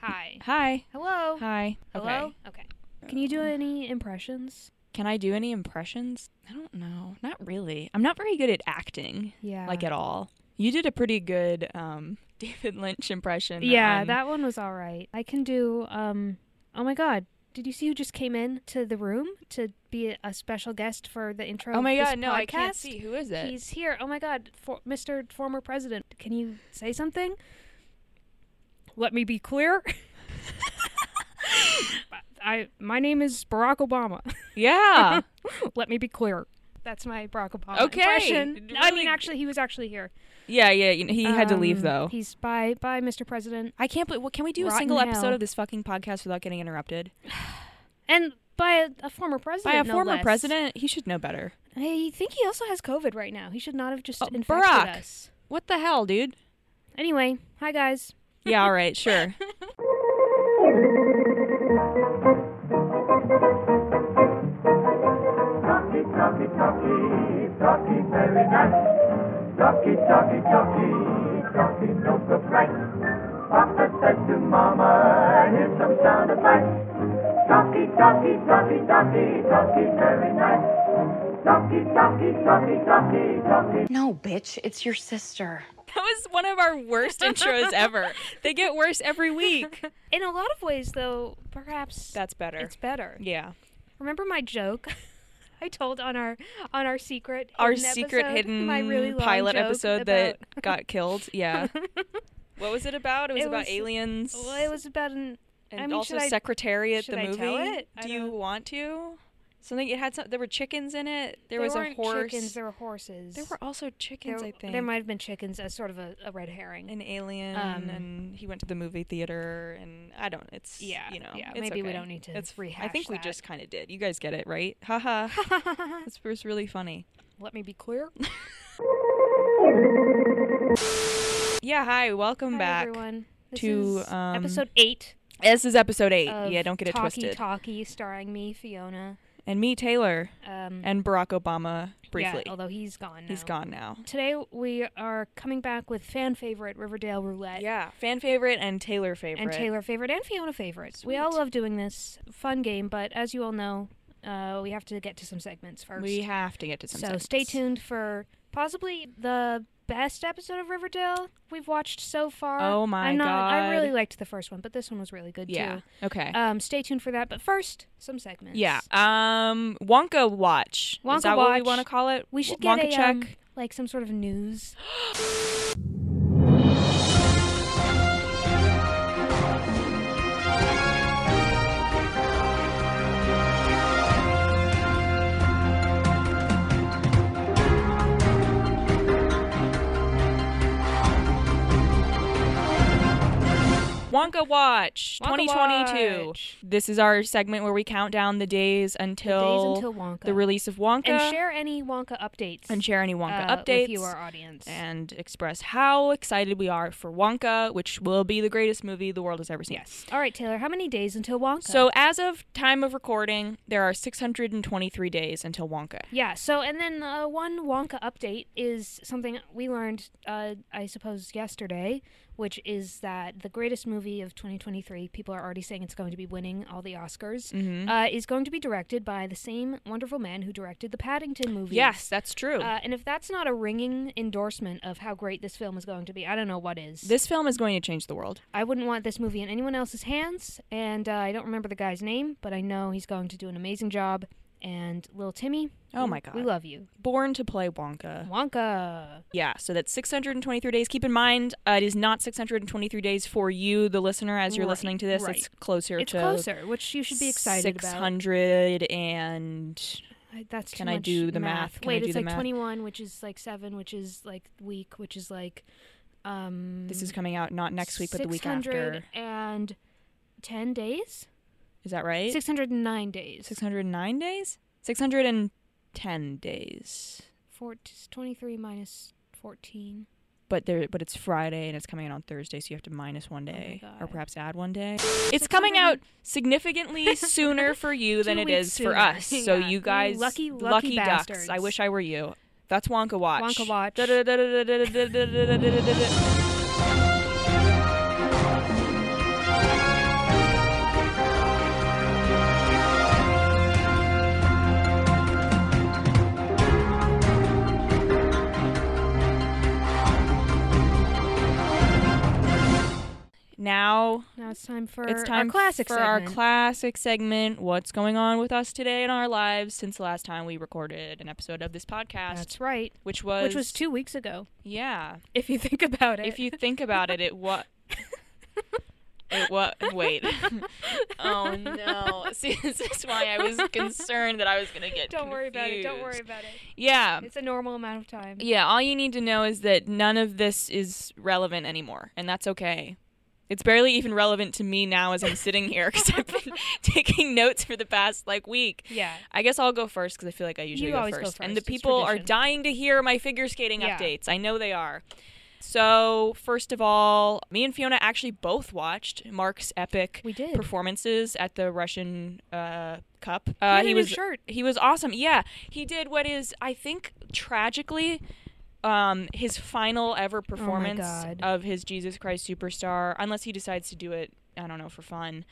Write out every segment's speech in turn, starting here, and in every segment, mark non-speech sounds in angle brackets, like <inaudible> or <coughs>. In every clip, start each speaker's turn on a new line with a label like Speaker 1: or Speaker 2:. Speaker 1: Hi.
Speaker 2: Hi.
Speaker 1: Hello.
Speaker 2: Hi.
Speaker 1: Hello.
Speaker 2: Okay.
Speaker 1: Okay.
Speaker 3: Can you do any impressions?
Speaker 2: Can I do any impressions? I don't know. Not really. I'm not very good at acting,
Speaker 3: Yeah.
Speaker 2: like at all. You did a pretty good um, <laughs> David Lynch impression.
Speaker 3: Yeah,
Speaker 2: on-
Speaker 3: that one was all right. I can do um Oh my god. Did you see who just came in to the room to be a special guest for the intro?
Speaker 2: Oh my
Speaker 3: of this
Speaker 2: god! No, I can't
Speaker 3: podcast?
Speaker 2: see. Who is it?
Speaker 3: He's here. Oh my god, for, Mr. former president. Can you say something? Let me be clear. <laughs> I my name is Barack Obama. <laughs>
Speaker 2: yeah.
Speaker 3: Let me be clear. That's my Barack Obama
Speaker 2: Okay,
Speaker 3: impression. I
Speaker 2: really-
Speaker 3: mean, actually, he was actually here.
Speaker 2: yeah. Yeah. you know, He had to leave
Speaker 3: Um,
Speaker 2: though.
Speaker 3: He's bye bye, Mr. President.
Speaker 2: I can't believe. Well, can we do a
Speaker 3: Rotten
Speaker 2: single episode
Speaker 3: hell.
Speaker 2: of this fucking podcast without getting interrupted
Speaker 3: And by a, a former president.
Speaker 2: by a
Speaker 3: no
Speaker 2: former
Speaker 3: less.
Speaker 2: president? He should know better.
Speaker 3: I think he also has COVID right now. He should not have just
Speaker 2: Oh,
Speaker 3: infected
Speaker 2: Barack.
Speaker 3: us.
Speaker 2: What the hell, dude?
Speaker 3: Anyway, hi
Speaker 2: <laughs>
Speaker 3: guys.
Speaker 2: Yeah. All right.
Speaker 3: <laughs>
Speaker 2: Sure.
Speaker 4: Talkie, talkie, talkie, talkie, very nice. Talkie, talkie, talkie, talkie, no good right. Papa said to Mama, here's some sound advice. Talkie, talkie, talkie, talkie, talkie, very nice. Talkie, talkie, talkie, talkie, talkie.
Speaker 5: No, bitch, it's your sister.
Speaker 2: That was one of our worst intros ever. They get worse every week.
Speaker 3: <laughs> In a lot of ways, though, perhaps
Speaker 2: That's better.
Speaker 3: it's better.
Speaker 2: yeah.
Speaker 3: Remember my joke <laughs> I told on our on our secret
Speaker 2: Our
Speaker 3: hidden
Speaker 2: secret
Speaker 3: episode?
Speaker 2: hidden
Speaker 3: my really long
Speaker 2: pilot
Speaker 3: joke
Speaker 2: episode
Speaker 3: about- <laughs>
Speaker 2: that got killed. Yeah. what was it about? It was
Speaker 3: It
Speaker 2: about
Speaker 3: was-
Speaker 2: aliens.
Speaker 3: well, it was about an
Speaker 2: and
Speaker 3: I mean,
Speaker 2: also
Speaker 3: should I-
Speaker 2: Secretariat
Speaker 3: should
Speaker 2: the
Speaker 3: I
Speaker 2: movie.
Speaker 3: tell it? I
Speaker 2: Do you
Speaker 3: don't-
Speaker 2: want to? Something it had some there were chickens in it. There
Speaker 3: they
Speaker 2: was a
Speaker 3: weren't
Speaker 2: horse.
Speaker 3: Chickens, there were horses.
Speaker 2: There were also chickens,
Speaker 3: there,
Speaker 2: I think.
Speaker 3: there might have been chickens as sort of a, a red herring.
Speaker 2: an alien
Speaker 3: Um,
Speaker 2: and he went to the movie theater and I don't it's
Speaker 3: Yeah,
Speaker 2: you know
Speaker 3: yeah,
Speaker 2: it's
Speaker 3: maybe we
Speaker 2: okay.
Speaker 3: don't need to
Speaker 2: it's, I
Speaker 3: rehash
Speaker 2: think we
Speaker 3: that.
Speaker 2: just kind of did you guys get it right
Speaker 3: <laughs>
Speaker 2: haha this was really funny
Speaker 3: Let me be clear.
Speaker 2: yeah hi welcome
Speaker 3: Hi,
Speaker 2: back
Speaker 3: everyone. This
Speaker 2: to,
Speaker 3: is
Speaker 2: um,
Speaker 3: episode eight.
Speaker 2: this is episode 8
Speaker 3: Of
Speaker 2: yeah don't get it
Speaker 3: Talkie
Speaker 2: twisted
Speaker 3: Talkie, starring me, Fiona.
Speaker 2: and me Taylor
Speaker 3: Um,
Speaker 2: and Barack Obama briefly
Speaker 3: Yeah, although he's gone. Now.
Speaker 2: he's gone now
Speaker 3: Today we are coming back with fan favorite Riverdale Roulette.
Speaker 2: yeah fan favorite and Taylor favorite
Speaker 3: And Taylor favorite and Fiona favorite. We all
Speaker 2: Sweet.
Speaker 3: love doing this fun game, but as you all know, uh, we have to get to some segments first.
Speaker 2: we have to get to some
Speaker 3: so stay
Speaker 2: segments.
Speaker 3: tuned for possibly the best episode of Riverdale we've watched so far.
Speaker 2: Oh my
Speaker 3: I'm not, I
Speaker 2: God.
Speaker 3: really liked the first one, but this one was really good
Speaker 2: yeah
Speaker 3: too.
Speaker 2: okay
Speaker 3: Um, stay tuned for that. But first, some segments.
Speaker 2: yeah um Wonka watch
Speaker 3: Wonka
Speaker 2: is that what we
Speaker 3: watch.
Speaker 2: want to call it
Speaker 3: We should
Speaker 2: Wonka
Speaker 3: get a,
Speaker 2: check
Speaker 3: um, like some sort of
Speaker 2: <gasps>
Speaker 3: news.
Speaker 2: Wonka Watch
Speaker 3: Wonka
Speaker 2: 2022.
Speaker 3: Watch.
Speaker 2: This is our segment where we count down the days until
Speaker 3: days until Wonka.
Speaker 2: the release of Wonka
Speaker 3: and share any Wonka updates.
Speaker 2: and share any Wonka
Speaker 3: uh,
Speaker 2: updates
Speaker 3: with you, our audience.
Speaker 2: and express how excited we are for Wonka, which will be the greatest movie the world has ever seen.
Speaker 3: yes. All right, Taylor. How many days until Wonka?
Speaker 2: So as of time of recording, there are 623 days until Wonka.
Speaker 3: yeah. So and then uh, one Wonka update is something we learned, uh, I suppose, yesterday, which is that the greatest movie of 2023. People are already saying it's going to be winning all the Oscars.
Speaker 2: Mm-hmm.
Speaker 3: Uh, is going to be directed by the same wonderful man who directed the Paddington movies.
Speaker 2: Yes, that's true.
Speaker 3: Uh, and if that's not a ringing endorsement of how great this film is going to be, I don't know what is.
Speaker 2: this film is going to change the world.
Speaker 3: I wouldn't want this movie in anyone else's hands, and uh, I don't remember the guy's name, but I know he's going to do an amazing job. And little Timmy,
Speaker 2: Oh
Speaker 3: we-
Speaker 2: my God.
Speaker 3: we love you,
Speaker 2: Born to play Wonka.
Speaker 3: Wonka.
Speaker 2: Yeah, so that's 623 days. Keep in mind, uh, it is not 623 days for you, the listener, as you're
Speaker 3: Right,
Speaker 2: listening to this.
Speaker 3: right.
Speaker 2: It's closer
Speaker 3: It's
Speaker 2: to
Speaker 3: closer, which you should be excited
Speaker 2: Six
Speaker 3: about.
Speaker 2: hundred and
Speaker 3: I- That's too
Speaker 2: Can I
Speaker 3: much
Speaker 2: do the math? Can I
Speaker 3: Wait,
Speaker 2: do
Speaker 3: it's
Speaker 2: the
Speaker 3: like
Speaker 2: math?
Speaker 3: twenty-one, which is like seven, which is like week, which is like um.
Speaker 2: this is coming out not next week, but the week
Speaker 3: 600
Speaker 2: after.
Speaker 3: And ten days,
Speaker 2: Is that right?
Speaker 3: six hundred and nine days.
Speaker 2: Six hundred and nine days. Six hundred and ten days.
Speaker 3: Four, twenty-three minus fourteen.
Speaker 2: But there, but it's Friday and it's coming out on Thursday, so you have to minus one day, or
Speaker 3: Oh God.
Speaker 2: perhaps add one day. It's coming out
Speaker 3: <laughs>
Speaker 2: significantly sooner for you than
Speaker 3: Two
Speaker 2: it
Speaker 3: weeks
Speaker 2: is for
Speaker 3: sooner.
Speaker 2: us. So
Speaker 3: Yeah.
Speaker 2: you
Speaker 3: You
Speaker 2: guys,
Speaker 3: lucky, lucky
Speaker 2: ducks.
Speaker 3: bastards.
Speaker 2: I wish I were you. That's Wonka Watch.
Speaker 3: Wonka Watch.
Speaker 2: Watch. now
Speaker 3: Now it's time for
Speaker 2: it's time
Speaker 3: our classic
Speaker 2: for
Speaker 3: segment.
Speaker 2: our classic segment. What's going on with us today in our lives since the last time we recorded an episode of this podcast,
Speaker 3: That's right.
Speaker 2: which was
Speaker 3: Which was two weeks ago, <laughs>
Speaker 2: yeah.
Speaker 3: if you think about it.
Speaker 2: If you think about it, it what it what wait. <laughs> oh no.
Speaker 3: <laughs>
Speaker 2: <laughs> See, this is why I was concerned that I was gonna get.
Speaker 3: Don't worry about it. Don't worry
Speaker 2: confused.
Speaker 3: about it.
Speaker 2: Yeah.
Speaker 3: It's a normal amount of time.
Speaker 2: Yeah, all you need to know is that none of this is relevant anymore, and that's okay. It's barely even relevant to me now as I'm sitting here because I've been <laughs> taking notes for the past like week.
Speaker 3: Yeah.
Speaker 2: I guess I'll go first because I feel like I usually
Speaker 3: You
Speaker 2: go,
Speaker 3: always
Speaker 2: first.
Speaker 3: go
Speaker 2: And the
Speaker 3: first. It's
Speaker 2: people are
Speaker 3: tradition.
Speaker 2: dying to hear my figure skating
Speaker 3: Yeah.
Speaker 2: updates. I know they are. So, first of all, me and Fiona actually both watched Mark's epic
Speaker 3: We did.
Speaker 2: performances at the Russian uh, Cup.
Speaker 3: had
Speaker 2: Uh,
Speaker 3: a
Speaker 2: he
Speaker 3: new
Speaker 2: was
Speaker 3: shirt.
Speaker 2: he was awesome. Yeah, he did what is I think tragically um, his final ever performance
Speaker 3: Oh God.
Speaker 2: of his Jesus Christ Superstar, unless he decides to do it. I don't know
Speaker 3: <laughs>
Speaker 2: for fun,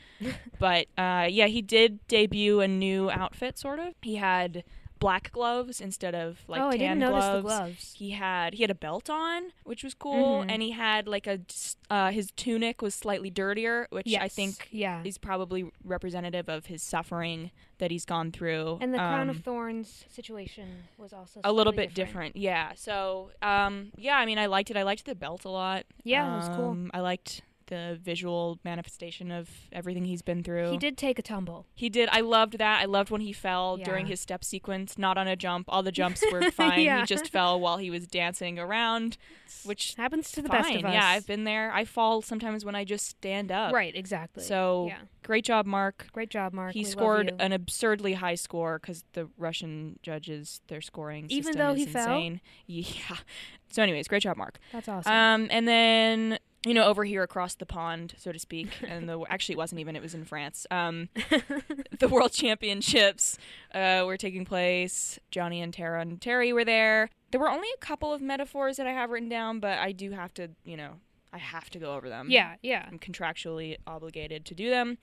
Speaker 2: but uh, yeah, he did debut a new outfit. Sort of, he had black gloves instead of like
Speaker 3: oh,
Speaker 2: tan
Speaker 3: I didn't
Speaker 2: gloves.
Speaker 3: notice the gloves.
Speaker 2: He had he had a belt on, which was cool,
Speaker 3: Mhm.
Speaker 2: and he had like a s- uh, his tunic was slightly dirtier, which I
Speaker 3: Yes,
Speaker 2: think
Speaker 3: Yeah.
Speaker 2: is probably representative of his suffering that he's gone through.
Speaker 3: And the crown
Speaker 2: Um,
Speaker 3: of thorns situation was also
Speaker 2: a little
Speaker 3: slightly
Speaker 2: bit different. yeah. So, um, yeah, I mean, I liked it. I liked the belt a lot.
Speaker 3: Yeah, it was cool.
Speaker 2: Um, I liked the visual manifestation of everything he's been through.
Speaker 3: He did take a tumble.
Speaker 2: He did. I loved that. I loved when he fell during
Speaker 3: Yeah.
Speaker 2: his step sequence, not on a jump. All the jumps
Speaker 3: <laughs>
Speaker 2: were fine. He
Speaker 3: Yeah.
Speaker 2: just fell while he was dancing around, which
Speaker 3: Happens to the
Speaker 2: fine.
Speaker 3: best of us.
Speaker 2: Yeah, I've been there. I fall sometimes when I just stand up.
Speaker 3: right. Exactly.
Speaker 2: So,
Speaker 3: yeah,
Speaker 2: great job, Mark.
Speaker 3: great job, Mark.
Speaker 2: He
Speaker 3: We love
Speaker 2: scored
Speaker 3: you.
Speaker 2: an absurdly high score because the Russian judges, their scoring
Speaker 3: Even
Speaker 2: system
Speaker 3: though he
Speaker 2: is
Speaker 3: fell?
Speaker 2: insane. <laughs> Yeah. So, anyways, great job, Mark.
Speaker 3: That's awesome.
Speaker 2: Um, and then you know over here across the pond, so to speak, <laughs> and the actually it wasn't even it was in France.
Speaker 3: <laughs>
Speaker 2: Um, the World Championships uh, were taking place. Johnny and Tara and Terry were there. There were only a couple of metaphors that I have written down, but I do have to you know I have to go over them.
Speaker 3: yeah, yeah.
Speaker 2: I'm contractually obligated to do them.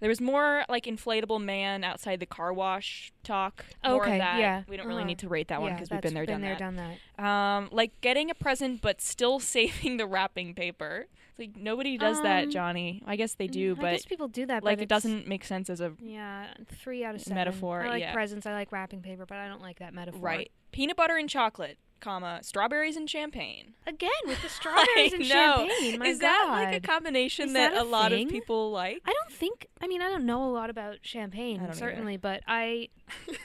Speaker 2: There was more like inflatable man outside the car wash talk. more of
Speaker 3: Okay,
Speaker 2: that.
Speaker 3: yeah,
Speaker 2: We don't really
Speaker 3: uh-huh.
Speaker 2: need to rate that one
Speaker 3: Yeah,
Speaker 2: because we've
Speaker 3: that's
Speaker 2: been there, done that.
Speaker 3: done that.
Speaker 2: Um, like getting a present but still <laughs> saving the wrapping paper. It's Like nobody does that,
Speaker 3: Um,
Speaker 2: Johnny. I guess they do,
Speaker 3: Mm, I
Speaker 2: but
Speaker 3: guess people do that. but
Speaker 2: like it
Speaker 3: it's-
Speaker 2: doesn't make sense as a
Speaker 3: Yeah, three out of seven.
Speaker 2: Metaphor,
Speaker 3: I like
Speaker 2: yeah.
Speaker 3: presents. I like wrapping paper, but I don't like that metaphor.
Speaker 2: right. Peanut butter and chocolate, comma strawberries and champagne.
Speaker 3: Again with
Speaker 2: <laughs>
Speaker 3: the
Speaker 2: I
Speaker 3: strawberries and
Speaker 2: know.
Speaker 3: champagne. My
Speaker 2: Is
Speaker 3: God.
Speaker 2: that like a combination
Speaker 3: Is
Speaker 2: that,
Speaker 3: that
Speaker 2: a,
Speaker 3: a
Speaker 2: lot of
Speaker 3: thing?
Speaker 2: people like?
Speaker 3: I don't think. I mean, I don't know a lot about champagne,
Speaker 2: I don't either.
Speaker 3: certainly, but
Speaker 2: <laughs>
Speaker 3: I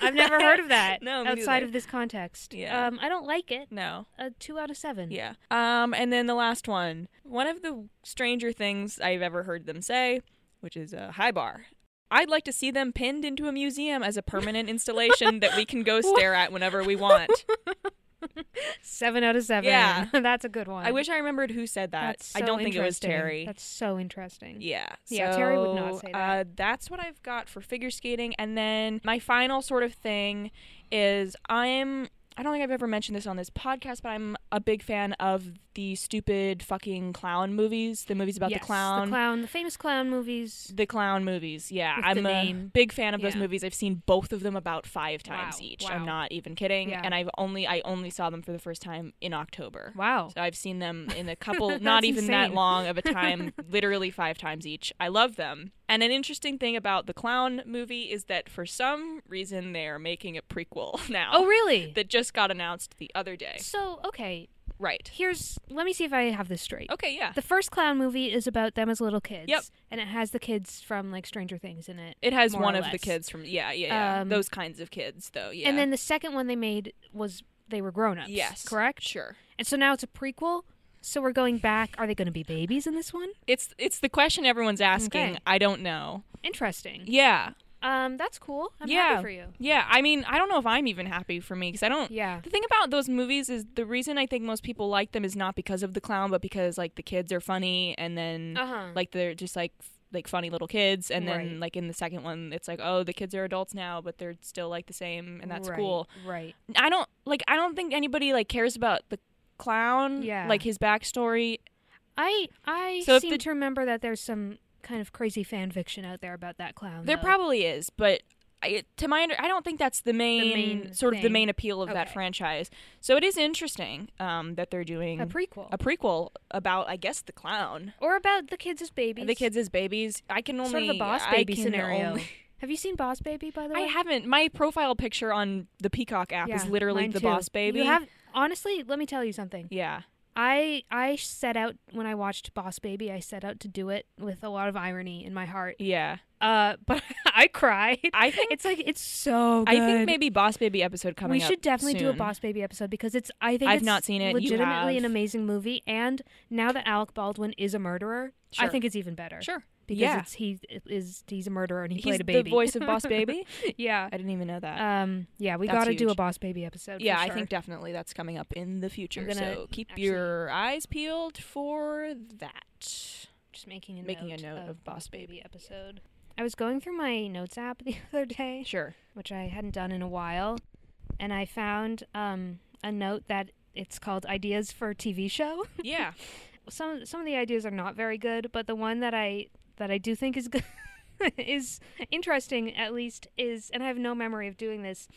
Speaker 3: I've never heard of that
Speaker 2: No, me
Speaker 3: outside
Speaker 2: neither.
Speaker 3: of this context.
Speaker 2: Yeah.
Speaker 3: Um, I don't like it.
Speaker 2: No.
Speaker 3: A two out of seven.
Speaker 2: Yeah. Um, and then the last one, one of the stranger things I've ever heard them say, which is a high bar. I'd like to see them pinned into a museum as a
Speaker 3: <laughs>
Speaker 2: permanent installation that we can go stare at whenever we want.
Speaker 3: Seven out of seven.
Speaker 2: Yeah.
Speaker 3: <laughs> that's a good one.
Speaker 2: I wish I remembered who said that.
Speaker 3: That's
Speaker 2: I
Speaker 3: so
Speaker 2: don't think it was
Speaker 3: interesting.
Speaker 2: Terry.
Speaker 3: That's so interesting.
Speaker 2: yeah.
Speaker 3: Yeah, Terry would not
Speaker 2: so,
Speaker 3: say that.
Speaker 2: Uh, that's what I've got for figure skating. And then my final sort of thing is I'm I don't think I've ever mentioned this on this podcast, but I'm a big fan of the stupid fucking clown movies, the movies about
Speaker 3: Yes,
Speaker 2: the clown.
Speaker 3: the clown, the famous clown movies.
Speaker 2: The clown movies, yeah.
Speaker 3: With the
Speaker 2: I'm a
Speaker 3: name.
Speaker 2: big fan of those
Speaker 3: Yeah.
Speaker 2: movies. I've seen both of them about five times
Speaker 3: Wow,
Speaker 2: each.
Speaker 3: wow.
Speaker 2: I'm not even kidding.
Speaker 3: Yeah.
Speaker 2: And I've only I only saw them for the first time in October.
Speaker 3: Wow.
Speaker 2: Mm. So I've seen them
Speaker 3: <laughs>
Speaker 2: in a couple, not
Speaker 3: Oh. That's
Speaker 2: even that
Speaker 3: insane. <laughs>
Speaker 2: long of a time, literally five times each. I love them. And an interesting thing about the clown movie is that for some reason they are making a prequel <laughs> now.
Speaker 3: Oh, really?
Speaker 2: That just got announced the other day.
Speaker 3: so okay,
Speaker 2: Right.
Speaker 3: here's. Let me see if I have this straight.
Speaker 2: Okay, yeah.
Speaker 3: The first clown movie is about them as little kids.
Speaker 2: Yep.
Speaker 3: And it has the kids from like Stranger Things in it.
Speaker 2: it has
Speaker 3: more or
Speaker 2: one of the
Speaker 3: less.
Speaker 2: kids from, yeah, yeah, yeah.
Speaker 3: Um,
Speaker 2: Those kinds of kids, though, yeah.
Speaker 3: And then the second one they made was they were grown ups.
Speaker 2: yes.
Speaker 3: Correct?
Speaker 2: Sure.
Speaker 3: And so now it's a prequel. So we're going back. Are they going to be babies in this one?
Speaker 2: It's it's the question everyone's asking.
Speaker 3: Okay.
Speaker 2: I don't know.
Speaker 3: Interesting.
Speaker 2: Yeah.
Speaker 3: Um, that's cool. I'm
Speaker 2: yeah.
Speaker 3: happy for you.
Speaker 2: Yeah. I mean, I don't know if I'm even happy for me because I don't.
Speaker 3: Yeah.
Speaker 2: The thing about those movies is the reason I think most people like them is not because of the clown, but because like the kids are funny, and then
Speaker 3: Uh-huh.
Speaker 2: like they're just like f- like funny little kids, and then
Speaker 3: Right.
Speaker 2: like in the second one, it's like oh the kids are adults now, but they're still like the same, and that's
Speaker 3: right,
Speaker 2: cool.
Speaker 3: Right.
Speaker 2: I don't like I don't think anybody like cares about the clown,
Speaker 3: Yeah.
Speaker 2: like his backstory.
Speaker 3: I I
Speaker 2: So if
Speaker 3: seem
Speaker 2: the-
Speaker 3: to remember that there's some kind of crazy fan fiction out there about that clown.
Speaker 2: There
Speaker 3: though.
Speaker 2: probably is, but I, to my under, I don't think that's the main,
Speaker 3: main
Speaker 2: sort of the
Speaker 3: thing.
Speaker 2: main appeal of that
Speaker 3: Okay.
Speaker 2: franchise. So it is interesting um, that they're doing
Speaker 3: a prequel
Speaker 2: a prequel about I guess the clown,
Speaker 3: or about the kids as babies.
Speaker 2: the kids as babies. I can only
Speaker 3: sort of a boss
Speaker 2: I
Speaker 3: baby
Speaker 2: can
Speaker 3: scenario. <laughs>
Speaker 2: only-
Speaker 3: Have you seen Boss Baby by the
Speaker 2: I
Speaker 3: way?
Speaker 2: haven't. My profile picture on the Peacock app is
Speaker 3: Yeah,
Speaker 2: literally
Speaker 3: mine
Speaker 2: the
Speaker 3: too.
Speaker 2: boss baby.
Speaker 3: You have honestly, let me tell you something.
Speaker 2: yeah.
Speaker 3: I I set out when I watched Boss Baby, I set out to do it with a lot of irony in my heart.
Speaker 2: Yeah.
Speaker 3: Uh, <laughs> but I cried.
Speaker 2: I think
Speaker 3: it's like it's so good.
Speaker 2: I think maybe Boss Baby episode coming
Speaker 3: we should
Speaker 2: up
Speaker 3: definitely do a
Speaker 2: soon.
Speaker 3: Boss Baby episode because it's I think
Speaker 2: I've
Speaker 3: it's
Speaker 2: not seen it. You
Speaker 3: legitimately
Speaker 2: have.
Speaker 3: an amazing movie and now that Alec Baldwin is a murderer, I
Speaker 2: Sure.
Speaker 3: think it's even better.
Speaker 2: Sure.
Speaker 3: Because
Speaker 2: Yeah.
Speaker 3: it's he is he's a murderer and he
Speaker 2: He's
Speaker 3: played a baby.
Speaker 2: the voice of
Speaker 3: <laughs>
Speaker 2: Boss Baby.
Speaker 3: yeah.
Speaker 2: I didn't even know that.
Speaker 3: Um yeah, we
Speaker 2: That's
Speaker 3: got to do a
Speaker 2: huge.
Speaker 3: Boss Baby episode. for
Speaker 2: yeah, I
Speaker 3: sure.
Speaker 2: think definitely that's coming up in the future.
Speaker 3: gonna
Speaker 2: So keep
Speaker 3: actually-
Speaker 2: your eyes peeled for that.
Speaker 3: just making a
Speaker 2: making a
Speaker 3: note
Speaker 2: note of Boss
Speaker 3: Baby episode. I was going through my notes app <laughs> the other day,
Speaker 2: Sure.
Speaker 3: which I hadn't done in a while, and I found um, a note that it's called ideas for TV show. <laughs>
Speaker 2: Yeah.
Speaker 3: some some of the ideas are not very good, but the one that I that I do think is good <laughs> is interesting at least is, and I have no memory of doing this,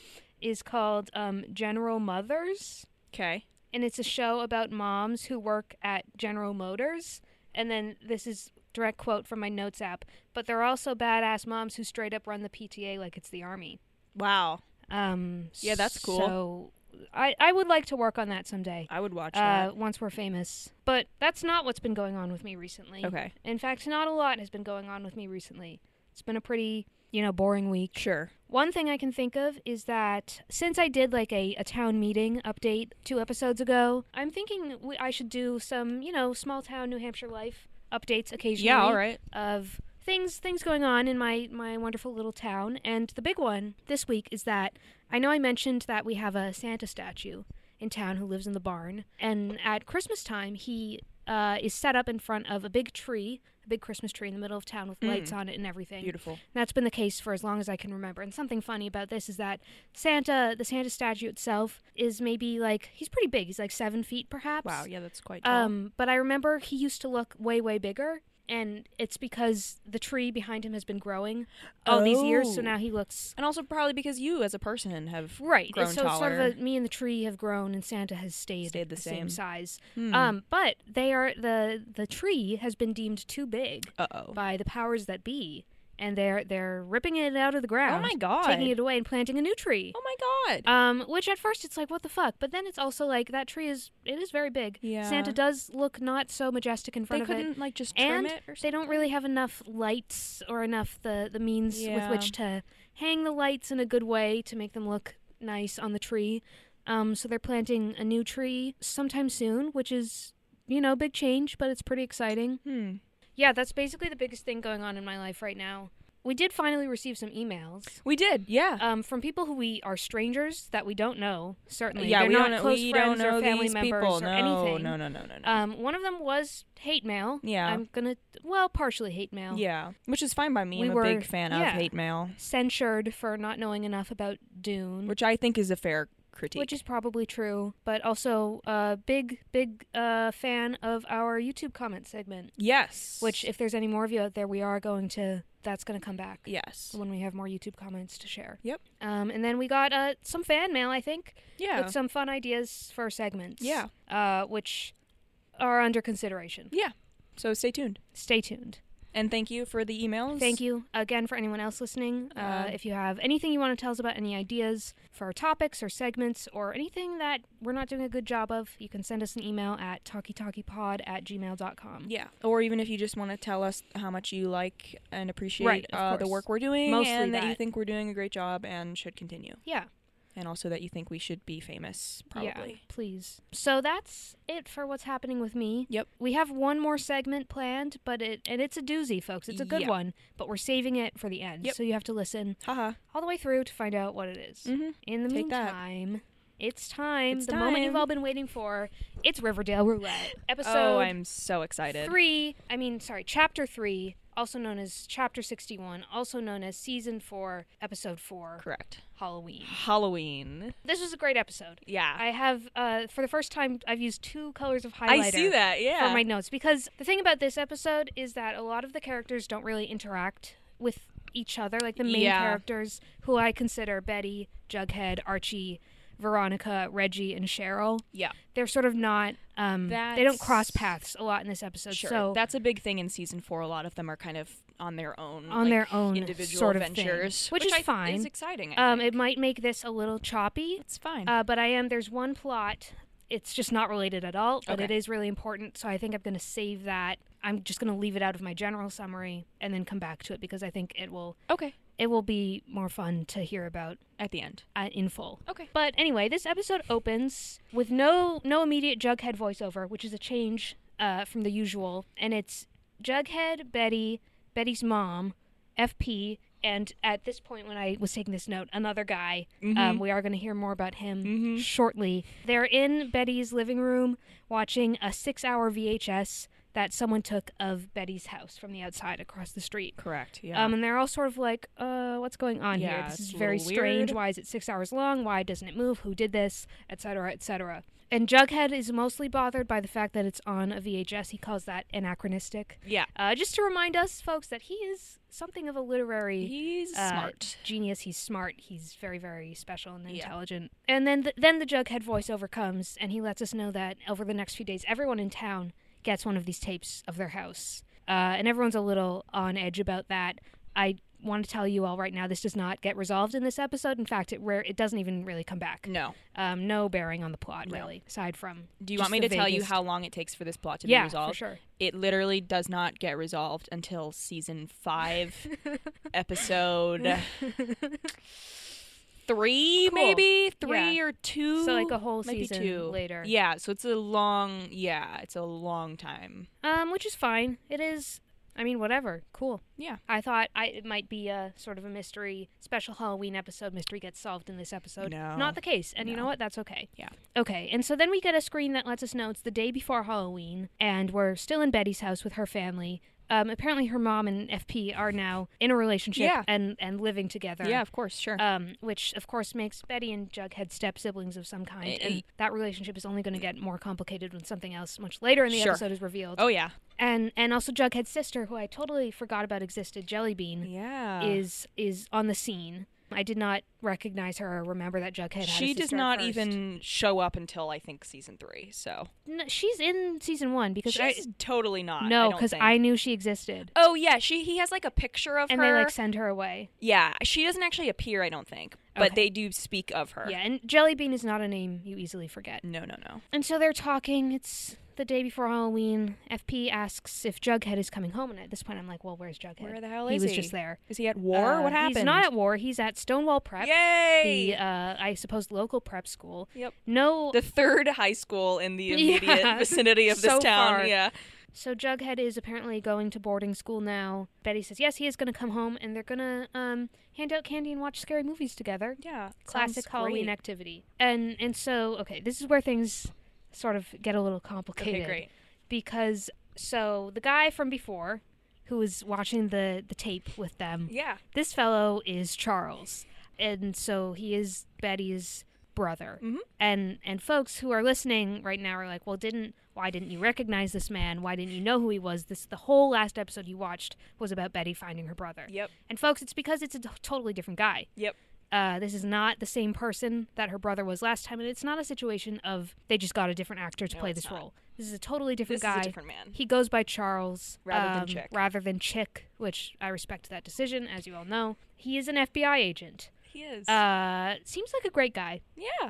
Speaker 3: is called um, General Mothers
Speaker 2: Okay.
Speaker 3: and it's a show about moms who work at General Motors. And then this is direct quote from my notes app, but they're also badass moms who straight up run the PTA like it's the army.
Speaker 2: Wow.
Speaker 3: Um,
Speaker 2: Yeah, that's cool.
Speaker 3: So I I would like to work on that someday.
Speaker 2: I would watch
Speaker 3: Uh,
Speaker 2: that.
Speaker 3: once we're famous, but that's not what's been going on with me recently.
Speaker 2: Okay.
Speaker 3: In fact, not a lot has been going on with me recently. It's been a pretty, you know, boring week.
Speaker 2: Sure.
Speaker 3: One thing I can think of is that since I did like a, a town meeting update two episodes ago, I'm thinking we, I should do some, you know, small town New Hampshire life updates occasionally.
Speaker 2: Yeah, all right.
Speaker 3: Of things things going on in my my wonderful little town, and the big one this week is that I know I mentioned that we have a Santa statue in town who lives in the barn, and at Christmas time he uh, is set up in front of a big tree, a big Christmas tree in the middle of town with
Speaker 2: Mm.
Speaker 3: lights on it and everything.
Speaker 2: Beautiful.
Speaker 3: And That's been the case for as long as I can remember. And something funny about this is that Santa, the Santa statue itself, is maybe like he's pretty big. He's like seven feet, perhaps.
Speaker 2: Wow, yeah, that's quite tall.
Speaker 3: Um, but I remember he used to look way, way bigger, and it's because the tree behind him has been growing all these years, so
Speaker 2: Oh.
Speaker 3: now he looks
Speaker 2: and also probably because you as a person have
Speaker 3: right.
Speaker 2: grown
Speaker 3: so it's
Speaker 2: taller.
Speaker 3: sort of a, me and the tree have grown, and Santa has stayed,
Speaker 2: Stayed the same. Hmm.
Speaker 3: size. Um, but they are the the tree has been deemed too big
Speaker 2: Uh-oh.
Speaker 3: by the powers that be, and they're they're ripping it out of the ground.
Speaker 2: Oh my God.
Speaker 3: Taking it away and planting a new tree.
Speaker 2: Oh my god.
Speaker 3: Um, which at first it's like what the fuck, but then it's also like that tree is it is very big.
Speaker 2: Yeah.
Speaker 3: Santa does look not so majestic in
Speaker 2: they
Speaker 3: front of
Speaker 2: couldn't
Speaker 3: it,
Speaker 2: like just trim
Speaker 3: and
Speaker 2: it or something.
Speaker 3: they don't really have enough lights or enough the the means with
Speaker 2: Yeah.
Speaker 3: which to hang the lights in a good way to make them look nice on the tree. Um, so they're planting a new tree sometime soon, which is you know big change, but it's pretty exciting.
Speaker 2: Hmm.
Speaker 3: Yeah, that's basically the biggest thing going on in my life right now. We did finally receive some emails
Speaker 2: We did. Yeah.
Speaker 3: um, from people who we are strangers that we don't know. Certainly,
Speaker 2: yeah,
Speaker 3: They're
Speaker 2: we
Speaker 3: not
Speaker 2: don't know,
Speaker 3: close
Speaker 2: we
Speaker 3: friends
Speaker 2: don't know
Speaker 3: or family
Speaker 2: these
Speaker 3: members
Speaker 2: people.
Speaker 3: or
Speaker 2: no,
Speaker 3: anything.
Speaker 2: no, no, no, no, no.
Speaker 3: Um, one of them was hate mail.
Speaker 2: Yeah.
Speaker 3: I'm gonna well, partially hate mail.
Speaker 2: yeah, which is fine by me.
Speaker 3: we
Speaker 2: I'm
Speaker 3: were-
Speaker 2: a big fan of
Speaker 3: yeah.
Speaker 2: hate mail,
Speaker 3: censured for not knowing enough about Dune,
Speaker 2: which I think is a fair critique.
Speaker 3: Mm. which is probably true. But also, uh, big big uh, fan of our YouTube comment segment.
Speaker 2: yes,
Speaker 3: Which, if there's any more of you out there, we are going to. That's gonna come back.
Speaker 2: yes,
Speaker 3: When we have more YouTube comments to share.
Speaker 2: Yep.
Speaker 3: Um, and then we got uh, some fan mail, I think.
Speaker 2: yeah,
Speaker 3: with some fun ideas for segments.
Speaker 2: Yeah.
Speaker 3: Uh, which are under consideration.
Speaker 2: yeah. So stay tuned
Speaker 3: Stay tuned.
Speaker 2: and thank you for the emails.
Speaker 3: Thank you again for anyone else listening. Uh,
Speaker 2: Uh,
Speaker 3: if you have anything you want to tell us about, any ideas for our topics or segments, or anything that we're not doing a good job of, you can send us an email at talkietalkiepod at gmail.com.
Speaker 2: Yeah, or even if you just want to tell us how much you like and appreciate
Speaker 3: Right, of
Speaker 2: uh, the
Speaker 3: course.
Speaker 2: work we're doing,
Speaker 3: Mostly
Speaker 2: and that. you
Speaker 3: that.
Speaker 2: think we're doing a great job and should continue,
Speaker 3: Yeah.
Speaker 2: and also that you think we should be famous,
Speaker 3: Yeah,
Speaker 2: probably.
Speaker 3: please. So that's it for what's happening with me.
Speaker 2: Yep.
Speaker 3: We have one more segment planned, but it and it's a doozy, folks. It's a good
Speaker 2: Yeah.
Speaker 3: one, but we're saving it for the end.
Speaker 2: Yep.
Speaker 3: So you have to listen
Speaker 2: Haha.
Speaker 3: all the way through to find out what it is.
Speaker 2: Mhm.
Speaker 3: In the
Speaker 2: Take that.
Speaker 3: meantime, it's time.
Speaker 2: It's
Speaker 3: the moment you've
Speaker 2: time.
Speaker 3: all been waiting for. It's Riverdale
Speaker 2: <gasps>
Speaker 3: Roulette. Episode
Speaker 2: Oh, I'm so excited.
Speaker 3: three. I mean, sorry, chapter three, also known as chapter 61, also known as season four, episode four,
Speaker 2: Correct.
Speaker 3: Halloween.
Speaker 2: Halloween.
Speaker 3: This was a great episode.
Speaker 2: Yeah.
Speaker 3: I have, uh, for the first time, I've used two colors of highlighter.
Speaker 2: I see that. Yeah.
Speaker 3: for my notes because the thing about this episode is that a lot of the characters don't really interact with each other, like the main
Speaker 2: Yeah.
Speaker 3: characters, who I consider Betty, Jughead, Archie, Veronica, Reggie, and Cheryl.
Speaker 2: Yeah.
Speaker 3: They're sort of not. Um, they don't cross
Speaker 2: That's-
Speaker 3: paths a lot in this episode.
Speaker 2: Sure.
Speaker 3: So
Speaker 2: That's a big thing in season four. A lot of them are kind of on their own,
Speaker 3: On
Speaker 2: like,
Speaker 3: their own
Speaker 2: individual
Speaker 3: sort of thing,
Speaker 2: ventures,
Speaker 3: which is
Speaker 2: I th-
Speaker 3: fine.
Speaker 2: It's exciting. I
Speaker 3: um,
Speaker 2: think.
Speaker 3: it might make this a little choppy.
Speaker 2: it's fine.
Speaker 3: Uh, but I am. There's one plot. It's just not related at all, but it
Speaker 2: Okay.
Speaker 3: is really important. So I think I'm going to save that. I'm just going to leave it out of my general summary and then come back to it because I think it will
Speaker 2: okay.
Speaker 3: it will be more fun to hear about
Speaker 2: At the end.
Speaker 3: uh, in full.
Speaker 2: Okay.
Speaker 3: But anyway, this episode opens with no no immediate Jughead voiceover, which is a change uh, from the usual, and it's Jughead, Betty, Betty's mom, FP, and at this point when I was taking this note, another guy. Um, we are going to hear more about him shortly. They're in Betty's living room watching a six-hour VHS that someone took of Betty's house from the outside across the street.
Speaker 2: Correct. Yeah.
Speaker 3: Um, and they're all sort of like, uh, what's going on here?
Speaker 2: Yeah,
Speaker 3: This
Speaker 2: it's
Speaker 3: is
Speaker 2: a
Speaker 3: very
Speaker 2: little
Speaker 3: strange.
Speaker 2: weird."
Speaker 3: Why is it six hours long? Why doesn't it move? Who did this? Et cetera, et cetera. And Jughead is mostly bothered by the fact that it's on a VHS. He calls that anachronistic.
Speaker 2: yeah.
Speaker 3: Uh, just to remind us, folks, that he is something of a literary
Speaker 2: He's
Speaker 3: uh,
Speaker 2: smart.
Speaker 3: genius. He's smart. He's very, very special and
Speaker 2: Yeah.
Speaker 3: intelligent. And then, the, then the Jughead voiceover comes, and he lets us know that over the next few days, everyone in town gets one of these tapes of their house, uh, and everyone's a little on edge about that. I want to tell you all right now, this does not get resolved in this episode. In fact, it rare it doesn't even really come back.
Speaker 2: No.
Speaker 3: Um, no bearing on the plot really, aside from.
Speaker 2: Do you
Speaker 3: just
Speaker 2: want me
Speaker 3: the
Speaker 2: to tell you
Speaker 3: vaguest-
Speaker 2: how long it takes for this plot to
Speaker 3: Yeah,
Speaker 2: be
Speaker 3: for
Speaker 2: resolved?
Speaker 3: sure.
Speaker 2: It literally does not get resolved until season five,
Speaker 3: <laughs>
Speaker 2: episode three,
Speaker 3: Cool.
Speaker 2: maybe three
Speaker 3: Yeah.
Speaker 2: or two.
Speaker 3: So, like, a whole
Speaker 2: maybe
Speaker 3: season
Speaker 2: two.
Speaker 3: later.
Speaker 2: Yeah. So it's a long. Yeah. It's a long time.
Speaker 3: Um, which is fine. It is. I mean, whatever. Cool.
Speaker 2: Yeah.
Speaker 3: I thought I, it might be a sort of a mystery special Halloween episode. Mystery gets solved in this episode.
Speaker 2: No.
Speaker 3: Not the case. And you know what? That's okay.
Speaker 2: Yeah.
Speaker 3: Okay. And so then we get a screen that lets us know it's the day before Halloween, and we're still in Betty's house with her family. Um, apparently, her mom and FP are now in a relationship
Speaker 2: Yeah.
Speaker 3: and, and living together.
Speaker 2: Yeah. Uh, Of course. Sure.
Speaker 3: Um, which of course makes Betty and Jughead step siblings of some kind,
Speaker 2: Eh,
Speaker 3: and that relationship is only going to get more complicated when something else much later in the
Speaker 2: Sure.
Speaker 3: episode is revealed
Speaker 2: oh yeah.
Speaker 3: and and also Jughead's sister, who I totally forgot about existed, Jellybean,
Speaker 2: Yeah.
Speaker 3: is is on the scene. I did not recognize her or remember that Jughead. had a
Speaker 2: she does
Speaker 3: sister at
Speaker 2: not
Speaker 3: first.
Speaker 2: even show up until I think season three. So
Speaker 3: No, she's in season one because I
Speaker 2: she's totally not.
Speaker 3: no,
Speaker 2: because
Speaker 3: because I knew she existed,
Speaker 2: Oh yeah, she he has like a picture of
Speaker 3: and
Speaker 2: her.
Speaker 3: they like send her away.
Speaker 2: yeah, she doesn't actually appear, I don't think, but
Speaker 3: Okay.
Speaker 2: they do speak of her. Mm.
Speaker 3: Yeah, and Jellybean is not a name you easily forget.
Speaker 2: No, no, no.
Speaker 3: And so they're talking. It's the day before Halloween. FP asks if Jughead is coming home, and at this point, I'm like, well, where's Jughead?
Speaker 2: Where the hell
Speaker 3: he
Speaker 2: is
Speaker 3: was
Speaker 2: he?
Speaker 3: just there.
Speaker 2: Is he at war?
Speaker 3: Uh,
Speaker 2: what happened?
Speaker 3: He's not at war. He's at Stonewall Prep.
Speaker 2: Yay!
Speaker 3: the uh, I suppose local prep school.
Speaker 2: Yep.
Speaker 3: No,
Speaker 2: The third high school in
Speaker 3: <laughs>
Speaker 2: the
Speaker 3: Yeah,
Speaker 2: immediate vicinity of this
Speaker 3: so
Speaker 2: town.
Speaker 3: far.
Speaker 2: Yeah.
Speaker 3: so Jughead is apparently going to boarding school now. Betty says yes, he is going to come home, and they're going to um, hand out candy and watch scary movies together.
Speaker 2: Yeah.
Speaker 3: Classic Halloween activity. And and so okay, this is where things sort of get a little complicated.
Speaker 2: Okay, great.
Speaker 3: Because so the guy from before, who was watching the the tape with them,
Speaker 2: Yeah.
Speaker 3: this fellow is Charles, and so he is Betty's brother.
Speaker 2: Mm-hmm.
Speaker 3: And and folks who are listening right now are like, well, didn't why didn't you recognize this man? Why didn't you know who he was? This the whole last episode you watched was about Betty finding her brother.
Speaker 2: Yep.
Speaker 3: And folks, it's because it's a t- totally different guy.
Speaker 2: Yep.
Speaker 3: Uh, this is not the same person that her brother was last time, and it's not a situation of they just got a different actor to
Speaker 2: No,
Speaker 3: play
Speaker 2: it's
Speaker 3: this
Speaker 2: not.
Speaker 3: role. This is a totally different
Speaker 2: This is a
Speaker 3: guy.
Speaker 2: different man.
Speaker 3: He goes by Charles
Speaker 2: Rather than
Speaker 3: um,
Speaker 2: Chick.
Speaker 3: rather than Chick, which I respect that decision, as you all know. He is an FBI agent.
Speaker 2: He is.
Speaker 3: Uh, seems like a great guy.
Speaker 2: yeah.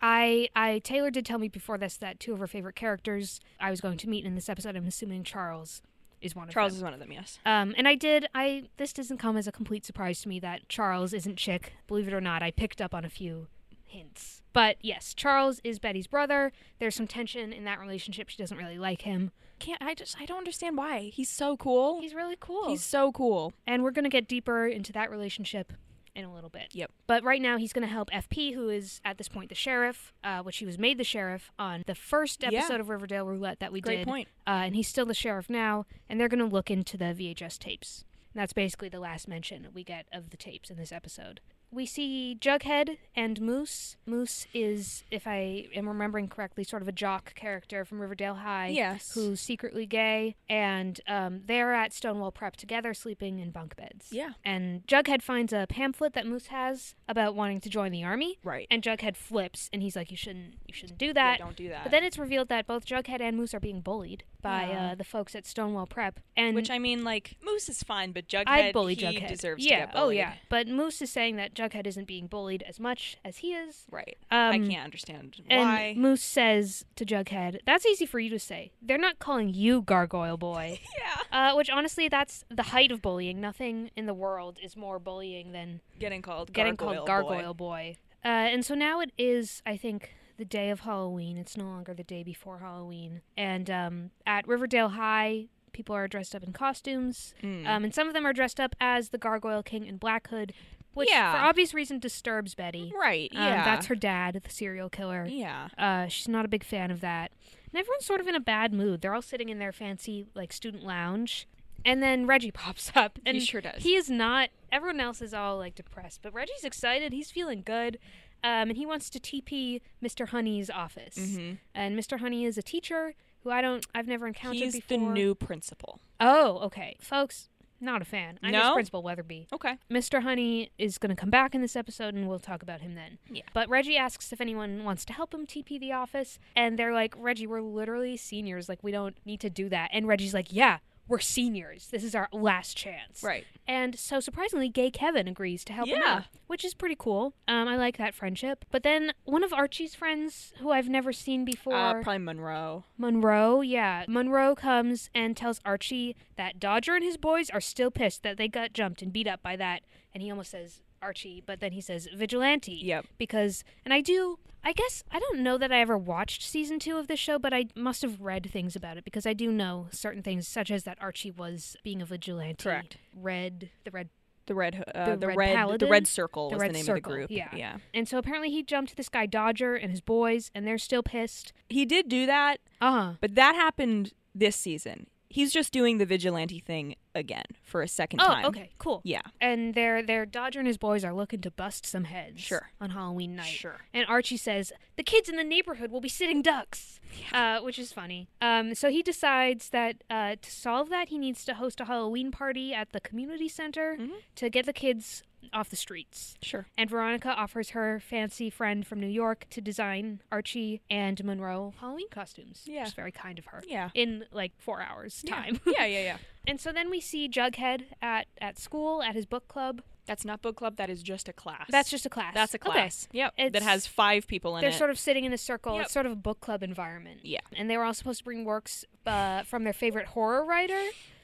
Speaker 3: I, I Taylor did tell me before this that two of her favorite characters I was going to meet in this episode. I'm assuming Charles is one of
Speaker 2: Charles
Speaker 3: them.
Speaker 2: is one of them, yes.
Speaker 3: Um, and I did. I this doesn't come as a complete surprise to me that Charles isn't Chick. Believe it or not, I picked up on a few hints. But yes, Charles is Betty's brother. There's some tension in that relationship. She doesn't really like him.
Speaker 2: Can't I just I don't understand why. He's so cool.
Speaker 3: He's really cool.
Speaker 2: He's so cool.
Speaker 3: and we're gonna get deeper into that relationship in a little bit.
Speaker 2: Yep.
Speaker 3: But right now, he's gonna help FP, who is at this point the sheriff, uh, which he was made the sheriff on the first
Speaker 2: Yeah.
Speaker 3: episode of Riverdale Roulette that we
Speaker 2: Great
Speaker 3: did.
Speaker 2: point.
Speaker 3: Uh, and he's still the sheriff now, and they're gonna look into the VHS tapes. And that's basically the last mention we get of the tapes in this episode. we see Jughead and Moose. Moose is, if I am remembering correctly, sort of a jock character from Riverdale High.
Speaker 2: Yes.
Speaker 3: Who's secretly gay. And um, they're at Stonewall Prep together, sleeping in bunk beds.
Speaker 2: Yeah.
Speaker 3: And Jughead finds a pamphlet that Moose has about wanting to join the army.
Speaker 2: Right.
Speaker 3: And Jughead flips, and he's like, "You shouldn't, you shouldn't do
Speaker 2: Yeah,
Speaker 3: that."
Speaker 2: don't do that.
Speaker 3: But then it's revealed that both Jughead and Moose are being bullied by
Speaker 2: Yeah.
Speaker 3: uh, the folks at Stonewall Prep, and
Speaker 2: Which I mean, like Moose is fine, but Jughead,
Speaker 3: I Mm. bully
Speaker 2: he
Speaker 3: Jughead.
Speaker 2: deserves
Speaker 3: yeah,
Speaker 2: to get bullied.
Speaker 3: oh yeah. But Moose is saying that Jughead isn't being bullied as much as he is.
Speaker 2: right. I
Speaker 3: Um,
Speaker 2: can't understand
Speaker 3: And
Speaker 2: why.
Speaker 3: Moose says to Jughead, "That's easy for you to say. They're not calling you Gargoyle Boy."
Speaker 2: <laughs> yeah,
Speaker 3: Uh, which honestly, that's the height of bullying. Nothing in the world is more bullying than
Speaker 2: getting called
Speaker 3: getting
Speaker 2: gargoyle
Speaker 3: called
Speaker 2: boy.
Speaker 3: Gargoyle Boy. Uh, and so now it is, I think, the day of Halloween. It's no longer the day before Halloween. And um, at Riverdale High, people are dressed up in costumes.
Speaker 2: Mm.
Speaker 3: Um, and some of them are dressed up as the Gargoyle King and Black Hood, which
Speaker 2: Yeah.
Speaker 3: for obvious reason disturbs Betty.
Speaker 2: Right.
Speaker 3: Um,
Speaker 2: Yeah.
Speaker 3: that's her dad, the serial killer.
Speaker 2: Yeah.
Speaker 3: Uh, she's not a big fan of that. And everyone's sort of in a bad mood. They're all sitting in their fancy like student lounge. And then Reggie <laughs> pops up and
Speaker 2: sure does.
Speaker 3: He is not everyone else is all like depressed, but Reggie's excited, he's feeling good. Um, and he wants to TP Mr. Honey's office.
Speaker 2: Mhm.
Speaker 3: And Mr. Honey is a teacher who I don't I've never encountered
Speaker 2: He's
Speaker 3: before.
Speaker 2: the new principal.
Speaker 3: Oh, okay. Folks, not a fan. I miss
Speaker 2: No?
Speaker 3: Principal Weatherby.
Speaker 2: Okay.
Speaker 3: Mr. Honey is going to come back in this episode and we'll talk about him then.
Speaker 2: Yeah.
Speaker 3: But Reggie asks if anyone wants to help him TP the office. And they're like, Reggie, we're literally seniors. Like, we don't need to do that. And Reggie's like, yeah, we're seniors. This is our last chance.
Speaker 2: Right.
Speaker 3: And so surprisingly, gay Kevin agrees to help him
Speaker 2: Yeah.
Speaker 3: out, which is pretty cool. Um, I like that friendship. But then one of Archie's friends, who I've never seen before,
Speaker 2: Uh, probably Monroe.
Speaker 3: Monroe, yeah. Monroe comes and tells Archie that Dodger and his boys are still pissed that they got jumped and beat up by that. And he almost says Archie, but then he says vigilante.
Speaker 2: Yep.
Speaker 3: Because, and I do, I guess, I don't know that I ever watched season two of this show, but I must have read things about it because I do know certain things, such as that Archie was being a vigilante.
Speaker 2: Correct.
Speaker 3: Red, the red
Speaker 2: The red. Uh,
Speaker 3: The
Speaker 2: the,
Speaker 3: Red
Speaker 2: red.
Speaker 3: Paladin?
Speaker 2: the red circle
Speaker 3: The
Speaker 2: was
Speaker 3: Red
Speaker 2: the name
Speaker 3: Circle,
Speaker 2: of the group.
Speaker 3: yeah.
Speaker 2: Yeah.
Speaker 3: And so apparently he jumped this guy Dodger and his boys, and they're still pissed.
Speaker 2: He did do that,
Speaker 3: Uh huh.
Speaker 2: but that happened this season. He's just doing the vigilante thing again for a second
Speaker 3: Oh,
Speaker 2: time.
Speaker 3: okay, cool.
Speaker 2: Yeah.
Speaker 3: and their their Dodger and his boys are looking to bust some heads.
Speaker 2: Sure.
Speaker 3: On Halloween night.
Speaker 2: Sure.
Speaker 3: And Archie says the kids in the neighborhood will be sitting ducks, uh, which is funny. Um, so he decides that uh, to solve that, he needs to host a Halloween party at the community center
Speaker 2: Mm-hmm.
Speaker 3: to get the kids off the streets.
Speaker 2: Sure.
Speaker 3: And Veronica offers her fancy friend from New York to design Archie and Monroe Halloween costumes.
Speaker 2: Yeah.
Speaker 3: Which is very kind of her.
Speaker 2: Yeah.
Speaker 3: In like four hours time.
Speaker 2: <laughs>
Speaker 3: <laughs>
Speaker 2: yeah. Yeah. Yeah.
Speaker 3: And so then we see Jughead at, at school, at his book club.
Speaker 2: That's not book club. That is just a class.
Speaker 3: That's just a class.
Speaker 2: That's a
Speaker 3: Okay.
Speaker 2: class. Yep.
Speaker 3: It's-
Speaker 2: that has five people in
Speaker 3: They're
Speaker 2: it.
Speaker 3: sort of sitting in a circle.
Speaker 2: Yep.
Speaker 3: It's sort of a book club environment.
Speaker 2: Yeah.
Speaker 3: And they were all supposed to bring works uh, from their favorite horror writer.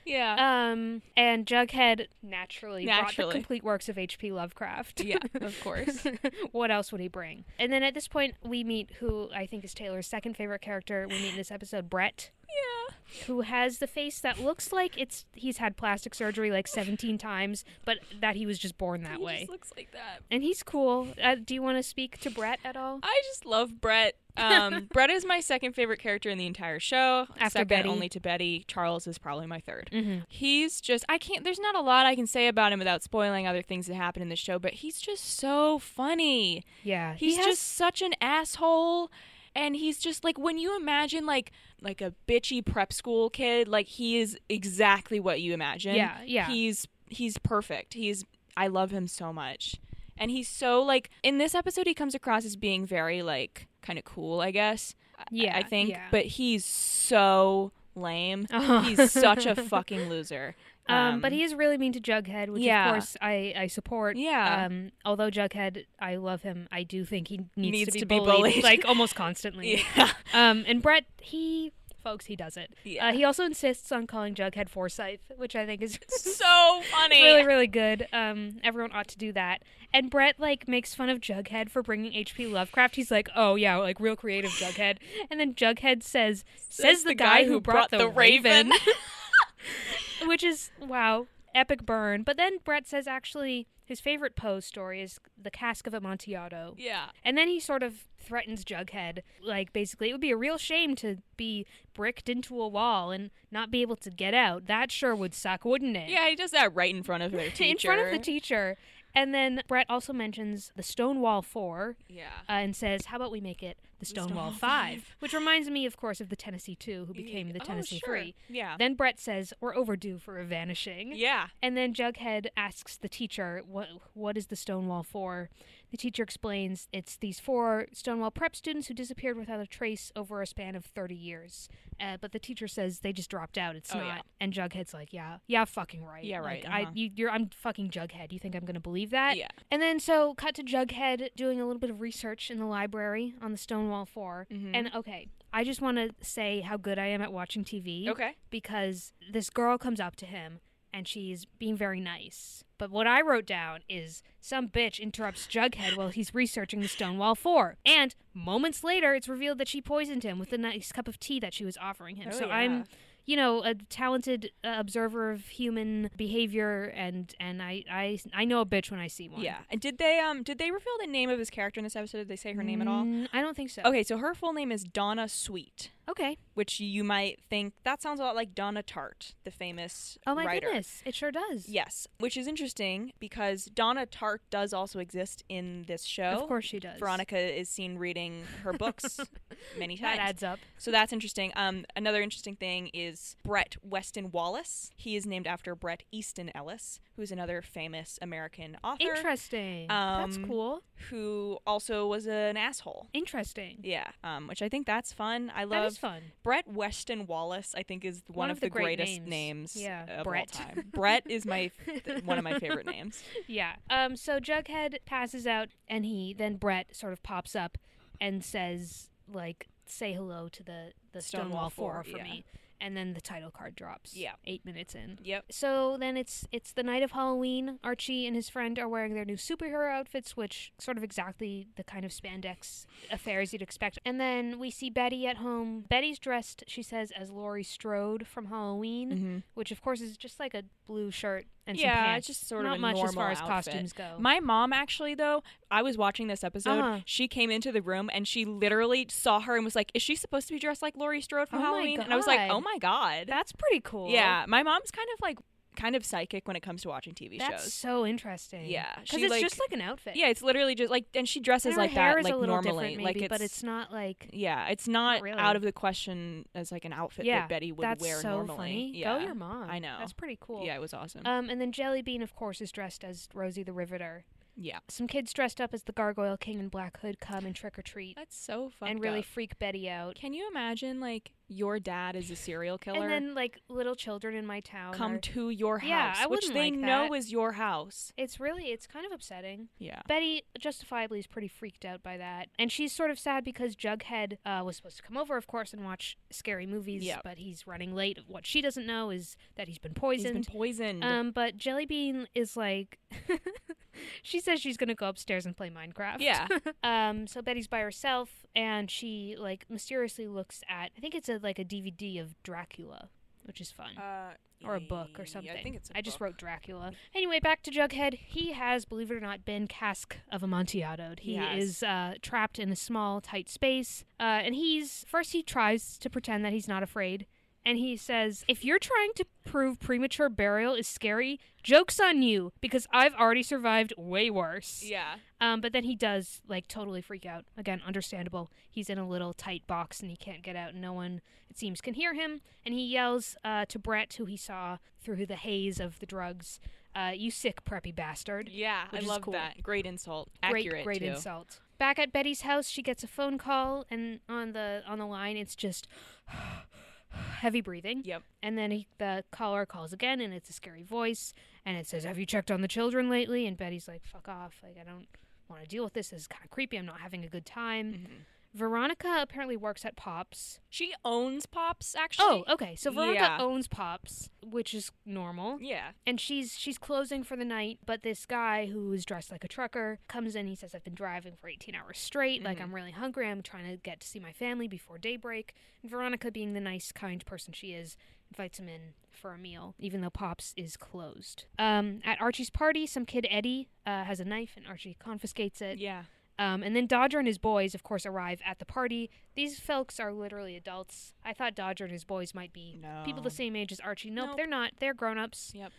Speaker 2: yeah.
Speaker 3: Um, and Jughead naturally, brought
Speaker 2: Naturally.
Speaker 3: the complete works of H.P. Lovecraft.
Speaker 2: yeah. Of course.
Speaker 3: <laughs> what else would he bring? And then at this point, we meet who I think is Taylor's second favorite character. We meet in this episode, Brett,
Speaker 2: yeah.
Speaker 3: who has the face that looks like it's he's had plastic surgery like 17 times, but that he was just born that way.
Speaker 2: looks like that.
Speaker 3: And he's cool. Uh, do you want to speak to Brett at all?
Speaker 2: I just love Brett.
Speaker 3: <laughs>
Speaker 2: Um, Brett is my second favorite character in the entire show.
Speaker 3: After
Speaker 2: second
Speaker 3: Betty. Mm-hmm.
Speaker 2: only to Betty. Charles is probably my 3rd He's just I can't there's not a lot I can say about him without spoiling other things that happen in the show, but he's just so funny.
Speaker 3: Yeah,
Speaker 2: He's
Speaker 3: he has-
Speaker 2: just such an asshole. And he's just like when you imagine like like a bitchy prep school kid, like he is exactly what you imagine.
Speaker 3: Yeah, yeah.
Speaker 2: He's he's perfect. He's I love him so much. And he's so like in this episode he comes across as being very like kind of cool, I guess. I-
Speaker 3: Yeah,
Speaker 2: I think,
Speaker 3: yeah.
Speaker 2: but he's so
Speaker 3: <laughs>
Speaker 2: lame.
Speaker 3: Uh-huh.
Speaker 2: He's such a fucking loser.
Speaker 3: <laughs> um, but he is really mean to Jughead, which
Speaker 2: yeah.
Speaker 3: of course I I support.
Speaker 2: Yeah.
Speaker 3: Um, although Jughead, I love him. I do think he needs,
Speaker 2: Needs
Speaker 3: to be
Speaker 2: to be
Speaker 3: bullied,
Speaker 2: bullied. <laughs>
Speaker 3: like almost constantly.
Speaker 2: <laughs> yeah.
Speaker 3: Um, and Brett, he folks, he does it.
Speaker 2: Yeah.
Speaker 3: Uh, he also insists on calling Jughead Forsythe, which I think is
Speaker 2: <laughs> so
Speaker 3: <laughs>
Speaker 2: funny.
Speaker 3: really really good um everyone ought to do that and brett like makes fun of jughead for bringing hp lovecraft he's like oh yeah like real creative jughead and then jughead says says the, guy, who brought, the, raven, <laughs> which is wow epic burn but then brett says actually his favorite poe story is the cask of amontillado
Speaker 2: yeah.
Speaker 3: and then he sort of threatens Jughead. Like, basically, it would be a real shame to be bricked into a wall and not be able to get out. That sure would suck, wouldn't it? <laughs>
Speaker 2: Yeah, he does that right in front of their teacher.
Speaker 3: in front of the teacher. And then Brett also mentions the Stonewall Four
Speaker 2: Yeah.
Speaker 3: uh, and says, "How about we make it the Stonewall,
Speaker 2: Stonewall
Speaker 3: Five?
Speaker 2: Five.
Speaker 3: Which reminds me, of course, of the Tennessee Two, who became the
Speaker 2: Oh,
Speaker 3: Tennessee
Speaker 2: sure.
Speaker 3: Three.
Speaker 2: Yeah.
Speaker 3: Then Brett says, "We're overdue for a vanishing."
Speaker 2: yeah.
Speaker 3: And then Jughead asks the teacher, "What what is the Stonewall for?" The teacher explains, "It's these four Stonewall prep students who disappeared without a trace over a span of 30 years." Uh, but the teacher says they just dropped out. It's
Speaker 2: Oh,
Speaker 3: not.
Speaker 2: yeah.
Speaker 3: And Jughead's like, "Yeah, yeah, fucking right.
Speaker 2: Yeah,
Speaker 3: Like,
Speaker 2: right,
Speaker 3: I
Speaker 2: uh-huh.
Speaker 3: you, you're I'm fucking Jughead. You think I'm gonna believe that?"
Speaker 2: Yeah.
Speaker 3: And then so cut to Jughead doing a little bit of research in the library on the Stonewall 4
Speaker 2: Mhm.
Speaker 3: And okay, I just want to say how good I am at watching TV
Speaker 2: Okay.
Speaker 3: because this girl comes up to him and she's being very nice. But what I wrote down is some bitch interrupts Jughead while he's researching the Stonewall Four. And moments later, it's revealed that she poisoned him with a nice cup of tea that she was offering him.
Speaker 2: Oh,
Speaker 3: so
Speaker 2: yeah.
Speaker 3: I'm, you know, a talented uh, observer of human behavior, and and I, I I know a bitch when I see one.
Speaker 2: Yeah. And did they um did they reveal the name of his character in this episode? Did they say her name at all?
Speaker 3: Mm, I don't think so.
Speaker 2: Okay, so her full name is Donna Sweet,
Speaker 3: Okay.
Speaker 2: which you might think that sounds a lot like Donna Tartt, the famous
Speaker 3: Oh my
Speaker 2: writer.
Speaker 3: goodness, it sure does.
Speaker 2: Yes, which is interesting because Donna Tartt does also exist in this show.
Speaker 3: Of course she does.
Speaker 2: Veronica is seen reading
Speaker 3: <laughs>
Speaker 2: her books many
Speaker 3: That
Speaker 2: times.
Speaker 3: adds up.
Speaker 2: So that's interesting. Um, another interesting thing is Brett Weston Wallace. He is named after Brett Easton Ellis, who's another famous American author
Speaker 3: Interesting. That's
Speaker 2: Um,
Speaker 3: cool.
Speaker 2: who also was an asshole.
Speaker 3: Interesting.
Speaker 2: Yeah, um, which I think that's fun. I
Speaker 3: That
Speaker 2: love
Speaker 3: is fun.
Speaker 2: Brett Weston Wallace. I think is one,
Speaker 3: One
Speaker 2: of, the,
Speaker 3: great
Speaker 2: greatest
Speaker 3: names.
Speaker 2: names,
Speaker 3: Yeah,
Speaker 2: of
Speaker 3: Brett.
Speaker 2: all time. Brett is
Speaker 3: <laughs>
Speaker 2: my th- one of my favorite names.
Speaker 3: Yeah. Um. So Jughead passes out, and he then Brett sort of pops up and says like, "Say hello to the the Stonewall,
Speaker 2: Stonewall
Speaker 3: Four
Speaker 2: Four,
Speaker 3: for
Speaker 2: yeah.
Speaker 3: me." And then the title card drops.
Speaker 2: Yeah.
Speaker 3: Eight minutes in.
Speaker 2: Yep.
Speaker 3: So then it's it's the night of Halloween. Archie and his friend are wearing their new superhero outfits, which sort of exactly the kind of spandex affairs you'd expect. And then we see Betty at home. Betty's dressed, she says, as Laurie Strode from Halloween, which of course is just like a blue shirt and some
Speaker 2: Mm-hmm. Yeah,
Speaker 3: pants.
Speaker 2: it's just sort of
Speaker 3: not
Speaker 2: a
Speaker 3: much as
Speaker 2: normal
Speaker 3: far as
Speaker 2: outfit.
Speaker 3: costumes go.
Speaker 2: My mom actually though, I was watching this episode.
Speaker 3: Uh-huh.
Speaker 2: She came into the room and she literally saw her and was like, "Is she supposed to be dressed like Laurie Strode from
Speaker 3: Oh my
Speaker 2: Halloween?" And I was like,
Speaker 3: God.
Speaker 2: "Oh my god."
Speaker 3: That's pretty cool.
Speaker 2: Yeah, my mom's kind of like kind of psychic when it comes to watching TV
Speaker 3: that's
Speaker 2: shows.
Speaker 3: so interesting.
Speaker 2: Yeah,
Speaker 3: because
Speaker 2: she,
Speaker 3: it's
Speaker 2: like-
Speaker 3: just like an outfit.
Speaker 2: Yeah, it's literally just like and she dresses
Speaker 3: And her
Speaker 2: like
Speaker 3: hair
Speaker 2: that
Speaker 3: is
Speaker 2: like
Speaker 3: a little
Speaker 2: normally.
Speaker 3: different
Speaker 2: like
Speaker 3: maybe,
Speaker 2: it's
Speaker 3: but it's not like
Speaker 2: Yeah, it's not
Speaker 3: really.
Speaker 2: out of the question as like an outfit
Speaker 3: yeah.
Speaker 2: that Betty would
Speaker 3: that's
Speaker 2: wear
Speaker 3: so
Speaker 2: normally.
Speaker 3: Funny.
Speaker 2: Yeah.
Speaker 3: Go your mom.
Speaker 2: I know.
Speaker 3: That's pretty cool.
Speaker 2: Yeah, it was awesome.
Speaker 3: Um, and then Jellybean, of course, is dressed as Rosie the Riveter.
Speaker 2: yeah.
Speaker 3: Some kids dressed up as the Gargoyle King and Black Hood come and trick or treat
Speaker 2: That's so fun.
Speaker 3: and really freak Betty out.
Speaker 2: Can you imagine like your dad is a serial killer?
Speaker 3: <laughs> And then like little children in my town are-
Speaker 2: come to your house,
Speaker 3: Yeah, I
Speaker 2: which
Speaker 3: wouldn't
Speaker 2: they
Speaker 3: like
Speaker 2: know
Speaker 3: that.
Speaker 2: is your house.
Speaker 3: It's really it's kind of upsetting.
Speaker 2: Yeah.
Speaker 3: Betty justifiably is pretty freaked out by that, and she's sort of sad because Jughead uh, was supposed to come over, of course, and watch scary movies,
Speaker 2: Yep.
Speaker 3: but he's running late. What she doesn't know is that he's been poisoned.
Speaker 2: He's been poisoned.
Speaker 3: Um, but Jellybean is like, <laughs> she says she's gonna go upstairs and play Minecraft.
Speaker 2: Yeah.
Speaker 3: <laughs> um, so Betty's by herself, and she like mysteriously looks at. I think it's a like a DVD of Dracula, which is fun.
Speaker 2: uh,
Speaker 3: or a book or something.
Speaker 2: I think it's. I
Speaker 3: just wrote Dracula. Anyway, back to Jughead. He has, believe it or not, been cask of amontillado. He
Speaker 2: Yes.
Speaker 3: is uh, trapped in a small, tight space, uh, and he's first he tries to pretend that he's not afraid, and he says, "If you're trying to prove premature burial is scary, jokes on you because I've already survived way worse."
Speaker 2: Yeah.
Speaker 3: Um, but then he does like totally freak out. Again, understandable. He's in a little tight box and he can't get out, and no one it seems can hear him. And he yells uh, to Brett, who he saw through the haze of the drugs, uh, "You sick preppy bastard!"
Speaker 2: Yeah,
Speaker 3: Which
Speaker 2: I
Speaker 3: is
Speaker 2: love
Speaker 3: cool.
Speaker 2: that. Great insult.
Speaker 3: Great,
Speaker 2: Accurate
Speaker 3: great
Speaker 2: too.
Speaker 3: insult. Back at Betty's house, she gets a phone call, and on the on the line, it's just <sighs> heavy breathing.
Speaker 2: Yep.
Speaker 3: And then he, the caller calls again, and it's a scary voice, and it says, "Have you checked on the children lately?" And Betty's like, "Fuck off! Like I don't want to deal with this. This is kind of creepy. I'm not having a good time."
Speaker 2: Mm-hmm.
Speaker 3: Veronica apparently works at Pops.
Speaker 2: She owns Pops actually.
Speaker 3: Oh, okay. So Veronica
Speaker 2: Yeah.
Speaker 3: owns Pops, which is normal
Speaker 2: Yeah.
Speaker 3: and she's she's closing for the night but this guy who's dressed like a trucker comes in he says i've been driving for 18 hours straight like i'm really hungry i'm trying to get to see my family before daybreak and veronica being the nice kind person she is invites him in for a meal even though pops is closed um, at archie's party some kid eddie uh, has a knife and archie confiscates it
Speaker 2: Yeah.
Speaker 3: um, and then Dodger and his boys, of course, arrive at the party. These folks are literally adults. I thought Dodger and his boys might be people
Speaker 2: No.
Speaker 3: the same age as Archie. Nope,
Speaker 2: Nope.
Speaker 3: they're not. They're grown ups.
Speaker 2: Yep.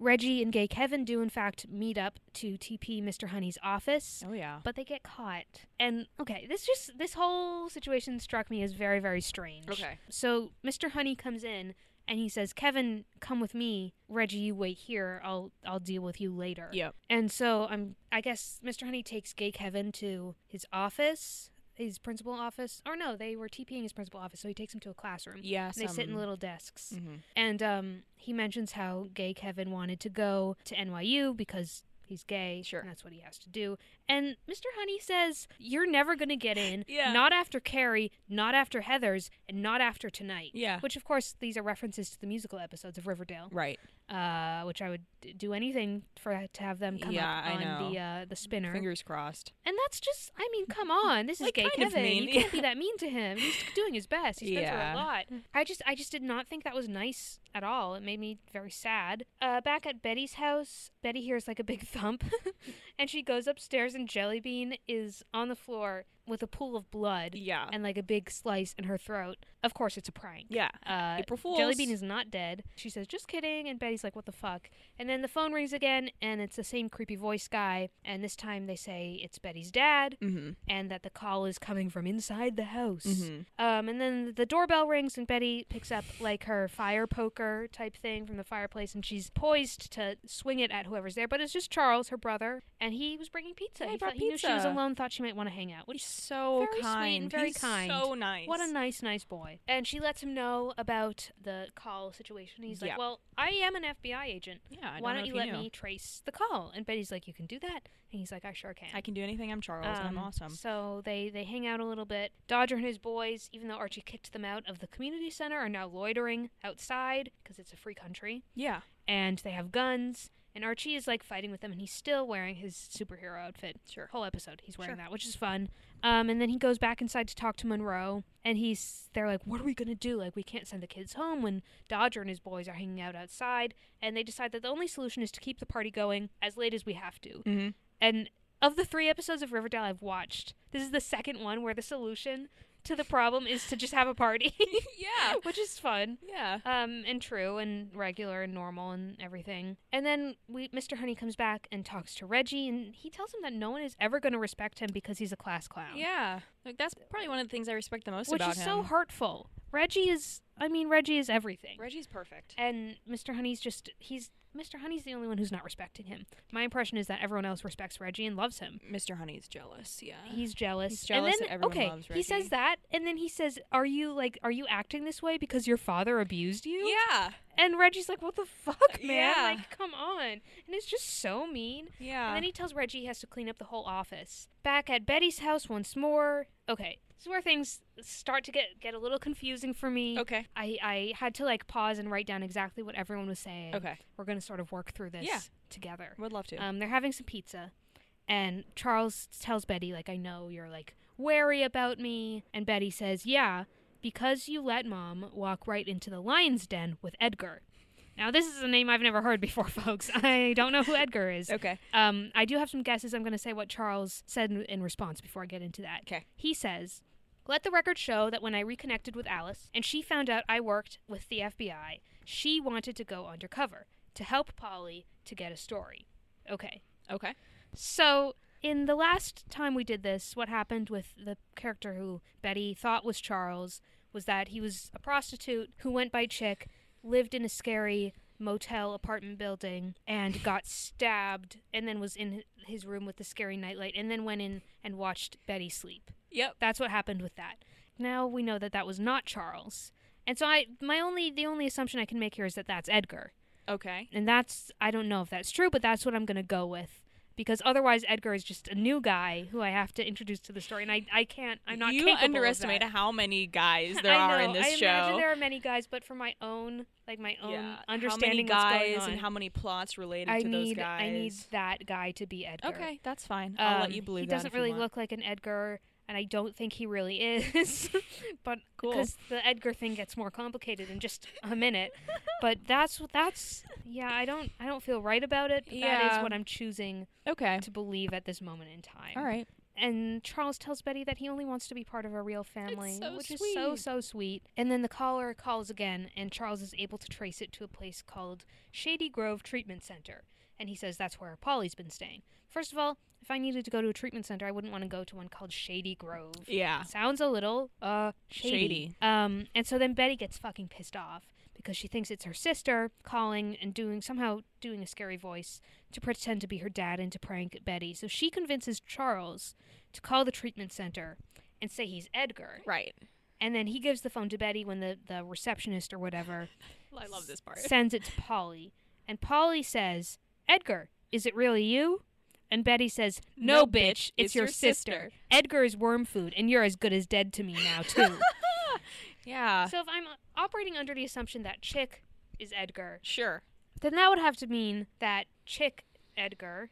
Speaker 3: Reggie and Gay Kevin do, in fact, meet up to TP Mr. Honey's office,
Speaker 2: Oh yeah.
Speaker 3: but they get caught. And okay, this just this whole situation struck me as very very strange.
Speaker 2: Okay.
Speaker 3: So Mr. Honey comes in and he says, "Kevin, come with me. Reggie, you wait here. I'll I'll deal with you later."
Speaker 2: Yep.
Speaker 3: And so I'm I guess Mr. Honey takes Gay Kevin to his office, his principal office. Or no, they were TPing his principal office, so he takes him to a classroom.
Speaker 2: Yeah.
Speaker 3: And they sit in
Speaker 2: some-
Speaker 3: little desks.
Speaker 2: Mhm.
Speaker 3: And um, he mentions how gay Kevin wanted to go to NYU because he's gay.
Speaker 2: Sure.
Speaker 3: And that's what he has to do. And Mr. Honey says, You're never going to get
Speaker 2: <laughs>
Speaker 3: in.
Speaker 2: Yeah.
Speaker 3: Not after Carrie, not after Heather's, and not after tonight.
Speaker 2: Yeah.
Speaker 3: Which, of course, these are references to the musical episodes of Riverdale,
Speaker 2: Right.
Speaker 3: uh, which I would d- do anything for to have them come
Speaker 2: Yeah,
Speaker 3: up
Speaker 2: I
Speaker 3: on
Speaker 2: know.
Speaker 3: the uh, the spinner.
Speaker 2: Fingers crossed.
Speaker 3: And that's just, I mean, come on, this is
Speaker 2: Like,
Speaker 3: gay
Speaker 2: kind of
Speaker 3: Kevin.
Speaker 2: mean,
Speaker 3: You can't be that mean to him.
Speaker 2: <laughs>
Speaker 3: He's doing his best. He's
Speaker 2: Yeah. Mm.
Speaker 3: been through a lot. I just, I just did not think that was nice at all. It made me very sad. Uh, back at Betty's house, Betty hears like a big <laughs> thump, and she goes upstairs, and Jellybean is on the floor with a pool of blood
Speaker 2: Yeah.
Speaker 3: and like a big slice in her throat. Of course, it's a prank.
Speaker 2: Yeah.
Speaker 3: Uh,
Speaker 2: April Fools.
Speaker 3: Jellybean is not dead. She says, just kidding. And Betty's like, what the fuck? And then the phone rings again, and it's the same creepy voice guy. And this time they say it's Betty's dad,
Speaker 2: Mhm.
Speaker 3: and that the call is coming from inside the house.
Speaker 2: Mhm.
Speaker 3: Um, and then the doorbell rings, and Betty picks up like her fire poker type thing from the fireplace, and she's poised to swing it at whoever's there. But it's just Charles, her brother, and he was bringing pizza.
Speaker 2: Yeah, he
Speaker 3: he
Speaker 2: brought
Speaker 3: thought, he knew she was
Speaker 2: pizza.
Speaker 3: alone, thought she might want to hang out, which
Speaker 2: He's so
Speaker 3: very sweet
Speaker 2: kind.
Speaker 3: and very
Speaker 2: He's
Speaker 3: kind.
Speaker 2: So nice.
Speaker 3: what a nice, nice boy. And she lets him know about the call situation. He's
Speaker 2: Yeah.
Speaker 3: like, Well, I am an FBI agent.
Speaker 2: Yeah. I don't
Speaker 3: Why
Speaker 2: know
Speaker 3: don't
Speaker 2: if
Speaker 3: you
Speaker 2: he
Speaker 3: let
Speaker 2: knew.
Speaker 3: me trace the call? And Betty's like, You can do that. And he's like, I sure can.
Speaker 2: I can do anything. I'm Charles. and I'm
Speaker 3: Um,
Speaker 2: awesome.
Speaker 3: So they, they hang out a little bit. Dodger and his boys, even though Archie kicked them out of the community center, are now loitering outside because it's a free country.
Speaker 2: Yeah.
Speaker 3: And they have guns. And Archie is like fighting with them, and he's still wearing his superhero outfit.
Speaker 2: Sure.
Speaker 3: Whole episode, he's wearing
Speaker 2: Sure.
Speaker 3: that, which is fun. Um, and then he goes back inside to talk to Monroe, and he's they're like, "What are we gonna do? Like, we can't send the kids home when Dodger and his boys are hanging out outside." And they decide that the only solution is to keep the party going as late as we have to.
Speaker 2: Mhm.
Speaker 3: And of the three episodes of Riverdale I've watched, this is the second one where the solution to the problem is to just have a party,
Speaker 2: <laughs>
Speaker 3: <laughs>
Speaker 2: <laughs> yeah.
Speaker 3: which is fun
Speaker 2: Yeah.
Speaker 3: um and true and regular and normal and everything and then we mr honey comes back and talks to reggie and he tells him that no one is ever going to respect him because he's a class clown
Speaker 2: Yeah. Like that's probably one of the things I respect the most
Speaker 3: which
Speaker 2: about
Speaker 3: is
Speaker 2: him.
Speaker 3: so hurtful reggie is i mean reggie is everything
Speaker 2: Reggie's perfect.
Speaker 3: and mr honey's just he's mr honey's the only one who's not respecting him my impression is that everyone else respects reggie and loves him
Speaker 2: Mr. Honey's jealous. Yeah.
Speaker 3: He's jealous.
Speaker 2: He's jealous
Speaker 3: and
Speaker 2: that
Speaker 3: then,
Speaker 2: everyone
Speaker 3: okay,
Speaker 2: loves
Speaker 3: he says
Speaker 2: Reggie.
Speaker 3: that, and then he says, "Are you like, are you acting this way because your father abused you?"
Speaker 2: yeah.
Speaker 3: And Reggie's like, "What the fuck, man?
Speaker 2: Yeah.
Speaker 3: Like, come on!" And it's just so mean.
Speaker 2: Yeah.
Speaker 3: And then he tells Reggie he has to clean up the whole office. Back at Betty's house once more. Okay, this is where things start to get get a little confusing for me.
Speaker 2: okay.
Speaker 3: I I had to like pause and write down exactly what everyone was saying.
Speaker 2: Okay.
Speaker 3: We're gonna sort of work through this
Speaker 2: Yeah.
Speaker 3: together.
Speaker 2: Would love to.
Speaker 3: Um, they're having some pizza, and Charles tells Betty, like, I know you're like wary about me, and Betty says, Yeah, because you let Mom walk right into the lion's den with Edgar. Now, this is a name I've never heard before, <laughs> folks. I don't know who Edgar is.
Speaker 2: okay.
Speaker 3: Um, I do have some guesses. I'm going to say what Charles said in, in response before I get into that.
Speaker 2: 'Kay.
Speaker 3: He says, Let the record show that when I reconnected with Alice and she found out I worked with the FBI, she wanted to go undercover to help Polly to get a story. Okay.
Speaker 2: Okay.
Speaker 3: So, in the last time we did this, what happened with the character who Betty thought was Charles was that he was a prostitute who went by Chick, lived in a scary motel apartment building, and got stabbed, and then was in his room with the scary nightlight, and then went in and watched Betty sleep.
Speaker 2: Yep.
Speaker 3: That's what happened with that. Now we know that that was not Charles. And so I my only the only assumption I can make here is that that's Edgar.
Speaker 2: Okay.
Speaker 3: And that's I don't know if that's true, but that's what I'm gonna go with. Because otherwise Edgar is just a new guy who I have to introduce to the story and I, I can't I'm not
Speaker 2: You
Speaker 3: capable of
Speaker 2: underestimate
Speaker 3: that.
Speaker 2: how many <laughs> guys there
Speaker 3: I
Speaker 2: are
Speaker 3: know,
Speaker 2: in this
Speaker 3: I
Speaker 2: show.
Speaker 3: imagine there are many guys, but for my own like my own
Speaker 2: yeah.
Speaker 3: um, understanding
Speaker 2: how
Speaker 3: what's
Speaker 2: many
Speaker 3: going
Speaker 2: guys
Speaker 3: on,
Speaker 2: and how many plots related
Speaker 3: I
Speaker 2: to those
Speaker 3: need
Speaker 2: guys.
Speaker 3: I need that guy to be Edgar.
Speaker 2: Okay, that's fine. I'll let
Speaker 3: Um,
Speaker 2: you believe
Speaker 3: He
Speaker 2: that
Speaker 3: doesn't
Speaker 2: if you
Speaker 3: really
Speaker 2: want.
Speaker 3: look like an Edgar, and I don't think he really is. <laughs> but
Speaker 2: Cool.
Speaker 3: because the Edgar thing gets more complicated in just a minute. but that's what that's. Yeah, I don't. I don't feel right about it. But That
Speaker 2: Yeah.
Speaker 3: is what I'm choosing
Speaker 2: Okay.
Speaker 3: to believe at this moment in time.
Speaker 2: All right.
Speaker 3: And Charles tells Betty that he only wants to be part of a real family,
Speaker 2: so
Speaker 3: which is so,
Speaker 2: sweet.
Speaker 3: so sweet. And then the caller calls again, and Charles is able to trace it to a place called Shady Grove Treatment Center. And he says that's where Polly's been staying. First of all, if I needed to go to a treatment center, I wouldn't want to go to one called Shady Grove.
Speaker 2: Yeah.
Speaker 3: Sounds a little uh
Speaker 2: Shady.
Speaker 3: shady. Um, and so then Betty gets fucking pissed off because she thinks it's her sister calling and doing somehow doing a scary voice to pretend to be her dad and to prank Betty. So she convinces Charles to call the treatment center and say he's Edgar.
Speaker 2: Right.
Speaker 3: And then he gives the phone to Betty when the, the receptionist or whatever
Speaker 2: I love this part.
Speaker 3: sends it to Polly. And Polly says, Edgar, is it really you? And Betty says, No,
Speaker 2: No,
Speaker 3: bitch, it's, your, sister. Edgar is worm food, and you're as good as dead to me <laughs> now, too.
Speaker 2: Yeah.
Speaker 3: so if I'm operating under the assumption that Chick is Edgar,
Speaker 2: sure.
Speaker 3: then that would have to mean that Chick Edgar,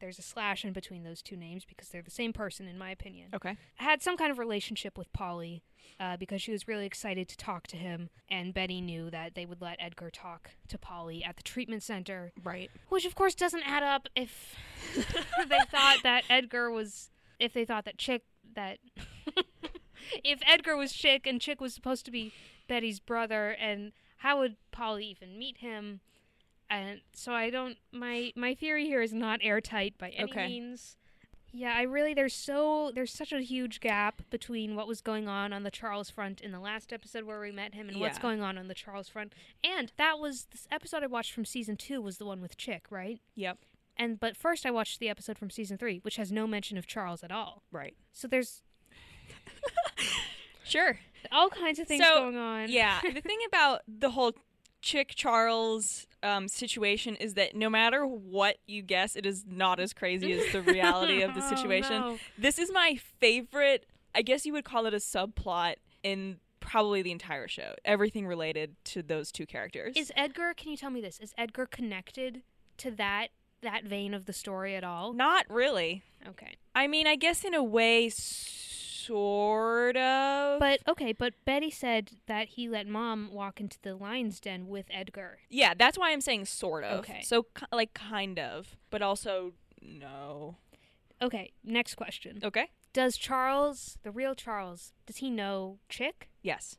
Speaker 3: there's a slash in between those two names because they're the same person, in my opinion
Speaker 2: Okay.
Speaker 3: had some kind of relationship with Polly uh, because she was really excited to talk to him, and Betty knew that they would let Edgar talk to Polly at the treatment center,
Speaker 2: Right.
Speaker 3: which of course doesn't add up if <laughs> they thought that Edgar was, if they thought that Chick, that. <laughs> if Edgar was Chick and Chick was supposed to be Betty's brother, and how would Polly even meet him? And so I don't. My my theory here is not airtight by any
Speaker 2: Okay.
Speaker 3: means. Yeah, I really there's so there's such a huge gap between what was going on on the Charles front in the last episode where we met him and what's
Speaker 2: Yeah.
Speaker 3: going on on the Charles front. And that was this episode I watched from season 2 was the one with Chick, right?
Speaker 2: Yep.
Speaker 3: And but first I watched the episode from season 3 which has no mention of Charles at all.
Speaker 2: Right.
Speaker 3: So there's
Speaker 2: Sure.
Speaker 3: all kinds of things
Speaker 2: So,
Speaker 3: going on. <laughs>
Speaker 2: Yeah. the thing about the whole Chick Charles um, situation is that no matter what you guess, it is not as crazy as the reality of
Speaker 3: <laughs>
Speaker 2: the
Speaker 3: Oh,
Speaker 2: situation.
Speaker 3: no.
Speaker 2: This is my favorite. I guess you would call it a subplot in probably the entire show. Everything related to those two characters.
Speaker 3: Is Edgar, can you tell me this? Is Edgar connected to that that vein of the story at all?
Speaker 2: not really.
Speaker 3: Okay.
Speaker 2: I mean, I guess in a way, sort of.
Speaker 3: But okay, but Betty said that he let mom walk into the lion's den with Edgar.
Speaker 2: yeah, that's why I'm saying sort of.
Speaker 3: Okay.
Speaker 2: So ki- like kind of, but also no.
Speaker 3: Okay, next question.
Speaker 2: Okay.
Speaker 3: Does Charles, the real Charles, does he know Chick?
Speaker 2: Yes.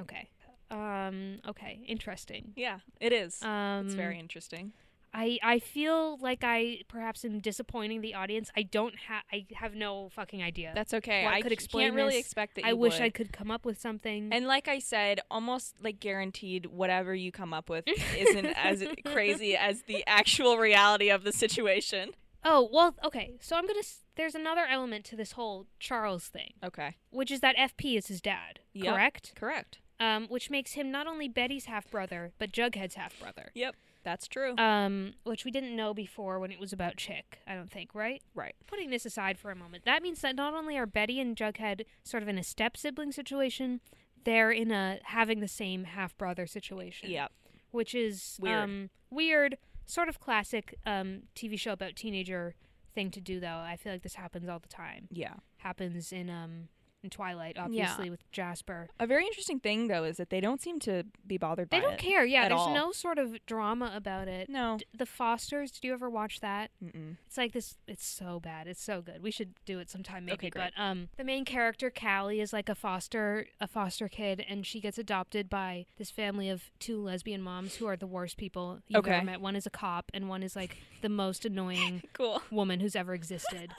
Speaker 3: Okay. Um okay, interesting.
Speaker 2: Yeah, it is.
Speaker 3: Um
Speaker 2: it's very interesting.
Speaker 3: I I feel like I perhaps am disappointing the audience. I don't have I have no fucking idea.
Speaker 2: That's okay.
Speaker 3: what
Speaker 2: I
Speaker 3: could
Speaker 2: c-
Speaker 3: explain
Speaker 2: can't really
Speaker 3: this.
Speaker 2: expect that.
Speaker 3: I
Speaker 2: you
Speaker 3: wish
Speaker 2: would.
Speaker 3: I could come up with something.
Speaker 2: And like I said, almost like guaranteed, whatever you come up <laughs> with isn't as crazy as the actual reality of the situation.
Speaker 3: oh, well, okay. So I'm going to there's another element to this whole Charles thing,
Speaker 2: Okay.
Speaker 3: which is that FP is his dad,
Speaker 2: Yep.
Speaker 3: correct?
Speaker 2: Correct.
Speaker 3: um, which makes him not only Betty's half brother but Jughead's half brother.
Speaker 2: Yep. Uh, That's true.
Speaker 3: Um, which we didn't know before when it was about Chick, I don't think, right?
Speaker 2: right.
Speaker 3: Putting this aside for a moment, that means that not only are Betty and Jughead sort of in a step sibling situation, they're in a having the same half brother situation.
Speaker 2: Yep.
Speaker 3: Which is
Speaker 2: Weird.
Speaker 3: um weird, sort of classic um TV show about teenager thing to do though. I feel like this happens all the time.
Speaker 2: Yeah.
Speaker 3: Happens in um in Twilight, obviously with Jasper.
Speaker 2: A very interesting thing though is that they don't seem to be bothered by
Speaker 3: They don't
Speaker 2: it
Speaker 3: care. Yeah,
Speaker 2: at
Speaker 3: there's
Speaker 2: all.
Speaker 3: no sort of drama about it.
Speaker 2: No.
Speaker 3: D- The Fosters. Did you ever watch that?
Speaker 2: Mm-mm.
Speaker 3: It's like this. It's so bad. It's so good. We should do it sometime maybe.
Speaker 2: Okay, great.
Speaker 3: but um, the main character Callie is like a foster a foster kid, and she gets adopted by this family of two lesbian moms who are the worst people you've
Speaker 2: Okay.
Speaker 3: ever met. One is a cop, and one is like the most
Speaker 2: <laughs>
Speaker 3: annoying
Speaker 2: Cool.
Speaker 3: woman who's ever existed.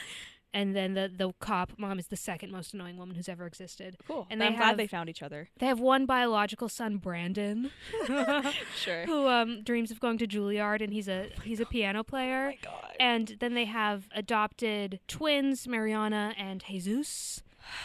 Speaker 3: And then the, the cop mom is the second most annoying woman who's ever existed.
Speaker 2: Cool.
Speaker 3: And
Speaker 2: And
Speaker 3: they
Speaker 2: I'm glad
Speaker 3: have-
Speaker 2: they found each other.
Speaker 3: They have one biological son,
Speaker 2: <laughs>
Speaker 3: Brandon. <laughs>
Speaker 2: Sure.
Speaker 3: who um, dreams of going to Juilliard, and he's a he's a piano
Speaker 2: Oh
Speaker 3: player.
Speaker 2: my god.
Speaker 3: and then they have adopted twins, Mariana and Jesus.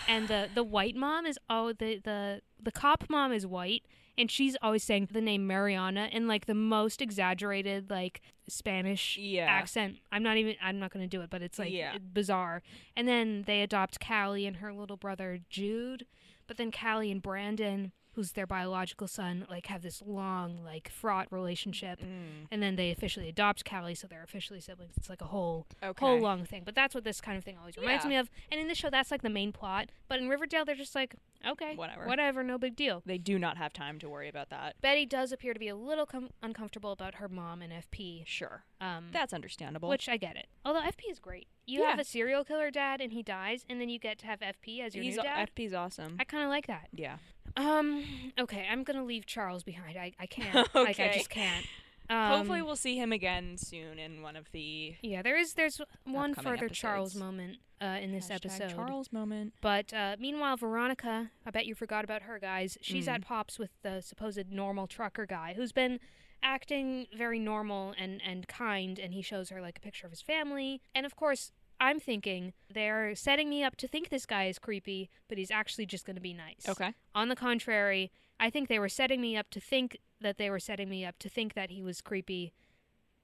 Speaker 3: And the the white mom is oh the the the cop mom is white, and she's always saying the name Mariana in like the most exaggerated like Spanish
Speaker 2: Yeah.
Speaker 3: accent. I'm not even I'm not gonna do it, but it's like
Speaker 2: Yeah.
Speaker 3: bizarre. And then they adopt Callie and her little brother Jude, but then Callie and Brandon. who's their biological son, like have this long, like fraught relationship,
Speaker 2: Mm.
Speaker 3: and then they officially adopt Callie, so they're officially siblings. It's like a whole, whole
Speaker 2: Okay.
Speaker 3: long thing. But that's what this kind of thing always reminds
Speaker 2: Yeah.
Speaker 3: me of. And in this show, that's like the main plot. But in Riverdale, they're just like, okay,
Speaker 2: Whatever.
Speaker 3: whatever, no big deal.
Speaker 2: They do not have time to worry about that.
Speaker 3: Betty does appear to be a little com- uncomfortable about her mom and FP,
Speaker 2: Sure.
Speaker 3: um,
Speaker 2: That's understandable.
Speaker 3: which I get it. Although FP is great. You
Speaker 2: Yeah.
Speaker 3: have a serial killer dad, and he dies, and then you get to have FP as your
Speaker 2: he's
Speaker 3: new dad.
Speaker 2: FP's awesome.
Speaker 3: I kind of like that.
Speaker 2: yeah.
Speaker 3: Um. Okay, I'm gonna leave Charles behind. I, I
Speaker 2: <laughs>
Speaker 3: can't. Like I
Speaker 2: Okay.
Speaker 3: just can't. Um,
Speaker 2: Hopefully we'll see him again soon in one of the
Speaker 3: Yeah, there is. There's one
Speaker 2: Upcoming
Speaker 3: further Charles
Speaker 2: episodes.
Speaker 3: moment uh, in this
Speaker 2: Hashtag
Speaker 3: episode.
Speaker 2: Charles moment.
Speaker 3: But uh, meanwhile, Veronica, I bet you forgot about her, guys. She's at Pops with the supposed normal trucker guy who's been acting very normal and, and kind, and he shows her like a picture of his family. And of course, I'm thinking they're setting me up to think this guy is creepy, but he's actually just going to be nice.
Speaker 2: Okay.
Speaker 3: On the contrary, I think they were setting me up to think that they were setting me up to think that he was creepy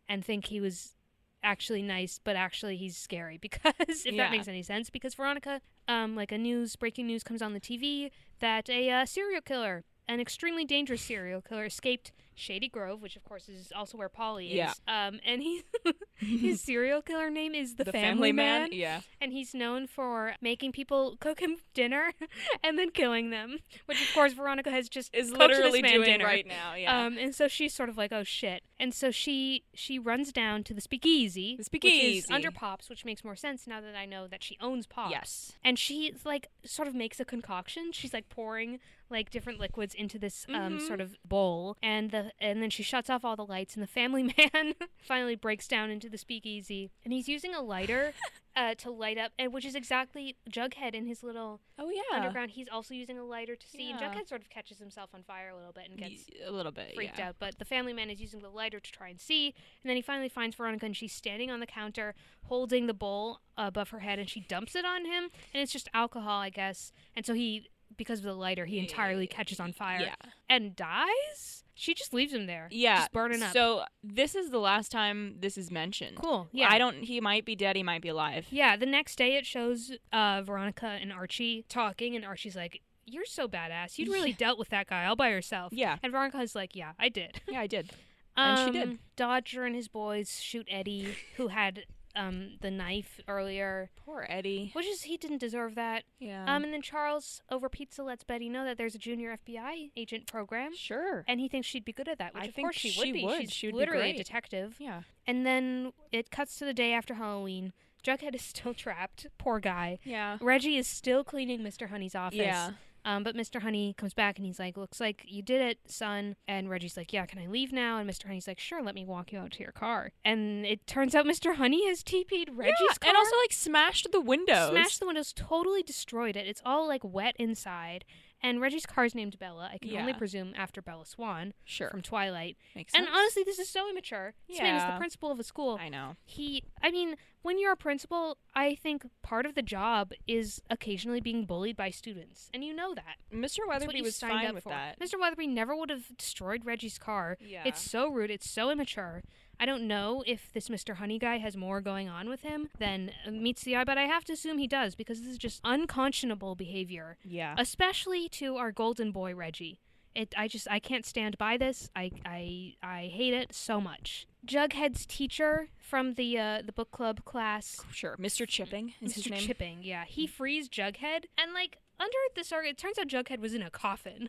Speaker 3: and think he was actually nice, but actually he's scary <laughs> because if
Speaker 2: Yeah.
Speaker 3: that makes any sense. Because Veronica, um, like a news breaking news comes on the TV that a uh, serial killer, an extremely dangerous serial killer, escaped Shady Grove, which of course is also where Polly is.
Speaker 2: Yeah.
Speaker 3: Um, and he <laughs> his
Speaker 2: <laughs>
Speaker 3: serial killer name is the,
Speaker 2: The
Speaker 3: Family,
Speaker 2: Family Man?
Speaker 3: Man.
Speaker 2: Yeah.
Speaker 3: And he's known for making people cook him dinner <laughs> and then killing them, which of course Veronica has just
Speaker 2: Is
Speaker 3: cooked this
Speaker 2: literally
Speaker 3: man
Speaker 2: doing
Speaker 3: dinner.
Speaker 2: right now, yeah.
Speaker 3: Um, and so she's sort of like, oh shit. And so she she runs down to the speakeasy,
Speaker 2: The
Speaker 3: which is
Speaker 2: speakeasy.
Speaker 3: under Pops, which makes more sense now that I know that she owns Pops.
Speaker 2: Yes.
Speaker 3: And she's like sort of makes a concoction. She's like pouring like different liquids into this um, sort of bowl, and the and then she shuts off all the lights, and the family <laughs> man finally breaks down into the speakeasy, and he's using a lighter. Uh, to light up, and which is exactly Jughead in his little
Speaker 2: Oh yeah.
Speaker 3: underground. He's also using a lighter to see, and
Speaker 2: Yeah.
Speaker 3: Jughead sort of catches himself on fire a little bit and gets
Speaker 2: Y- a little bit.
Speaker 3: freaked
Speaker 2: yeah.
Speaker 3: out. But the family man is using the lighter to try and see, and then he finally finds Veronica, and she's standing on the counter holding the bowl above her head, and she dumps it on him, and it's just alcohol, I guess. And so he, because of the lighter, he entirely catches on fire
Speaker 2: yeah.
Speaker 3: and dies. She just leaves him there,
Speaker 2: Yeah.
Speaker 3: just burning up.
Speaker 2: So this is the last time this is mentioned.
Speaker 3: cool, yeah.
Speaker 2: I don't. He might be dead. He might be alive.
Speaker 3: Yeah, the next day it shows uh, Veronica and Archie talking, and Archie's like, "You're so badass. You'd really dealt with that guy all by yourself."
Speaker 2: Yeah.
Speaker 3: and Veronica's like, <laughs> "Yeah, I did."
Speaker 2: Yeah, I did. And she did.
Speaker 3: Um, Dodger and his boys shoot Eddie, who had um, the knife earlier,
Speaker 2: Poor Eddie.
Speaker 3: which is he didn't deserve that.
Speaker 2: Yeah.
Speaker 3: Um, and then Charles over pizza lets Betty know that there's a junior FBI agent program,
Speaker 2: sure.
Speaker 3: and he thinks she'd be good at that. Which
Speaker 2: I
Speaker 3: of
Speaker 2: think
Speaker 3: course she,
Speaker 2: she
Speaker 3: would be.
Speaker 2: would.
Speaker 3: She's
Speaker 2: She would be
Speaker 3: literally a
Speaker 2: great.
Speaker 3: detective.
Speaker 2: yeah.
Speaker 3: And then it cuts to the day after Halloween. Jughead is still <laughs> trapped. Poor guy.
Speaker 2: Yeah.
Speaker 3: Reggie is still cleaning Mr. Honey's office.
Speaker 2: Yeah.
Speaker 3: Um, but Mr. Honey comes back and he's like, "Looks like you did it, son." And Reggie's like, "Yeah, can I leave now?" And Mr. Honey's like, "Sure, let me walk you out to your car." And it turns out Mr. Honey has TP'd Reggie's car
Speaker 2: and also like smashed the windows.
Speaker 3: smashed the windows, totally destroyed it. It's all like wet inside. And Reggie's car is named Bella. I can only
Speaker 2: Yeah.
Speaker 3: presume after Bella Swan
Speaker 2: Sure.
Speaker 3: from Twilight.
Speaker 2: Makes
Speaker 3: and
Speaker 2: sense.
Speaker 3: honestly, this is so immature. This man is the
Speaker 2: Yeah.
Speaker 3: principal of a school
Speaker 2: I know.
Speaker 3: he i mean when you're a principal i think part of the job is occasionally being bullied by students and you know that
Speaker 2: Mr.
Speaker 3: That's what
Speaker 2: Weatherby
Speaker 3: you
Speaker 2: was
Speaker 3: signed
Speaker 2: fine
Speaker 3: up
Speaker 2: with
Speaker 3: for.
Speaker 2: that.
Speaker 3: mr weatherby never would have destroyed reggie's car
Speaker 2: Yeah.
Speaker 3: it's so rude it's so immature i don't know if this mr honey guy has more going on with him than meets the eye but i have to assume he does because this is just unconscionable behavior
Speaker 2: Yeah.
Speaker 3: especially to our golden boy Reggie. It I just I can't stand by this. I I I hate it so much. Jughead's teacher from the uh, the book club class,
Speaker 2: sure. Mr. Chipping is his
Speaker 3: Mr.
Speaker 2: name. Hmm.
Speaker 3: Chipping, yeah, he frees Jughead and like under the circuit. It turns out Jughead was in a coffin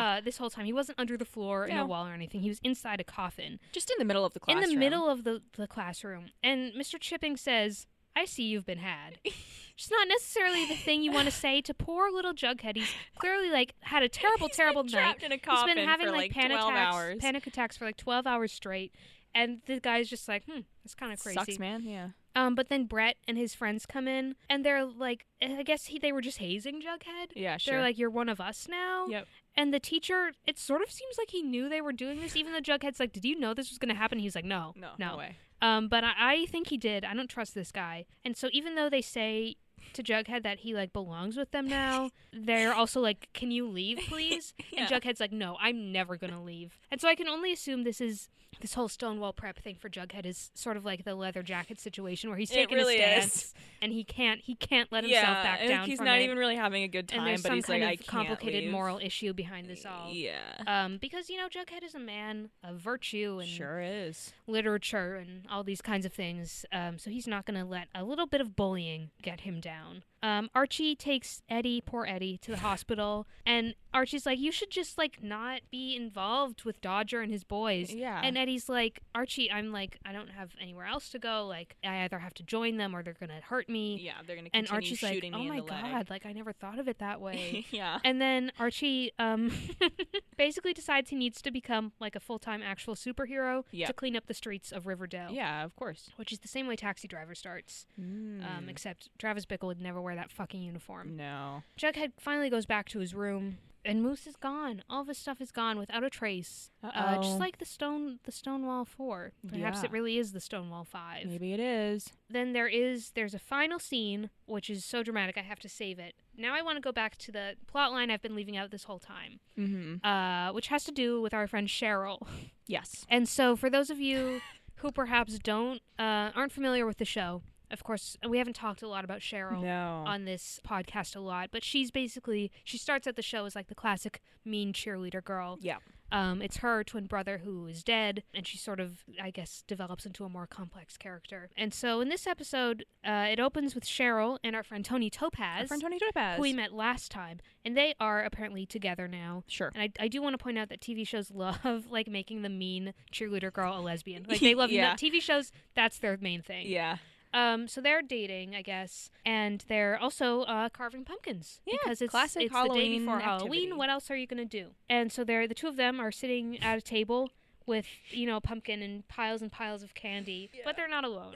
Speaker 3: <laughs> uh, this whole time. He wasn't under the floor in a
Speaker 2: No.
Speaker 3: wall or anything. He was inside a coffin
Speaker 2: Just in the middle of the classroom.
Speaker 3: in the middle of the, the classroom. And Mr. Chipping says, I see you've been had. <laughs> It's not necessarily the thing you want to say to poor little Jughead. He's clearly like had a terrible, terrible
Speaker 2: been
Speaker 3: night.
Speaker 2: trapped in a
Speaker 3: He's
Speaker 2: coffin
Speaker 3: been having
Speaker 2: for,
Speaker 3: like,
Speaker 2: like,
Speaker 3: panic
Speaker 2: 12
Speaker 3: attacks,
Speaker 2: hours.
Speaker 3: panic attacks for like twelve hours straight, and the guy's just like, hmm, that's kind of crazy.
Speaker 2: Sucks, man. Yeah.
Speaker 3: Um, but then Brett and his friends come in, and they're like, I guess he they were just hazing Jughead.
Speaker 2: Yeah,
Speaker 3: They're
Speaker 2: sure.
Speaker 3: like, you're one of us now.
Speaker 2: Yep.
Speaker 3: And the teacher, it sort of seems like he knew they were doing this, even though Jughead's like, "Did you know this was going to happen?" He was like, "No,
Speaker 2: No,
Speaker 3: no,
Speaker 2: no way."
Speaker 3: Um, but I, I think he did. I don't trust this guy. And so even though they say to Jughead that he like belongs with them
Speaker 2: <laughs>
Speaker 3: now. They're also like, "Can you leave, please?" And
Speaker 2: Yeah.
Speaker 3: Jughead's like, "No, I'm never going to leave." And so I can only assume this is this whole Stonewall prep thing for Jughead is sort of like the leather jacket situation where he's
Speaker 2: It
Speaker 3: taking
Speaker 2: really
Speaker 3: a
Speaker 2: is.
Speaker 3: stance and he can't he can't let himself
Speaker 2: yeah,
Speaker 3: back
Speaker 2: and
Speaker 3: down
Speaker 2: he's
Speaker 3: from
Speaker 2: not
Speaker 3: it.
Speaker 2: even really having a good
Speaker 3: and
Speaker 2: time,
Speaker 3: there's
Speaker 2: but
Speaker 3: some
Speaker 2: he's
Speaker 3: kind
Speaker 2: like, I
Speaker 3: of
Speaker 2: can't
Speaker 3: complicated
Speaker 2: leave."
Speaker 3: moral issue behind this all.
Speaker 2: Yeah,
Speaker 3: Um, because you know Jughead is a man of virtue and
Speaker 2: sure is.
Speaker 3: literature and all these kinds of things. Um, so he's not going to let a little bit of bullying get him down. Um, Archie takes Eddie, poor Eddie,
Speaker 2: <laughs>
Speaker 3: to the hospital, and Archie's like, "You should just like not be involved with Dodger and his boys."
Speaker 2: Yeah.
Speaker 3: And Eddie's like, "Archie, I'm like, I don't have anywhere else to go. Like, I either have to join them or they're going to hurt me."
Speaker 2: Yeah, they're gonna
Speaker 3: And
Speaker 2: continue
Speaker 3: Archie's like,
Speaker 2: shooting
Speaker 3: "Oh
Speaker 2: me
Speaker 3: my
Speaker 2: in the
Speaker 3: god!
Speaker 2: <laughs> leg.
Speaker 3: Like, I never thought of it that
Speaker 2: <laughs>
Speaker 3: way."
Speaker 2: yeah,
Speaker 3: And then Archie um, <laughs> basically decides he needs to become like a full time actual superhero
Speaker 2: Yeah.
Speaker 3: to clean up the streets of Riverdale.
Speaker 2: yeah, of course.
Speaker 3: Which is the same way Taxi Driver starts,
Speaker 2: Mm.
Speaker 3: um, except Travis Bickle would never wear that fucking uniform.
Speaker 2: no,
Speaker 3: Jughead finally goes back to his room, and Moose is gone. All of his stuff is gone without a trace. Uh,
Speaker 2: Uh-oh.
Speaker 3: just like the stone, the Stonewall Four. Perhaps
Speaker 2: Yeah.
Speaker 3: it really is the Stonewall Five.
Speaker 2: maybe it is.
Speaker 3: Then there is there's a final scene which is so dramatic I have to save it. Now I want to go back to the plot line I've been leaving out this whole time
Speaker 2: Mm-hmm.
Speaker 3: uh, which has to do with our friend Cheryl.
Speaker 2: Yes.
Speaker 3: And so, for those of
Speaker 2: <laughs>
Speaker 3: you who perhaps don't uh, aren't familiar with the show, of course, we haven't talked a lot about Cheryl
Speaker 2: No.
Speaker 3: on this podcast a lot, but she's basically she starts at the show as like the classic mean cheerleader girl.
Speaker 2: yeah.
Speaker 3: Um, it's her twin brother who is dead, and she sort of, I guess, develops into a more complex character. And so, in this episode, uh, it opens with Cheryl and our friend Tony Topaz,
Speaker 2: Friend Tony Topaz.
Speaker 3: who we met last time, and they are apparently together now.
Speaker 2: Sure.
Speaker 3: And I, I do want to point out that TV shows <laughs> love like making the mean cheerleader girl a lesbian. Like
Speaker 2: <laughs>
Speaker 3: they love no-
Speaker 2: Yeah.
Speaker 3: TV shows. That's their main thing.
Speaker 2: Yeah.
Speaker 3: Um. So they're dating, I guess, and they're also uh, carving pumpkins.
Speaker 2: Yeah,
Speaker 3: Because it's
Speaker 2: classic
Speaker 3: it's the day
Speaker 2: Halloween
Speaker 3: before
Speaker 2: activity.
Speaker 3: Halloween. What else are you gonna do? And so they're the two of them are sitting at a table with you know a pumpkin and piles and piles of candy, but they're not
Speaker 2: <laughs>
Speaker 3: alone.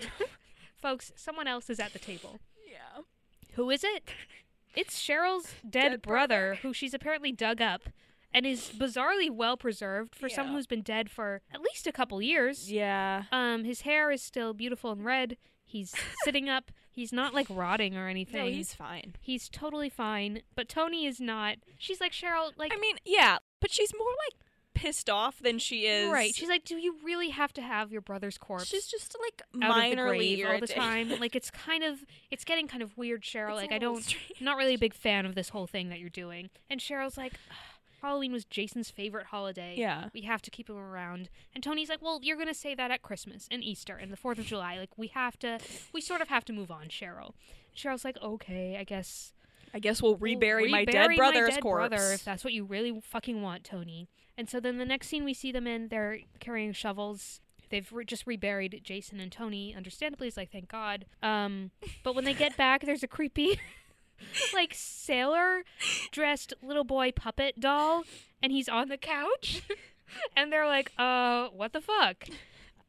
Speaker 3: Folks, someone else is at the table.
Speaker 2: Yeah.
Speaker 3: Who is
Speaker 2: <laughs>
Speaker 3: it? It's Cheryl's dead, brother, who she's apparently dug up and is bizarrely well preserved for someone
Speaker 2: Yeah.
Speaker 3: who's been dead for at least a couple years.
Speaker 2: Yeah.
Speaker 3: Um, his hair is still beautiful and red.
Speaker 2: <laughs>
Speaker 3: He's sitting up. He's not like rotting or anything.
Speaker 2: No, he's fine.
Speaker 3: He's totally fine. But Tony is not. She's like Cheryl. Like
Speaker 2: I mean, yeah, but she's more like pissed off than she is.
Speaker 3: right. She's like, do you really have to have your brother's corpse?
Speaker 2: she's just like
Speaker 3: out of the
Speaker 2: minorly
Speaker 3: grave all the
Speaker 2: irritating.
Speaker 3: time.
Speaker 2: <laughs>
Speaker 3: Like it's kind of it's getting kind of weird, Cheryl.
Speaker 2: It's a
Speaker 3: like I
Speaker 2: little
Speaker 3: don't
Speaker 2: strange.
Speaker 3: not really a big fan of this whole thing that you're doing. And Cheryl's like "Ugh, Halloween was Jason's favorite holiday.
Speaker 2: Yeah.
Speaker 3: We have to keep him around. And Tony's like, Well, you're gonna say that at Christmas and Easter and the fourth of July. Like we have to we sort of have to move on, Cheryl. Cheryl's like, Okay, I guess
Speaker 2: I guess we'll
Speaker 3: we'll
Speaker 2: rebury my
Speaker 3: rebury
Speaker 2: dead brother's
Speaker 3: dead
Speaker 2: corpse.
Speaker 3: brother if that's what you really fucking want, Tony. And so then the next scene we see them in, they're carrying shovels. They've re- just reburied Jason and Tony. Understandably, is like thank God. Um, but when they
Speaker 2: <laughs>
Speaker 3: get back, there's a creepy, <laughs> like sailor dressed little boy puppet doll, and he's on the couch, <laughs> and they're like, uh, what the fuck?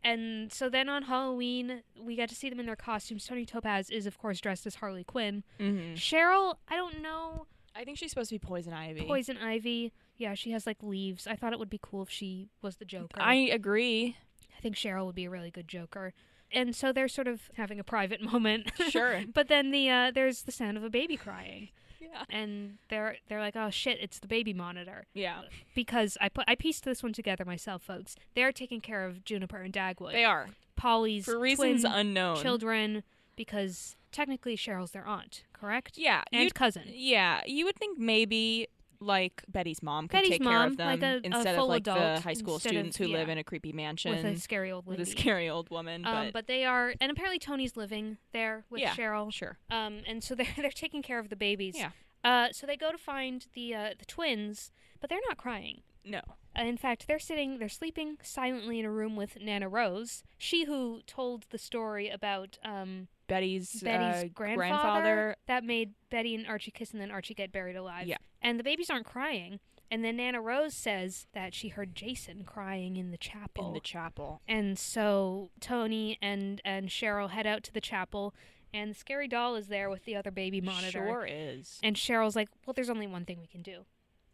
Speaker 3: And so then on Halloween, we got to see them in their costumes. Tony Topaz is, of course, dressed as Harley Quinn.
Speaker 2: Mhm.
Speaker 3: Cheryl, I don't know.
Speaker 2: I think she's supposed to be poison ivy.
Speaker 3: Poison Ivy. Yeah, she has like leaves. I thought it would be cool if she was the Joker.
Speaker 2: I agree.
Speaker 3: I think Cheryl would be a really good Joker. And so they're sort of having a private <laughs> moment.
Speaker 2: Sure.
Speaker 3: but then the uh, there's the sound of a baby crying,
Speaker 2: <laughs> Yeah.
Speaker 3: and they're they're like, oh shit, it's the baby monitor.
Speaker 2: Yeah.
Speaker 3: Because I put I pieced this one together myself, folks. They're taking care of Juniper and Dagwood.
Speaker 2: They are.
Speaker 3: Polly's
Speaker 2: For reasons
Speaker 3: twin
Speaker 2: unknown.
Speaker 3: children, because technically Cheryl's their aunt, correct?
Speaker 2: Yeah.
Speaker 3: and
Speaker 2: you'd-
Speaker 3: cousin.
Speaker 2: Yeah. You would think maybe like Betty's mom could
Speaker 3: Betty's
Speaker 2: take care
Speaker 3: mom,
Speaker 2: of them
Speaker 3: like a- a
Speaker 2: instead
Speaker 3: full
Speaker 2: of like the
Speaker 3: adult,
Speaker 2: high school
Speaker 3: instead of-
Speaker 2: students who
Speaker 3: yeah,
Speaker 2: live in a creepy mansion
Speaker 3: with a scary old lady.
Speaker 2: with a scary old woman.
Speaker 3: um,
Speaker 2: but,
Speaker 3: but they are, and apparently Tony's living there with
Speaker 2: yeah,
Speaker 3: Cheryl.
Speaker 2: Sure.
Speaker 3: Um, and so <laughs> they're they're taking care of the babies.
Speaker 2: Yeah.
Speaker 3: Uh, so they go to find the uh, the twins, but they're not crying.
Speaker 2: No.
Speaker 3: Uh, in fact, they're sitting, they're sleeping silently in a room with Nana Rose, she who told the story about um,
Speaker 2: Betty's,
Speaker 3: Betty's
Speaker 2: uh,
Speaker 3: grandfather,
Speaker 2: grandfather
Speaker 3: that made Betty and Archie kiss and then Archie get buried alive.
Speaker 2: Yeah.
Speaker 3: And the babies aren't crying. And then Nana Rose says that she heard Jason crying in the chapel.
Speaker 2: in the chapel.
Speaker 3: And so Tony and and Cheryl head out to the chapel, and the scary doll is there with the other baby monitor.
Speaker 2: Sure is.
Speaker 3: And Cheryl's like, "Well, there's only one thing we can do.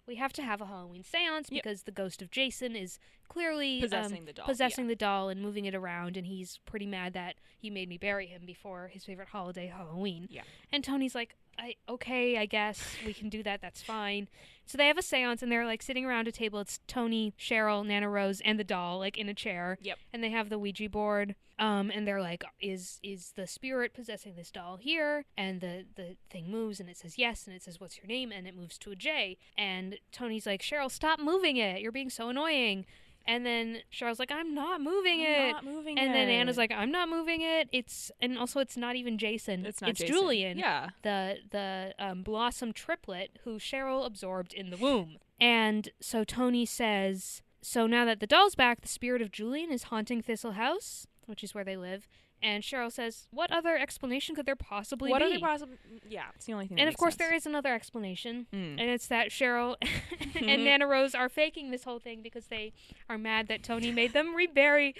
Speaker 3: we have to have a Halloween séance
Speaker 2: Yep.
Speaker 3: because the ghost of Jason is clearly um,
Speaker 2: Possessing the doll,
Speaker 3: possessing the doll and moving it around, and he's pretty mad that he made me bury him before his favorite holiday, Halloween.
Speaker 2: Yeah.
Speaker 3: And Tony's like, I okay, I guess we can do that. That's fine. So they have a séance, and they're like sitting around a table. It's Tony, Cheryl, Nana Rose, and the doll, like in a chair.
Speaker 2: Yep.
Speaker 3: And they have the Ouija board. Um, and they're like, is is the spirit possessing this doll here? And the the thing moves, and it says yes, and it says what's your name, and it moves to a J. And Tony's like, Cheryl, stop moving it. You're being so annoying. And then Cheryl's like, I'm not moving it.
Speaker 2: not moving
Speaker 3: and then
Speaker 2: it.
Speaker 3: Anna's like, I'm not moving it. It's and also it's not even Jason.
Speaker 2: It's not
Speaker 3: it's
Speaker 2: Jason.
Speaker 3: Julian
Speaker 2: Yeah.
Speaker 3: the the um, blossom triplet who Cheryl absorbed in the womb. And so Tony says, so now that the doll's back, the spirit of Julian is haunting Thistle House, which is where they live. And Cheryl says, what other explanation could there possibly
Speaker 2: What
Speaker 3: be?
Speaker 2: are the possible? Yeah, it's the only thing.
Speaker 3: and of course, there is another explanation,
Speaker 2: Mm.
Speaker 3: and it's that Cheryl <laughs> and
Speaker 2: <laughs>
Speaker 3: Nana Rose are faking this whole thing because they are mad that Tony made them
Speaker 2: <laughs>
Speaker 3: rebury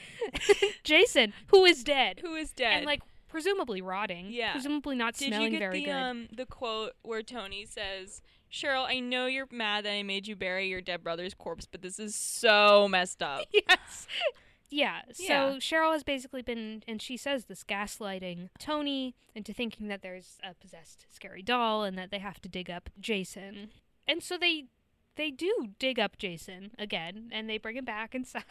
Speaker 3: Jason, who is dead,
Speaker 2: who is dead.
Speaker 3: and like presumably rotting,
Speaker 2: Yeah.
Speaker 3: presumably not
Speaker 2: did
Speaker 3: smelling
Speaker 2: you get
Speaker 3: very
Speaker 2: the
Speaker 3: good.
Speaker 2: um the quote where Tony says, "Cheryl, I know you're mad that I made you bury your dead brother's corpse, but this is so messed <laughs> up."
Speaker 3: yes. Yeah. So
Speaker 2: Yeah.
Speaker 3: Cheryl has basically been, and she says this gaslighting Tony into thinking that there's a possessed scary doll and that they have to dig up Jason. And so they they do dig up Jason again and they bring him back <laughs> inside.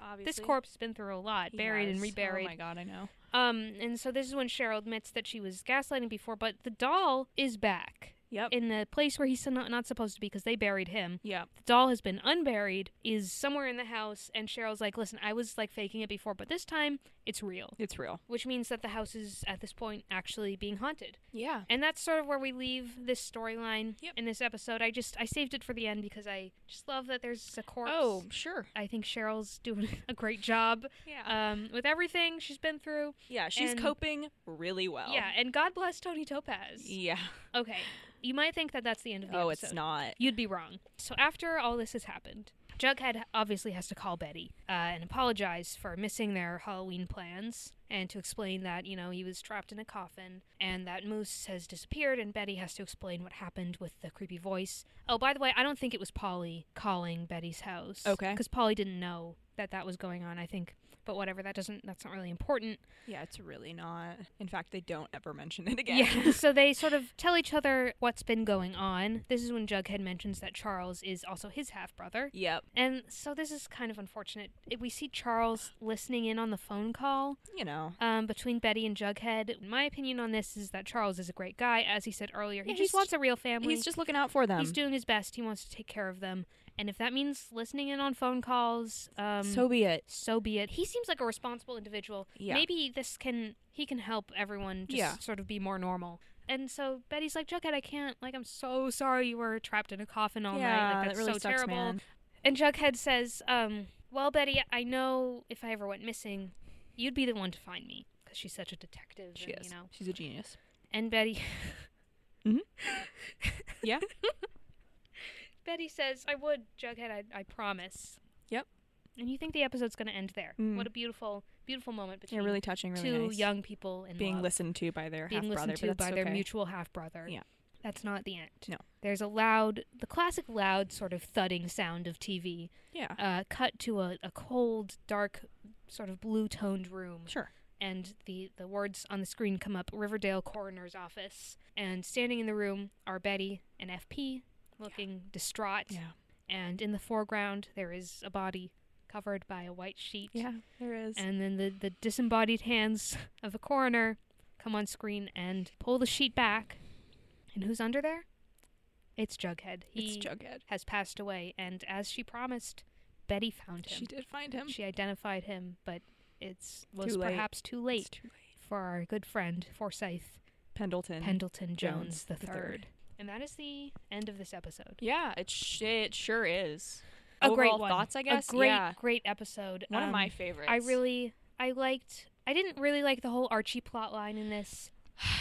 Speaker 2: obviously.
Speaker 3: This corpse has been through a lot, buried and reburied.
Speaker 2: Oh my god, I know.
Speaker 3: um, and so this is when Cheryl admits that she was gaslighting before, but the doll is back
Speaker 2: Yep.
Speaker 3: in the place where he's not, not supposed to be because they buried him
Speaker 2: yeah.
Speaker 3: the doll has been unburied, is somewhere in the house, and Cheryl's like, listen, I was like faking it before, but this time it's real.
Speaker 2: It's real.
Speaker 3: Which means that the house is at this point actually being haunted.
Speaker 2: Yeah.
Speaker 3: And that's sort of where we leave this storyline
Speaker 2: Yep.
Speaker 3: in this episode. I just I saved it for the end because I just love that there's a corpse.
Speaker 2: Oh, sure.
Speaker 3: I think Cheryl's doing <laughs> a great job
Speaker 2: Yeah.
Speaker 3: um, with everything she's been through.
Speaker 2: yeah, she's
Speaker 3: and-
Speaker 2: coping really well.
Speaker 3: Yeah, and God bless Tony Topaz.
Speaker 2: Yeah.
Speaker 3: Okay, you might think that that's the end of the
Speaker 2: Oh,
Speaker 3: episode.
Speaker 2: it's not.
Speaker 3: You'd be wrong. So after all this has happened, Jughead obviously has to call Betty uh, and apologize for missing their Halloween plans and to explain that, you know, he was trapped in a coffin and that Moose has disappeared and Betty has to explain what happened with the creepy voice. Oh, by the way, I don't think it was Polly calling Betty's house.
Speaker 2: Okay.
Speaker 3: Because Polly didn't know that that was going on, I think. But whatever, that doesn't, that's not really important.
Speaker 2: Yeah, it's really not. In fact, they don't ever mention it again. <laughs>
Speaker 3: Yeah. so they sort of tell each other what's been going on. This is when Jughead mentions that Charles is also his half brother.
Speaker 2: yep.
Speaker 3: And so this is kind of unfortunate. It- We see Charles listening in on the phone call
Speaker 2: You know.
Speaker 3: um, between Betty and Jughead. My opinion on this is that Charles is a great guy. As he said earlier, he
Speaker 2: Yeah,
Speaker 3: just
Speaker 2: he's
Speaker 3: wants a real family.
Speaker 2: He's just looking out for them.
Speaker 3: He's doing his best. He wants to take care of them. And if that means listening in on phone calls, um,
Speaker 2: so be it.
Speaker 3: so be it. He seems like a responsible individual.
Speaker 2: Yeah.
Speaker 3: Maybe this can he can help everyone just
Speaker 2: Yeah.
Speaker 3: sort of be more normal. And so Betty's like, Jughead, I can't. Like, I'm so sorry you were trapped in a coffin all night.
Speaker 2: yeah,
Speaker 3: Like, that's
Speaker 2: that really
Speaker 3: so
Speaker 2: sucks,
Speaker 3: terrible.
Speaker 2: man.
Speaker 3: And Jughead says, um, Well, Betty, I know if I ever went missing, you'd be the one to find me. Because she's such a detective.
Speaker 2: She
Speaker 3: and,
Speaker 2: is.
Speaker 3: You know.
Speaker 2: She's a genius.
Speaker 3: And Betty. <laughs>
Speaker 2: <laughs> Mhm. Yeah.
Speaker 3: Betty says, I would, Jughead, I, I promise.
Speaker 2: Yep.
Speaker 3: And you think the episode's going to end there.
Speaker 2: Mm.
Speaker 3: What a beautiful, beautiful moment
Speaker 2: Yeah,
Speaker 3: between
Speaker 2: really touching, really
Speaker 3: two
Speaker 2: nice.
Speaker 3: young people in
Speaker 2: being
Speaker 3: love,
Speaker 2: listened to by their
Speaker 3: being
Speaker 2: half brother,
Speaker 3: listened to
Speaker 2: but that's
Speaker 3: by
Speaker 2: okay.
Speaker 3: their mutual half brother.
Speaker 2: Yeah.
Speaker 3: That's not the end.
Speaker 2: No.
Speaker 3: There's a loud, the classic loud sort of thudding sound of TV
Speaker 2: Yeah,
Speaker 3: uh, cut to a, a cold, dark, sort of blue toned room.
Speaker 2: sure.
Speaker 3: And the, the words on the screen come up Riverdale Coroner's Office. And standing in the room are Betty and FP, looking distraught.
Speaker 2: Yeah.
Speaker 3: And in the foreground, there is a body covered by a white sheet.
Speaker 2: Yeah, there is.
Speaker 3: And then the, the disembodied hands of the coroner come on screen and pull the sheet back. And who's under there? It's Jughead. He
Speaker 2: it's Jughead.
Speaker 3: has passed away. And as she promised, Betty found him.
Speaker 2: She did find him.
Speaker 3: She identified him, but it's was
Speaker 2: Too late.
Speaker 3: perhaps too
Speaker 2: It's
Speaker 3: late
Speaker 2: too late.
Speaker 3: for our good friend Forsyth
Speaker 2: Pendleton.
Speaker 3: Pendleton Jones the
Speaker 2: the
Speaker 3: third.
Speaker 2: third.
Speaker 3: And that is the end of this episode.
Speaker 2: yeah, it sh- it sure is.
Speaker 3: A
Speaker 2: Overall
Speaker 3: great one.
Speaker 2: thoughts, I guess.
Speaker 3: A great,
Speaker 2: yeah,
Speaker 3: great episode.
Speaker 2: one
Speaker 3: Um,
Speaker 2: of my favorites.
Speaker 3: I really, I liked. I didn't really like the whole Archie plot line in this.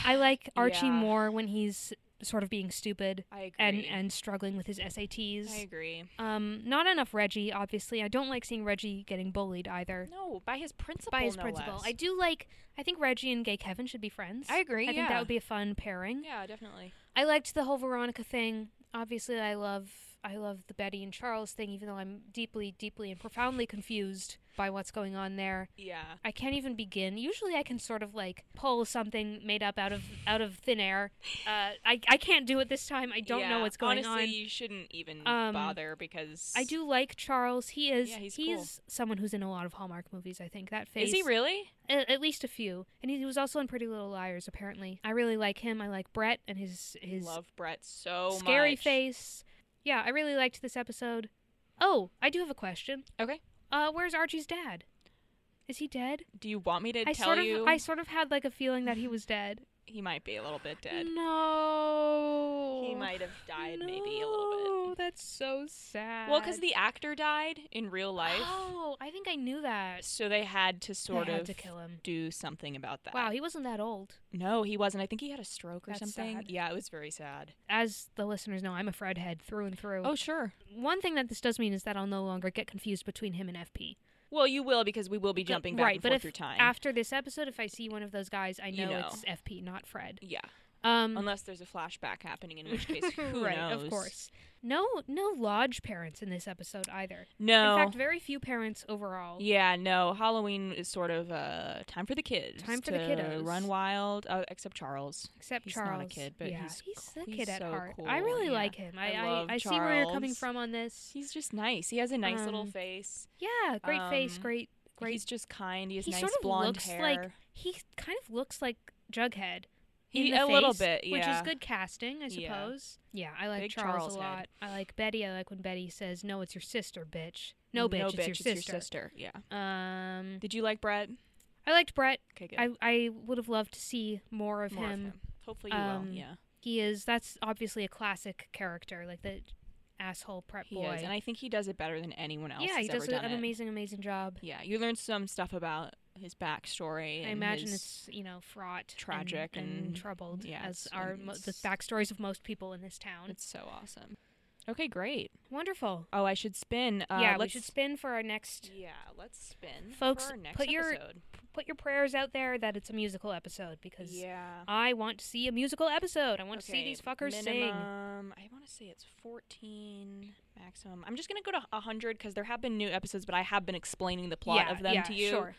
Speaker 3: I
Speaker 2: <sighs>
Speaker 3: like Archie
Speaker 2: Yeah.
Speaker 3: more when he's sort of being stupid
Speaker 2: I agree.
Speaker 3: and and struggling with his SATs.
Speaker 2: I agree.
Speaker 3: Um, not enough Reggie, obviously. I don't like seeing Reggie getting bullied either.
Speaker 2: No, by his principal.
Speaker 3: by his
Speaker 2: no
Speaker 3: principal.
Speaker 2: less.
Speaker 3: I do like. I think Reggie and Gay Kevin should be friends.
Speaker 2: I agree,
Speaker 3: I think that
Speaker 2: yeah.
Speaker 3: would be a fun pairing.
Speaker 2: Yeah, definitely.
Speaker 3: I liked the whole Veronica thing. Obviously, I love I love the Betty and Charles thing, even though I'm deeply, deeply and profoundly confused by what's going on there.
Speaker 2: Yeah.
Speaker 3: I can't even begin. Usually, I can sort of like pull something made up out of out of thin
Speaker 2: <laughs>
Speaker 3: air. Uh, I I can't do it this time. I don't know
Speaker 2: Yeah.
Speaker 3: what's going
Speaker 2: Honestly,
Speaker 3: on.
Speaker 2: you shouldn't even
Speaker 3: Um,
Speaker 2: bother because
Speaker 3: I do like Charles. He is
Speaker 2: Yeah, he's
Speaker 3: he
Speaker 2: cool.
Speaker 3: is someone who's in a lot of Hallmark movies. I think that face
Speaker 2: Is he really?
Speaker 3: a- at least a few, and he was also in Pretty Little Liars. Apparently, I really like him. I like Brett and his his
Speaker 2: Love Brett so much.
Speaker 3: scary face. Yeah, I really liked this episode. Oh, I do have a question.
Speaker 2: Okay.
Speaker 3: Uh, where's Archie's dad? Is he dead?
Speaker 2: Do you want me to
Speaker 3: I
Speaker 2: tell
Speaker 3: sort of
Speaker 2: you?
Speaker 3: I sort of had like a feeling that he
Speaker 2: <laughs>
Speaker 3: was dead.
Speaker 2: He might be a little bit dead.
Speaker 3: Mm, No.
Speaker 2: He might have died maybe a little
Speaker 3: No, that's so sad.
Speaker 2: bit. Well, because the actor died in real life,
Speaker 3: Oh, I think I knew that.
Speaker 2: so they had to
Speaker 3: They
Speaker 2: sort
Speaker 3: had
Speaker 2: of
Speaker 3: to kill him.
Speaker 2: do something about that.
Speaker 3: Wow, he wasn't that old.
Speaker 2: No, he wasn't. I think he had a stroke or
Speaker 3: That's
Speaker 2: something.
Speaker 3: sad.
Speaker 2: Yeah, it was very sad.
Speaker 3: As the listeners know, I'm a Fredhead through and through.
Speaker 2: sure.
Speaker 3: one thing that this does mean is that I'll no longer get confused between him and FP.
Speaker 2: Well, you will because we will be jumping back
Speaker 3: right,
Speaker 2: and
Speaker 3: but
Speaker 2: forth
Speaker 3: if,
Speaker 2: through time.
Speaker 3: After this episode, if I see one of those guys, I know,
Speaker 2: You know.
Speaker 3: it's FP, not Fred.
Speaker 2: yeah,
Speaker 3: Um,
Speaker 2: unless there's a flashback happening, in
Speaker 3: <laughs>
Speaker 2: which case, who
Speaker 3: right,
Speaker 2: knows?
Speaker 3: of course. No, no lodge parents in this episode either.
Speaker 2: No.
Speaker 3: In fact, very few parents overall.
Speaker 2: yeah, no. Halloween is sort of uh, time for the kids.
Speaker 3: Time for the
Speaker 2: to
Speaker 3: kiddos.
Speaker 2: Run wild, uh, except Charles.
Speaker 3: Except
Speaker 2: He's not a
Speaker 3: Charles.
Speaker 2: kid, but
Speaker 3: yeah,
Speaker 2: he's
Speaker 3: the
Speaker 2: cool.
Speaker 3: kid
Speaker 2: He's
Speaker 3: at
Speaker 2: so
Speaker 3: heart.
Speaker 2: cool,
Speaker 3: I really
Speaker 2: yeah.
Speaker 3: like him. I
Speaker 2: I
Speaker 3: I,
Speaker 2: love
Speaker 3: I see where you're coming
Speaker 2: Charles.
Speaker 3: from on this.
Speaker 2: He's just nice. He has a nice little
Speaker 3: Um,
Speaker 2: face.
Speaker 3: Yeah, great face,
Speaker 2: Um,
Speaker 3: great, great.
Speaker 2: He's just kind. He has
Speaker 3: he
Speaker 2: nice
Speaker 3: sort of
Speaker 2: blonde
Speaker 3: looks
Speaker 2: hair.
Speaker 3: like he kind of looks like Jughead. in
Speaker 2: He-
Speaker 3: the
Speaker 2: a little
Speaker 3: face,
Speaker 2: bit,
Speaker 3: which
Speaker 2: yeah.
Speaker 3: is good casting, I
Speaker 2: Yeah.
Speaker 3: suppose. Yeah, I like
Speaker 2: Big
Speaker 3: Charles,
Speaker 2: Charles
Speaker 3: a
Speaker 2: head.
Speaker 3: lot. I like Betty. I like when Betty says, "No, it's your sister, bitch. No,
Speaker 2: Mm,
Speaker 3: bitch, it's, your, sister.
Speaker 2: Yeah.
Speaker 3: Um,
Speaker 2: Did you like Brett?
Speaker 3: I liked Brett.
Speaker 2: Okay, good.
Speaker 3: I I would have loved to see more of,
Speaker 2: More
Speaker 3: him.
Speaker 2: of him. Hopefully you
Speaker 3: Um,
Speaker 2: will. Yeah.
Speaker 3: He is that's obviously a classic character, like the asshole prep
Speaker 2: He
Speaker 3: boy.
Speaker 2: is, and I think he does it better than anyone else.
Speaker 3: yeah,
Speaker 2: has
Speaker 3: he
Speaker 2: ever
Speaker 3: does
Speaker 2: done
Speaker 3: an
Speaker 2: it.
Speaker 3: amazing, amazing job.
Speaker 2: Yeah, you learned some stuff about his backstory.
Speaker 3: I
Speaker 2: and
Speaker 3: imagine
Speaker 2: his-
Speaker 3: it's you know fraught, and-
Speaker 2: tragic
Speaker 3: and,
Speaker 2: and-
Speaker 3: troubled
Speaker 2: yeah,
Speaker 3: as
Speaker 2: it's-
Speaker 3: are
Speaker 2: and
Speaker 3: mo- the
Speaker 2: it's-
Speaker 3: backstories of most people in this town.
Speaker 2: it's so awesome. Okay, great.
Speaker 3: Wonderful.
Speaker 2: Oh, I should spin. Uh,
Speaker 3: yeah, we
Speaker 2: let's,
Speaker 3: should spin for our next.
Speaker 2: Yeah, let's spin,
Speaker 3: Folks,
Speaker 2: For our next
Speaker 3: put your-
Speaker 2: episode.
Speaker 3: Put your prayers out there that it's a musical episode because
Speaker 2: yeah.
Speaker 3: I want to see a musical episode. I want to see
Speaker 2: Okay,
Speaker 3: these fuckers sing.
Speaker 2: minimum, I want to say it's 14 maximum. I'm just going to go to 100 because there have been new episodes, but I have been explaining the plot
Speaker 3: yeah,
Speaker 2: of them
Speaker 3: yeah,
Speaker 2: to you.
Speaker 3: Sure.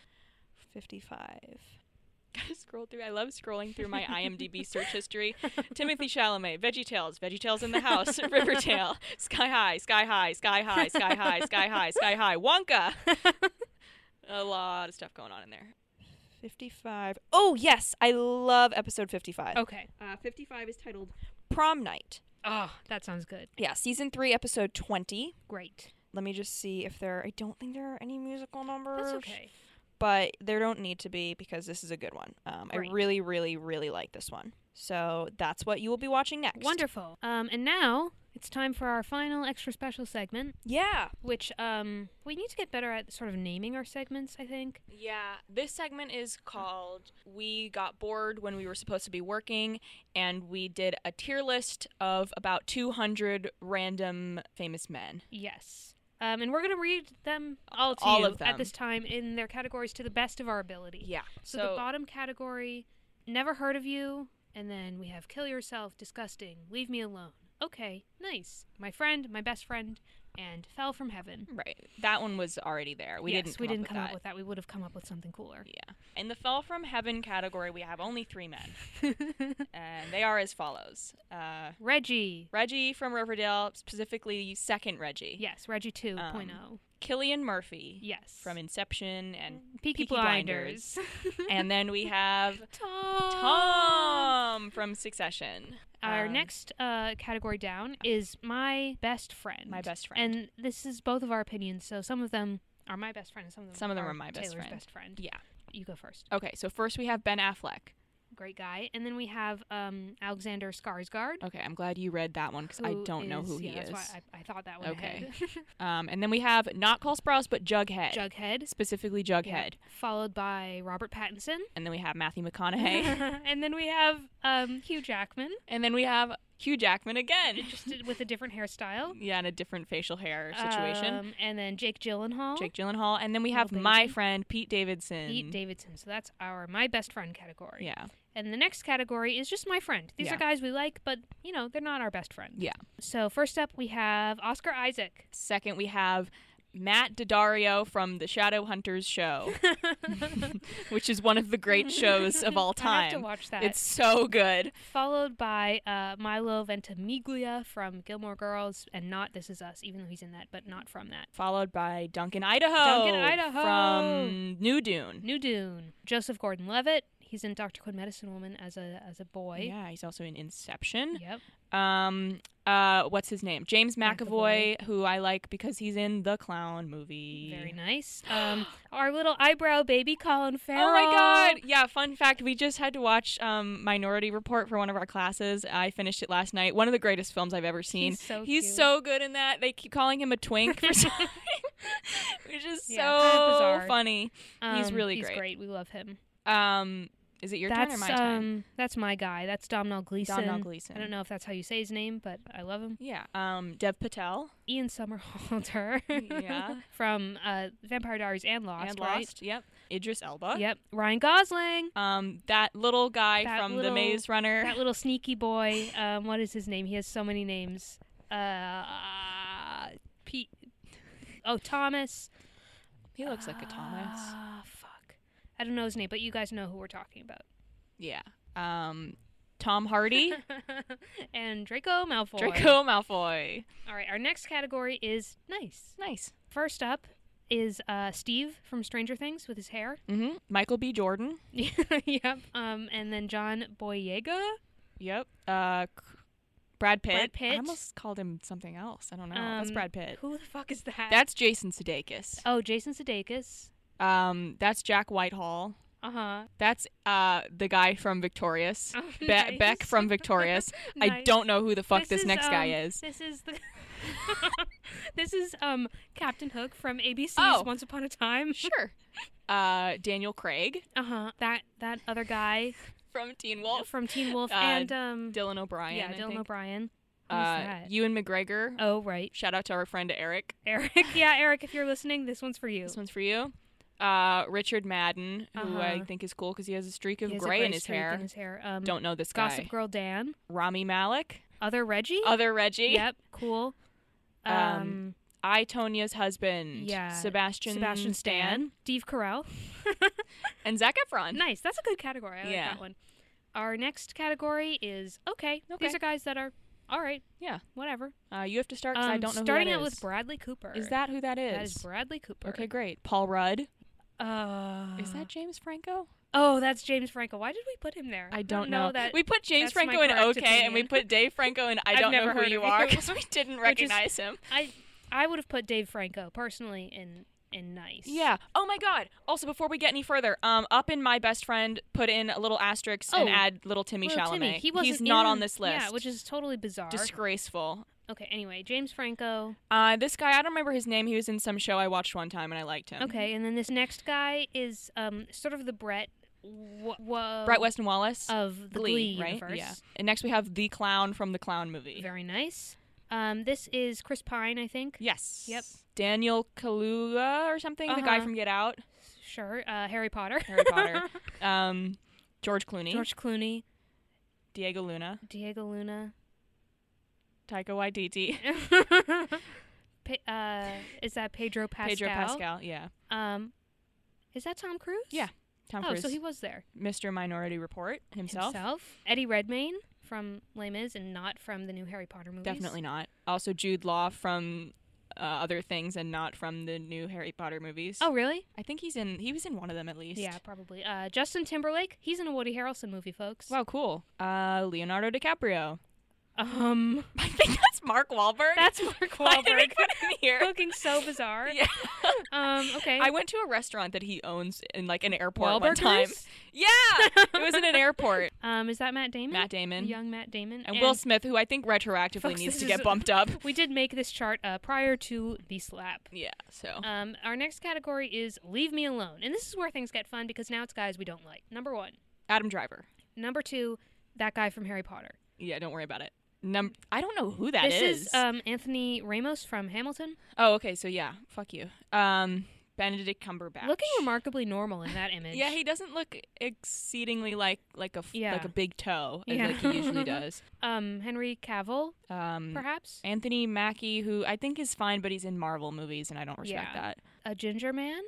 Speaker 2: 55. <laughs> Gotta scroll through. I love scrolling through <laughs> my IMDb search history. Timothy Chalamet, VeggieTales, VeggieTales in the <laughs> House, Riverdale, Sky High, Sky High, Sky High, Sky High, Sky High, Sky High, <laughs> Wonka. A lot of stuff going on in there. 55. Oh, yes. I love episode 55.
Speaker 3: Okay.
Speaker 2: Uh, 55 is titled Prom Night.
Speaker 3: Oh, that sounds good.
Speaker 2: Yeah, season 3, episode 20.
Speaker 3: Great.
Speaker 2: Let me just see if there I don't think there are any musical numbers
Speaker 3: That's okay.
Speaker 2: but there don't need to be because this is a good one. Um, I
Speaker 3: Great.
Speaker 2: really, really, really like this one. So that's what you will be watching next.
Speaker 3: Wonderful. Um, and now it's time for our final extra special segment,
Speaker 2: Yeah.
Speaker 3: which um, we need to get better at sort of naming our segments. I think.
Speaker 2: Yeah. This segment is called We Got Bored When We Were Supposed to Be Working, and we did a tier list of about 200 random famous men.
Speaker 3: Yes. Um, and we're going to read them all to
Speaker 2: All
Speaker 3: you
Speaker 2: of them.
Speaker 3: at this time in their categories to the best of our ability.
Speaker 2: Yeah.
Speaker 3: So, the bottom category, never heard of you, and then we have kill yourself, disgusting, leave me alone. Okay, nice. My friend, my best friend, and fell from heaven.
Speaker 2: right. That one was already there. We
Speaker 3: yes,
Speaker 2: didn't come
Speaker 3: we
Speaker 2: up
Speaker 3: didn't
Speaker 2: with
Speaker 3: come
Speaker 2: that.
Speaker 3: up with that. We would have come up with something cooler.
Speaker 2: Yeah. In the Fell from Heaven category, we have only three men, and they are as follows. Uh,
Speaker 3: <laughs> Reggie.
Speaker 2: Reggie from Riverdale, specifically second Reggie.
Speaker 3: Yes, Reggie 2.0.
Speaker 2: Killian Murphy
Speaker 3: yes.
Speaker 2: Um, from Inception and
Speaker 3: Peaky, Blinders.
Speaker 2: and then we have
Speaker 3: <laughs> Tom.
Speaker 2: Tom from Succession.
Speaker 3: Our
Speaker 2: Um,
Speaker 3: next uh, category down is my best friend.
Speaker 2: My best friend.
Speaker 3: And this is both of our opinions, so some of them are my best friend, and some of them
Speaker 2: Some of them
Speaker 3: are,
Speaker 2: are my best
Speaker 3: Taylor's
Speaker 2: friend.
Speaker 3: best friend.
Speaker 2: Yeah.
Speaker 3: You go first.
Speaker 2: Okay, so first we have Ben Affleck.
Speaker 3: Great guy. And then we have um, Alexander Skarsgård.
Speaker 2: Okay, I'm glad you read that one because I
Speaker 3: who
Speaker 2: don't know who
Speaker 3: is-
Speaker 2: he
Speaker 3: yeah,
Speaker 2: is.
Speaker 3: That's why I, I thought that one
Speaker 2: Okay.
Speaker 3: ahead.
Speaker 2: Um, and then we have not Cole Sprouse but
Speaker 3: <laughs>
Speaker 2: Jughead, <laughs>
Speaker 3: Jughead.
Speaker 2: specifically Jughead.
Speaker 3: Yep. Followed by Robert
Speaker 2: <laughs>
Speaker 3: Pattinson. <laughs>
Speaker 2: And then we have Matthew McConaughey.
Speaker 3: and then we have um, Hugh Jackman.
Speaker 2: and then we have Hugh Jackman again.
Speaker 3: <laughs> just did- with a different hairstyle
Speaker 2: Yeah, and a different facial hair <laughs> situation.
Speaker 3: Um, and then Jake Gyllenhaal,
Speaker 2: Jake Gyllenhaal, and then we
Speaker 3: Little
Speaker 2: have my
Speaker 3: baby.
Speaker 2: friend Pete Davidson.
Speaker 3: Oh, Pete Davidson. So that's our my best friend category.
Speaker 2: Yeah,
Speaker 3: And the next category is just my friend. These
Speaker 2: Yeah.
Speaker 3: are guys we like, but you know they're not our best friend.
Speaker 2: yeah.
Speaker 3: So first up we have Oscar Isaac.
Speaker 2: Second, we have Matt Daddario from the Shadowhunters
Speaker 3: <laughs>
Speaker 2: show, <laughs> which is one of the great shows of all time.
Speaker 3: <laughs> I have to watch that.
Speaker 2: It's so good.
Speaker 3: followed by uh, Milo Ventimiglia from Gilmore Girls, and not This Is Us, even though he's in that, but not from that.
Speaker 2: Followed by Duncan Idaho,
Speaker 3: Duncan Idaho!
Speaker 2: from New Dune.
Speaker 3: New Dune. Joseph Gordon-Levitt. He's in Doctor Who Medicine Woman as a as a boy.
Speaker 2: Yeah, he's also in Inception.
Speaker 3: Yep.
Speaker 2: Um, uh, what's his name? James McAvoy,
Speaker 3: McAvoy.
Speaker 2: who I like because he's in the Clown movie.
Speaker 3: Very
Speaker 2: <gasps>
Speaker 3: nice. Um, our little eyebrow baby, Colin Farrell.
Speaker 2: Oh my god! Yeah, fun fact: we just had to watch um, Minority Report for one of our classes. I finished it last night. One of the greatest films I've ever seen.
Speaker 3: He's so
Speaker 2: He's
Speaker 3: cute.
Speaker 2: so good in that. They keep calling him a twink
Speaker 3: <laughs>
Speaker 2: for some, <laughs> which is
Speaker 3: Yeah, kind of
Speaker 2: so
Speaker 3: bizarre.
Speaker 2: funny. He's
Speaker 3: Um,
Speaker 2: really
Speaker 3: he's
Speaker 2: great.
Speaker 3: great. We love him.
Speaker 2: Um, is it your
Speaker 3: that's
Speaker 2: turn or my turn?
Speaker 3: um that's my guy. That's Domhnall Gleeson.
Speaker 2: Domhnall Gleeson.
Speaker 3: I don't know if that's how you say his name, but I love him.
Speaker 2: Yeah. Um, Dev Patel
Speaker 3: Ian Somerhalder.
Speaker 2: <laughs> Yeah.
Speaker 3: <laughs> From uh, Vampire Diaries and Lost.
Speaker 2: and
Speaker 3: right?
Speaker 2: Lost. Yep. Idris Elba.
Speaker 3: Yep. Ryan Gosling.
Speaker 2: Um, that little guy
Speaker 3: That
Speaker 2: from The
Speaker 3: little-
Speaker 2: Maze Runner.
Speaker 3: That little sneaky boy. Um, what is his name? He has so many names. Uh, Pete. Oh, Thomas.
Speaker 2: he looks like a Thomas.
Speaker 3: Ah, fuck. I don't know his name, but you guys know who we're talking about. <laughs>
Speaker 2: Yeah. Um, Tom Hardy.
Speaker 3: and Draco Malfoy.
Speaker 2: Draco Malfoy.
Speaker 3: All right, our next category is nice.
Speaker 2: Nice.
Speaker 3: First up is uh, Steve from Stranger Things with his hair. <laughs>
Speaker 2: hmm Michael B. Jordan.
Speaker 3: yep. Um, and then John Boyega.
Speaker 2: Yep. Uh, C- Brad Pitt.
Speaker 3: Brad Pitt.
Speaker 2: I almost called him something else. I don't know. that's
Speaker 3: Um,
Speaker 2: Brad Pitt.
Speaker 3: Who the fuck is that?
Speaker 2: That's Jason Sudeikis.
Speaker 3: oh, Jason Sudeikis.
Speaker 2: Um, that's Jack Whitehall.
Speaker 3: Uh huh.
Speaker 2: That's uh the guy from Victorious.
Speaker 3: <laughs> Oh,
Speaker 2: Be-
Speaker 3: nice.
Speaker 2: Beck
Speaker 3: <laughs>
Speaker 2: from Victorious. I
Speaker 3: Nice.
Speaker 2: don't know who the fuck this,
Speaker 3: is,
Speaker 2: next guy
Speaker 3: um, <laughs>
Speaker 2: is.
Speaker 3: This is the. this is um Captain Hook from ABC's
Speaker 2: Oh.
Speaker 3: Once Upon a Time.
Speaker 2: Sure. Uh, Daniel Craig
Speaker 3: Uh huh. That that other guy
Speaker 2: from Teen Wolf.
Speaker 3: from Teen Wolf
Speaker 2: Uh,
Speaker 3: and um
Speaker 2: Dylan O'Brien.
Speaker 3: yeah
Speaker 2: I
Speaker 3: Dylan
Speaker 2: think.
Speaker 3: O'Brien. Who's
Speaker 2: Uh,
Speaker 3: that?
Speaker 2: Ewan McGregor.
Speaker 3: oh right, <laughs>
Speaker 2: Shout out to our friend Eric.
Speaker 3: Eric. yeah, Eric. If you're listening, this one's for you.
Speaker 2: This one's for you. Uh, Richard Madden, who I
Speaker 3: Uh-huh.
Speaker 2: think is cool because he has a streak of
Speaker 3: He has a
Speaker 2: gray, in his
Speaker 3: streak
Speaker 2: hair.
Speaker 3: In his hair. Um,
Speaker 2: Don't know this guy.
Speaker 3: Gossip Girl Dan.
Speaker 2: Rami Malik,
Speaker 3: Other Reggie.
Speaker 2: other Reggie.
Speaker 3: Yep. Cool.
Speaker 2: Oh, Um,
Speaker 3: Um,
Speaker 2: I Tonya's husband.
Speaker 3: yeah.
Speaker 2: Sebastian.
Speaker 3: Sebastian Stan. Steve Carell. <laughs>
Speaker 2: and Zach Efron.
Speaker 3: nice. That's a good category. I like
Speaker 2: Yeah.
Speaker 3: that one. Our next category is okay. These
Speaker 2: Okay.
Speaker 3: are guys that are all right.
Speaker 2: Yeah.
Speaker 3: Whatever.
Speaker 2: Uh, you have to start because I
Speaker 3: Um,
Speaker 2: don't know.
Speaker 3: starting
Speaker 2: who that
Speaker 3: out
Speaker 2: is.
Speaker 3: with Bradley Cooper.
Speaker 2: Is that who that is?
Speaker 3: that is Bradley Cooper?
Speaker 2: Okay, great. Paul Rudd.
Speaker 3: Uh,
Speaker 2: Is that James Franco?
Speaker 3: Oh, that's James Franco. Why did we put him there?
Speaker 2: I don't, know.
Speaker 3: that.
Speaker 2: we put James
Speaker 3: that's my
Speaker 2: Franco in
Speaker 3: correct
Speaker 2: OK, and we
Speaker 3: opinion.
Speaker 2: put Dave Franco in I
Speaker 3: <laughs> I've
Speaker 2: don't know
Speaker 3: never
Speaker 2: who
Speaker 3: heard
Speaker 2: you
Speaker 3: of
Speaker 2: are
Speaker 3: you.
Speaker 2: because we didn't
Speaker 3: Which is-
Speaker 2: recognize him.
Speaker 3: I I would have put Dave Franco personally in in nice.
Speaker 2: Yeah. Oh my God. Also, before we get any further, um, up in my best friend, put in a little asterisk and
Speaker 3: Oh,
Speaker 2: add little Timmy
Speaker 3: Little
Speaker 2: Chalamet.
Speaker 3: Timmy, He wasn't
Speaker 2: He's not
Speaker 3: in-
Speaker 2: on this list.
Speaker 3: Yeah, which is totally bizarre.
Speaker 2: disgraceful.
Speaker 3: okay, anyway, James Franco.
Speaker 2: Uh, this guy, I don't remember his name. He was in some show I watched one time, and I liked him.
Speaker 3: Okay, and then this next guy is um sort of the Brett w- w-
Speaker 2: Brett Weston Wallace
Speaker 3: of the Glee,
Speaker 2: Glee, right?
Speaker 3: universe.
Speaker 2: Yeah. And next we have the clown from the Clown movie.
Speaker 3: Very nice. Um, this is Chris Pine, I think.
Speaker 2: Yes.
Speaker 3: Yep.
Speaker 2: Daniel Kaluuya or something, the guy
Speaker 3: Uh-huh.
Speaker 2: from Get Out,
Speaker 3: Sure. Uh, Harry Potter.
Speaker 2: Harry
Speaker 3: <laughs>
Speaker 2: Potter, um, George Clooney,
Speaker 3: George Clooney.
Speaker 2: Diego Luna,
Speaker 3: Diego
Speaker 2: <laughs>
Speaker 3: Luna.
Speaker 2: Taika Waititi,
Speaker 3: Pe- uh, is that Pedro Pascal?
Speaker 2: Pedro Pascal. Yeah.
Speaker 3: Um, is that Tom Cruise?
Speaker 2: Yeah. Tom
Speaker 3: oh,
Speaker 2: Cruise.
Speaker 3: so he was there
Speaker 2: Mr. Minority Report himself.
Speaker 3: Eddie Redmayne from Les Mis and not from the new Harry Potter movies.
Speaker 2: Definitely not. Also, Jude Law from uh, other things and not from the new Harry Potter movies.
Speaker 3: Oh, really?
Speaker 2: I think he's in. He was in one of them at least.
Speaker 3: Yeah, probably. Uh, Justin Timberlake. He's in a Woody Harrelson movie, folks.
Speaker 2: Wow, cool. Uh, Leonardo DiCaprio.
Speaker 3: um,
Speaker 2: <laughs> I think that's Mark Wahlberg.
Speaker 3: that's Mark
Speaker 2: <laughs> Why did we
Speaker 3: Wahlberg.
Speaker 2: put him here?
Speaker 3: Looking so bizarre.
Speaker 2: <laughs> yeah.
Speaker 3: Um, okay.
Speaker 2: I went to a restaurant that he owns in like an airport one
Speaker 3: Wahlburgers?
Speaker 2: time. <laughs> Yeah, it was in an airport.
Speaker 3: Um, is that Matt Damon?
Speaker 2: Matt Damon
Speaker 3: Young Matt Damon.
Speaker 2: and Will Smith, who I think retroactively
Speaker 3: Folks,
Speaker 2: needs
Speaker 3: this
Speaker 2: to get
Speaker 3: is-
Speaker 2: bumped <laughs> up.
Speaker 3: We did make this chart uh, prior to the slap.
Speaker 2: Yeah. So
Speaker 3: Um, our next category is Leave Me Alone. And this is where things get fun because now it's guys we don't like. Number one.
Speaker 2: Adam Driver.
Speaker 3: Number two, that guy from Harry Potter.
Speaker 2: Yeah, don't worry about it. Num- I don't know who that is. uh,
Speaker 3: this is um, Anthony Ramos from Hamilton,
Speaker 2: oh, okay. So yeah, fuck you. Um, Benedict Cumberbatch.
Speaker 3: looking remarkably normal in that image.
Speaker 2: Yeah, he doesn't look exceedingly like like a f-
Speaker 3: Yeah.
Speaker 2: like a big toe
Speaker 3: Yeah.
Speaker 2: like he
Speaker 3: <laughs>
Speaker 2: usually does.
Speaker 3: um, Henry Cavill,
Speaker 2: Um,
Speaker 3: perhaps
Speaker 2: Anthony Mackie, who I think is fine, but he's in Marvel movies, and I don't respect
Speaker 3: Yeah.
Speaker 2: that. <laughs>
Speaker 3: a ginger man.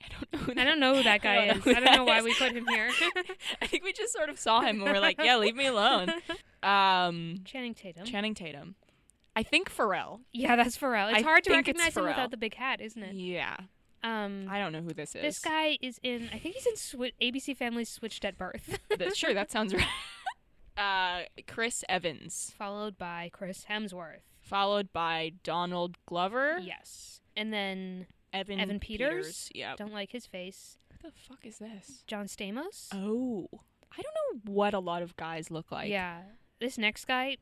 Speaker 2: I don't know. Who
Speaker 3: I don't know who that guy is.
Speaker 2: who
Speaker 3: I don't know
Speaker 2: that
Speaker 3: why
Speaker 2: is.
Speaker 3: we put him here.
Speaker 2: <laughs> I think we just sort of saw him and we're like,
Speaker 3: <laughs>
Speaker 2: yeah, leave me alone. Um,
Speaker 3: Channing Tatum.
Speaker 2: Channing Tatum. I think Pharrell.
Speaker 3: yeah, that's Pharrell. It's
Speaker 2: I
Speaker 3: hard to
Speaker 2: think it's
Speaker 3: recognize him
Speaker 2: Pharrell.
Speaker 3: without the big hat, isn't it?
Speaker 2: Yeah,
Speaker 3: Um,
Speaker 2: I don't know who this is.
Speaker 3: this guy is in. I think he's in Swi- ABC Family Switched at Birth, <laughs>
Speaker 2: Th- sure, that sounds right. <laughs> Uh, Chris Evans,
Speaker 3: followed by Chris Hemsworth.
Speaker 2: followed by Donald Glover.
Speaker 3: Yes, and then
Speaker 2: Evan,
Speaker 3: Evan Peters?
Speaker 2: Yeah.
Speaker 3: don't like his face.
Speaker 2: What the fuck is this?
Speaker 3: John Stamos.
Speaker 2: Oh, I don't know what a lot of guys look like.
Speaker 3: yeah, this next guy,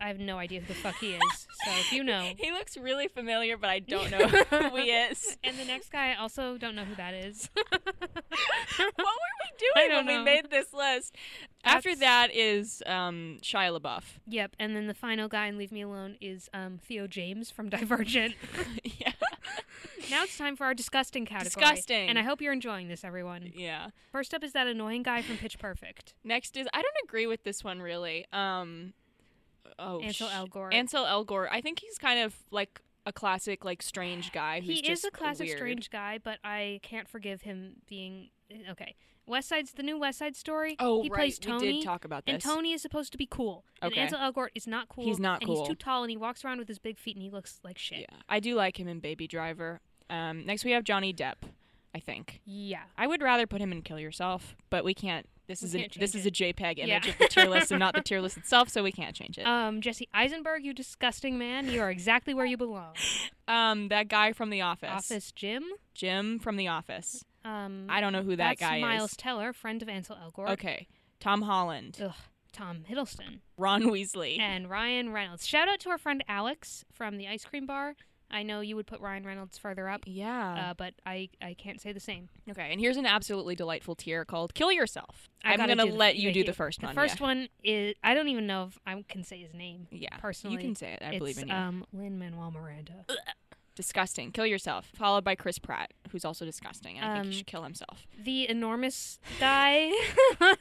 Speaker 3: I have no idea who the fuck he is. So if you
Speaker 2: <laughs>
Speaker 3: know,
Speaker 2: He looks really familiar, but I
Speaker 3: <laughs>
Speaker 2: don't know <laughs> who he is.
Speaker 3: and the next guy, I also don't know who that
Speaker 2: <laughs>
Speaker 3: is.
Speaker 2: what were
Speaker 3: I
Speaker 2: we doing when
Speaker 3: don't
Speaker 2: we
Speaker 3: know.
Speaker 2: made this list? After
Speaker 3: That's-
Speaker 2: that is um, Shia LaBeouf. <laughs>
Speaker 3: Yep, and then the final guy in Leave Me Alone is um, Theo James from
Speaker 2: <laughs>
Speaker 3: Divergent. <laughs>
Speaker 2: yeah.
Speaker 3: now it's time for our disgusting category.
Speaker 2: Disgusting.
Speaker 3: And I hope you're enjoying this, everyone.
Speaker 2: Yeah.
Speaker 3: First up is that annoying guy from Pitch Perfect.
Speaker 2: Next is I don't agree with this one really. Um oh
Speaker 3: Ansel
Speaker 2: sh-
Speaker 3: Elgort.
Speaker 2: Ansel Elgort. I think he's kind of like a classic
Speaker 3: <gasps>
Speaker 2: like strange guy who's
Speaker 3: he is
Speaker 2: just
Speaker 3: a classic
Speaker 2: weird.
Speaker 3: strange guy, but I can't forgive him being okay. West Side's the new West Side Story.
Speaker 2: Oh,
Speaker 3: he
Speaker 2: right.
Speaker 3: plays
Speaker 2: we
Speaker 3: Tony.
Speaker 2: did talk about this.
Speaker 3: And Tony is supposed to be cool.
Speaker 2: Okay.
Speaker 3: And Ansel Elgort is not cool.
Speaker 2: He's not
Speaker 3: and
Speaker 2: cool.
Speaker 3: he's too tall and he walks around with his big feet and he looks like
Speaker 2: Yeah.
Speaker 3: shit.
Speaker 2: I do like him in Baby Driver. Um next we have Johnny Depp, I think.
Speaker 3: Yeah.
Speaker 2: I would rather put him in Kill Yourself, but we can't. This
Speaker 3: We
Speaker 2: is
Speaker 3: can't
Speaker 2: a, this
Speaker 3: change
Speaker 2: is a JPEG
Speaker 3: Yeah.
Speaker 2: image of the tier list and
Speaker 3: <laughs>
Speaker 2: not the tier list itself, so we can't change it.
Speaker 3: Um, Jesse Eisenberg, you disgusting man. You are exactly where you
Speaker 2: <laughs>
Speaker 3: belong.
Speaker 2: Um, that guy from The Office,
Speaker 3: Office Jim.
Speaker 2: Jim from The Office.
Speaker 3: Um,
Speaker 2: I don't know who that
Speaker 3: that's
Speaker 2: guy
Speaker 3: Miles
Speaker 2: is.
Speaker 3: Teller, friend of Ansel Elgort.
Speaker 2: Okay, Tom Holland,
Speaker 3: Ugh, Tom Hiddleston
Speaker 2: Ron <laughs> Weasley.
Speaker 3: and Ryan Reynolds. Shout out to our friend Alex from the ice cream bar. I know you would put Ryan Reynolds further up,
Speaker 2: Yeah.
Speaker 3: uh, but I, I can't say the same.
Speaker 2: Uh, okay, and here's an absolutely delightful tier called "Kill Yourself."
Speaker 3: I
Speaker 2: am
Speaker 3: gotta
Speaker 2: gonna
Speaker 3: do the-
Speaker 2: let you
Speaker 3: thank
Speaker 2: do
Speaker 3: you.
Speaker 2: the first
Speaker 3: The
Speaker 2: one.
Speaker 3: first
Speaker 2: yeah.
Speaker 3: one is I don't even know if I can say his name.
Speaker 2: Yeah,
Speaker 3: personally,
Speaker 2: you can say it. I believe
Speaker 3: it's,
Speaker 2: in you.
Speaker 3: Um, Lin Manuel Miranda.
Speaker 2: disgusting. Kill yourself. Followed by Chris Pratt, who's also disgusting. And I think
Speaker 3: Um,
Speaker 2: he should kill himself.
Speaker 3: the enormous guy <laughs>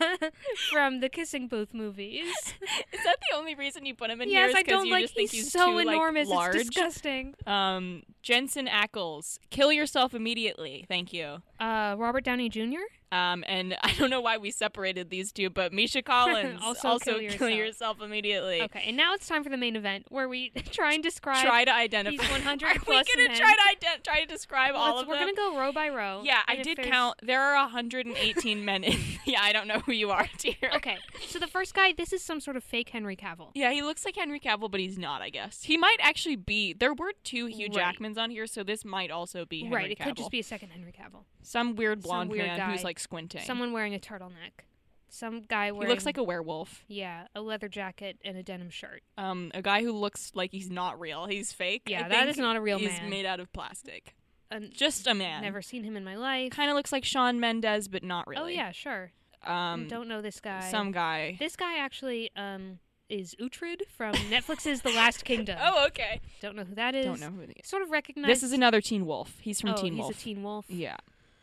Speaker 3: from the Kissing Booth movies.
Speaker 2: <laughs> <laughs> Is that the only reason you put him in
Speaker 3: yes,
Speaker 2: here?
Speaker 3: I don't
Speaker 2: you
Speaker 3: like.
Speaker 2: Just think
Speaker 3: He's,
Speaker 2: he's
Speaker 3: so
Speaker 2: too,
Speaker 3: enormous.
Speaker 2: Like, large.
Speaker 3: It's disgusting.
Speaker 2: Um, Jensen Ackles, kill yourself immediately. Thank you.
Speaker 3: Uh, Robert Downey Jr.
Speaker 2: Um, and <laughs> I don't know why we separated these two, but <laughs> Misha Collins
Speaker 3: Also
Speaker 2: also
Speaker 3: kill
Speaker 2: kill,
Speaker 3: yourself.
Speaker 2: yourself immediately.
Speaker 3: Okay, and now it's time for the main event where we <laughs> try and describe.
Speaker 2: Try to identify.
Speaker 3: These 100
Speaker 2: <laughs> Are we
Speaker 3: plus
Speaker 2: gonna
Speaker 3: men.
Speaker 2: try to ident- try to describe
Speaker 3: Let's-
Speaker 2: all of
Speaker 3: we're
Speaker 2: them?
Speaker 3: gonna go row by row.
Speaker 2: yeah, I
Speaker 3: and if
Speaker 2: did
Speaker 3: there's-
Speaker 2: count. There are 118 men in. <laughs> Yeah, I don't know who you are, dear.
Speaker 3: <laughs> Okay, so the first guy, this is some sort of fake Henry Cavill.
Speaker 2: Yeah, he looks like Henry Cavill, but he's not. I guess he might actually be. There were two Hugh
Speaker 3: Right.
Speaker 2: Jackmans on here, so this might also be Henry
Speaker 3: right, it
Speaker 2: Cavill.
Speaker 3: could just be a second Henry Cavill.
Speaker 2: some weird
Speaker 3: some
Speaker 2: blonde
Speaker 3: weird
Speaker 2: man
Speaker 3: guy.
Speaker 2: who's like squinting.
Speaker 3: Someone wearing a turtleneck. Some guy
Speaker 2: he
Speaker 3: wearing.
Speaker 2: looks like a werewolf.
Speaker 3: yeah, a leather jacket and a denim shirt.
Speaker 2: Um, a guy who looks like he's not real. He's fake.
Speaker 3: Yeah,
Speaker 2: I
Speaker 3: that
Speaker 2: think
Speaker 3: is not a real
Speaker 2: he's
Speaker 3: man.
Speaker 2: made out of plastic.
Speaker 3: And
Speaker 2: Just a man.
Speaker 3: never seen him in my life.
Speaker 2: Kind of looks like Sean Mendez, but not really.
Speaker 3: Oh yeah, sure.
Speaker 2: Um,
Speaker 3: Don't know this guy.
Speaker 2: some guy.
Speaker 3: This guy actually um is Uhtred
Speaker 2: <laughs>
Speaker 3: from Netflix's The Last Kingdom.
Speaker 2: Oh, okay.
Speaker 3: Don't know who that is.
Speaker 2: Don't know who he is.
Speaker 3: Sort of recognized.
Speaker 2: This is another Teen Wolf. He's from
Speaker 3: oh,
Speaker 2: Teen
Speaker 3: he's
Speaker 2: Wolf.
Speaker 3: a Teen Wolf.
Speaker 2: yeah.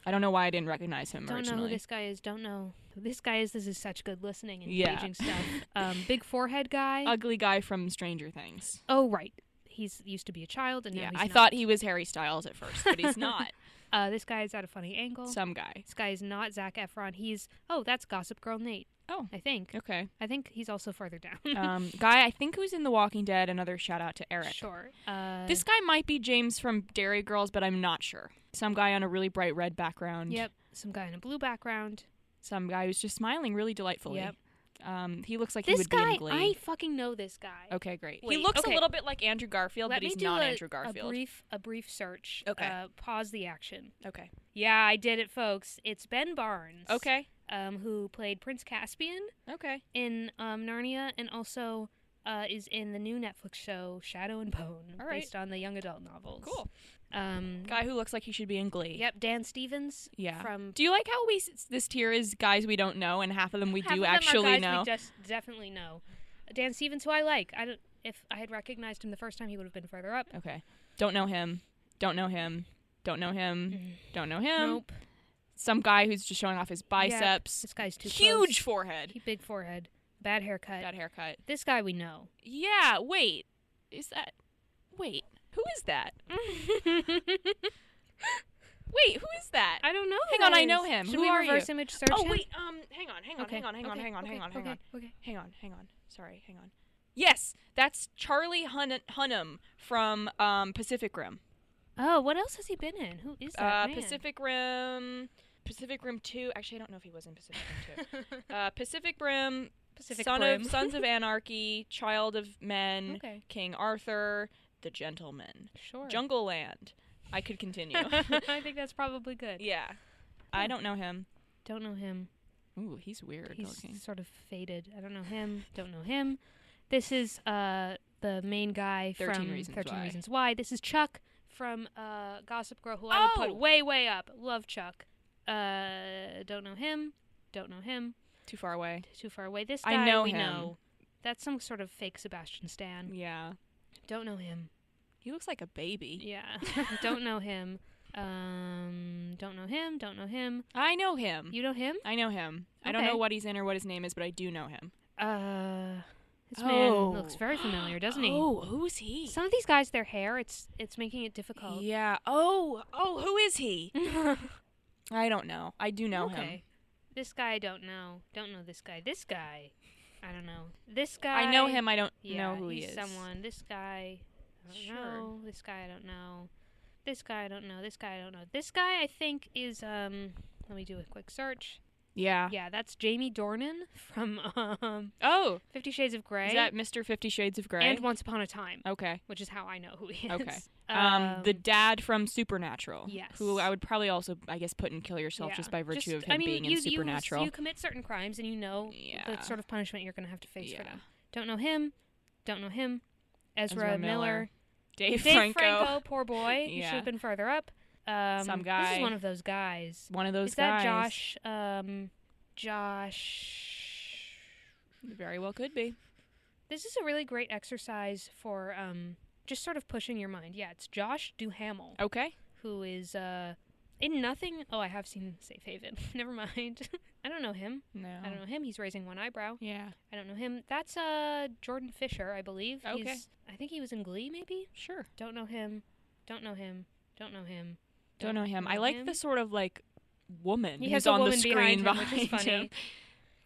Speaker 2: I don't know why I didn't recognize him
Speaker 3: Don't know
Speaker 2: originally.
Speaker 3: who this guy is. Don't know who this guy is. This is such good listening and
Speaker 2: Yeah.
Speaker 3: engaging stuff. Um, big forehead guy.
Speaker 2: <laughs> Ugly guy from Stranger Things.
Speaker 3: oh right, he's used to be a child and now
Speaker 2: yeah,
Speaker 3: he's
Speaker 2: I
Speaker 3: not.
Speaker 2: thought he was Harry Styles at first,
Speaker 3: <laughs>
Speaker 2: but he's not.
Speaker 3: Uh, this guy is at a funny angle.
Speaker 2: some guy.
Speaker 3: this guy is not Zach Efron. He's oh that's Gossip Girl Nate.
Speaker 2: Oh.
Speaker 3: I think. <laughs>
Speaker 2: Okay.
Speaker 3: I think he's also farther down. <laughs>
Speaker 2: Um, guy I think who's in The Walking Dead. Another shout out to Eric.
Speaker 3: Sure. Uh,
Speaker 2: This guy might be James from Dairy Girls, but I'm not sure. Some guy on a really bright red background.
Speaker 3: Yep. Some guy in a blue background.
Speaker 2: Some guy who's just smiling really delightfully.
Speaker 3: Yep.
Speaker 2: Um, he looks like he
Speaker 3: this
Speaker 2: would be
Speaker 3: guy,
Speaker 2: in Glee.
Speaker 3: I fucking know this guy.
Speaker 2: Okay, great.
Speaker 3: Wait,
Speaker 2: he looks
Speaker 3: okay.
Speaker 2: a little bit like Andrew Garfield,
Speaker 3: Let
Speaker 2: but
Speaker 3: me
Speaker 2: he's
Speaker 3: do
Speaker 2: not
Speaker 3: a,
Speaker 2: Andrew
Speaker 3: a
Speaker 2: Garfield.
Speaker 3: brief, a brief search.
Speaker 2: Okay.
Speaker 3: Uh, pause the action.
Speaker 2: okay.
Speaker 3: Yeah, I did it, folks. It's Ben Barnes.
Speaker 2: Okay.
Speaker 3: Um, who played Prince Caspian
Speaker 2: Okay.
Speaker 3: in um, Narnia, and also uh, is in the new Netflix show Shadow and Bone,
Speaker 2: All right.
Speaker 3: based on the young adult novels.
Speaker 2: Cool.
Speaker 3: Um.
Speaker 2: Guy who looks like he should be in Glee.
Speaker 3: Yep. Dan Stevens.
Speaker 2: Yeah.
Speaker 3: From
Speaker 2: Do you like how we s- this tier is guys we don't know and half of them we
Speaker 3: half of
Speaker 2: do
Speaker 3: them are
Speaker 2: actually
Speaker 3: guys
Speaker 2: know?
Speaker 3: We just definitely know. Dan Stevens, who I like. I don't. If I had recognized him the first time, he would have been further up.
Speaker 2: Okay. Don't know him. Don't know him. Don't know him. Don't know him.
Speaker 3: Mm. nope.
Speaker 2: Some guy who's just showing off his
Speaker 3: Yep.
Speaker 2: Um, biceps.
Speaker 3: This guy's too
Speaker 2: Huge
Speaker 3: Close.
Speaker 2: forehead.
Speaker 3: He- big forehead. Bad haircut.
Speaker 2: That haircut.
Speaker 3: This guy we
Speaker 2: <laughs>
Speaker 3: know.
Speaker 2: Yeah, wait. Is that. Wait. Who is that?
Speaker 3: I
Speaker 2: Wait, who is that?
Speaker 3: don't know.
Speaker 2: Hang
Speaker 3: who
Speaker 2: on,
Speaker 3: that
Speaker 2: I know
Speaker 3: is.
Speaker 2: him.
Speaker 3: Should
Speaker 2: Who
Speaker 3: we
Speaker 2: are
Speaker 3: reverse
Speaker 2: you?
Speaker 3: image search?
Speaker 2: Oh
Speaker 3: him?
Speaker 2: wait, um, hang on, hang on,
Speaker 3: Okay,
Speaker 2: hang on, hang on,
Speaker 3: okay,
Speaker 2: hang on,
Speaker 3: okay,
Speaker 2: hang on, hang
Speaker 3: okay,
Speaker 2: on,
Speaker 3: Okay.
Speaker 2: hang on, hang on. Sorry, hang on. Yes, that's Charlie Hun- Hunnam from um, Pacific Rim.
Speaker 3: Oh, what else has he been in? Who is that
Speaker 2: Uh,
Speaker 3: man?
Speaker 2: Pacific Rim, Pacific Rim Two. Actually, I don't know if he was in Pacific Rim <laughs> Two. uh, Pacific Rim,
Speaker 3: Pacific
Speaker 2: Son
Speaker 3: Brim.
Speaker 2: of <laughs> Sons of Anarchy, Child of Men,
Speaker 3: Okay.
Speaker 2: King Arthur, The Gentleman,
Speaker 3: <laughs> Sure.
Speaker 2: Jungle Land. I could <laughs>
Speaker 3: <laughs>
Speaker 2: continue.
Speaker 3: I think that's probably good.
Speaker 2: yeah, I don't know him.
Speaker 3: Don't know him.
Speaker 2: Ooh, he's weird
Speaker 3: He's
Speaker 2: looking.
Speaker 3: sort of faded. I don't know him. Don't know him. This is uh the main guy
Speaker 2: 13
Speaker 3: from
Speaker 2: Reasons
Speaker 3: Thirteen
Speaker 2: Why.
Speaker 3: Reasons Why. This is Chuck from uh Gossip Girl, who I would
Speaker 2: Oh!
Speaker 3: put way way up. Love Chuck. Uh, don't know him. Don't know him.
Speaker 2: Too far away.
Speaker 3: Too far away. This
Speaker 2: I
Speaker 3: guy
Speaker 2: know
Speaker 3: we
Speaker 2: him.
Speaker 3: know. That's some sort of fake Sebastian Stan.
Speaker 2: Yeah.
Speaker 3: Don't know him.
Speaker 2: He looks like a baby. <laughs>
Speaker 3: Yeah. don't know him. Um, don't know him. Don't know him.
Speaker 2: I know him.
Speaker 3: You know him?
Speaker 2: I know him. I don't know
Speaker 3: Okay.
Speaker 2: what he's in or what his name is, but I do know him.
Speaker 3: Uh, this man looks
Speaker 2: Oh.
Speaker 3: very familiar, doesn't he?
Speaker 2: Oh, who's he?
Speaker 3: Some of these guys, their hair, it's it's making it difficult.
Speaker 2: Yeah. Oh, oh, who is he?
Speaker 3: <laughs>
Speaker 2: I don't know. I do know
Speaker 3: okay.
Speaker 2: him.
Speaker 3: This guy I don't know. Don't know this guy. This guy. I don't know. This guy
Speaker 2: I know him. I don't
Speaker 3: Yeah,
Speaker 2: know who
Speaker 3: he's
Speaker 2: he is.
Speaker 3: someone. This guy I don't
Speaker 2: Sure.
Speaker 3: know. This guy I don't know. This guy I don't know. This guy I don't know. This guy I think is um let me do a quick search.
Speaker 2: Yeah.
Speaker 3: Yeah, that's Jamie Dornan from um
Speaker 2: Oh,
Speaker 3: Fifty Shades of Grey
Speaker 2: is that Mr. Fifty Shades of Grey?
Speaker 3: and Once Upon a Time,
Speaker 2: okay.
Speaker 3: which is how I know who he is.
Speaker 2: Okay. Um, the dad from Supernatural.
Speaker 3: Yes.
Speaker 2: Who I would probably also, I guess, put in Kill Yourself
Speaker 3: yeah.
Speaker 2: just by virtue
Speaker 3: Just-
Speaker 2: of him
Speaker 3: I mean,
Speaker 2: being
Speaker 3: you,
Speaker 2: in
Speaker 3: you-
Speaker 2: Supernatural.
Speaker 3: You, commit certain crimes and you know
Speaker 2: Yeah.
Speaker 3: the sort of punishment you're going to have to face for
Speaker 2: Yeah.
Speaker 3: them. Don't know him. Don't know him. Ezra,
Speaker 2: Ezra
Speaker 3: Miller.
Speaker 2: Miller. <laughs> Dave,
Speaker 3: Dave
Speaker 2: Franco.
Speaker 3: Franco, poor boy. He should
Speaker 2: Yeah.
Speaker 3: have been further up. Um,
Speaker 2: Some
Speaker 3: This
Speaker 2: guy.
Speaker 3: is one of those guys.
Speaker 2: One of those
Speaker 3: is that
Speaker 2: guys.
Speaker 3: Josh? Um, Josh.
Speaker 2: Very well could be.
Speaker 3: This is a really great exercise for um, just sort of pushing your mind. Yeah, it's Josh Duhamel,
Speaker 2: Okay.
Speaker 3: who is uh, in nothing. Oh, I have seen Safe Haven. <laughs> Never mind. I don't know him.
Speaker 2: No.
Speaker 3: I don't know him. He's raising one eyebrow.
Speaker 2: Yeah.
Speaker 3: I don't know him. That's uh Jordan Fisher, I believe.
Speaker 2: Okay.
Speaker 3: He's, I think he was in Glee, maybe.
Speaker 2: Sure.
Speaker 3: Don't know him. Don't know him. Don't know him.
Speaker 2: Don't know him. I like
Speaker 3: him.
Speaker 2: the sort of like woman
Speaker 3: He
Speaker 2: who's
Speaker 3: has a
Speaker 2: on
Speaker 3: woman
Speaker 2: the screen
Speaker 3: behind him, which is
Speaker 2: behind
Speaker 3: funny.
Speaker 2: him.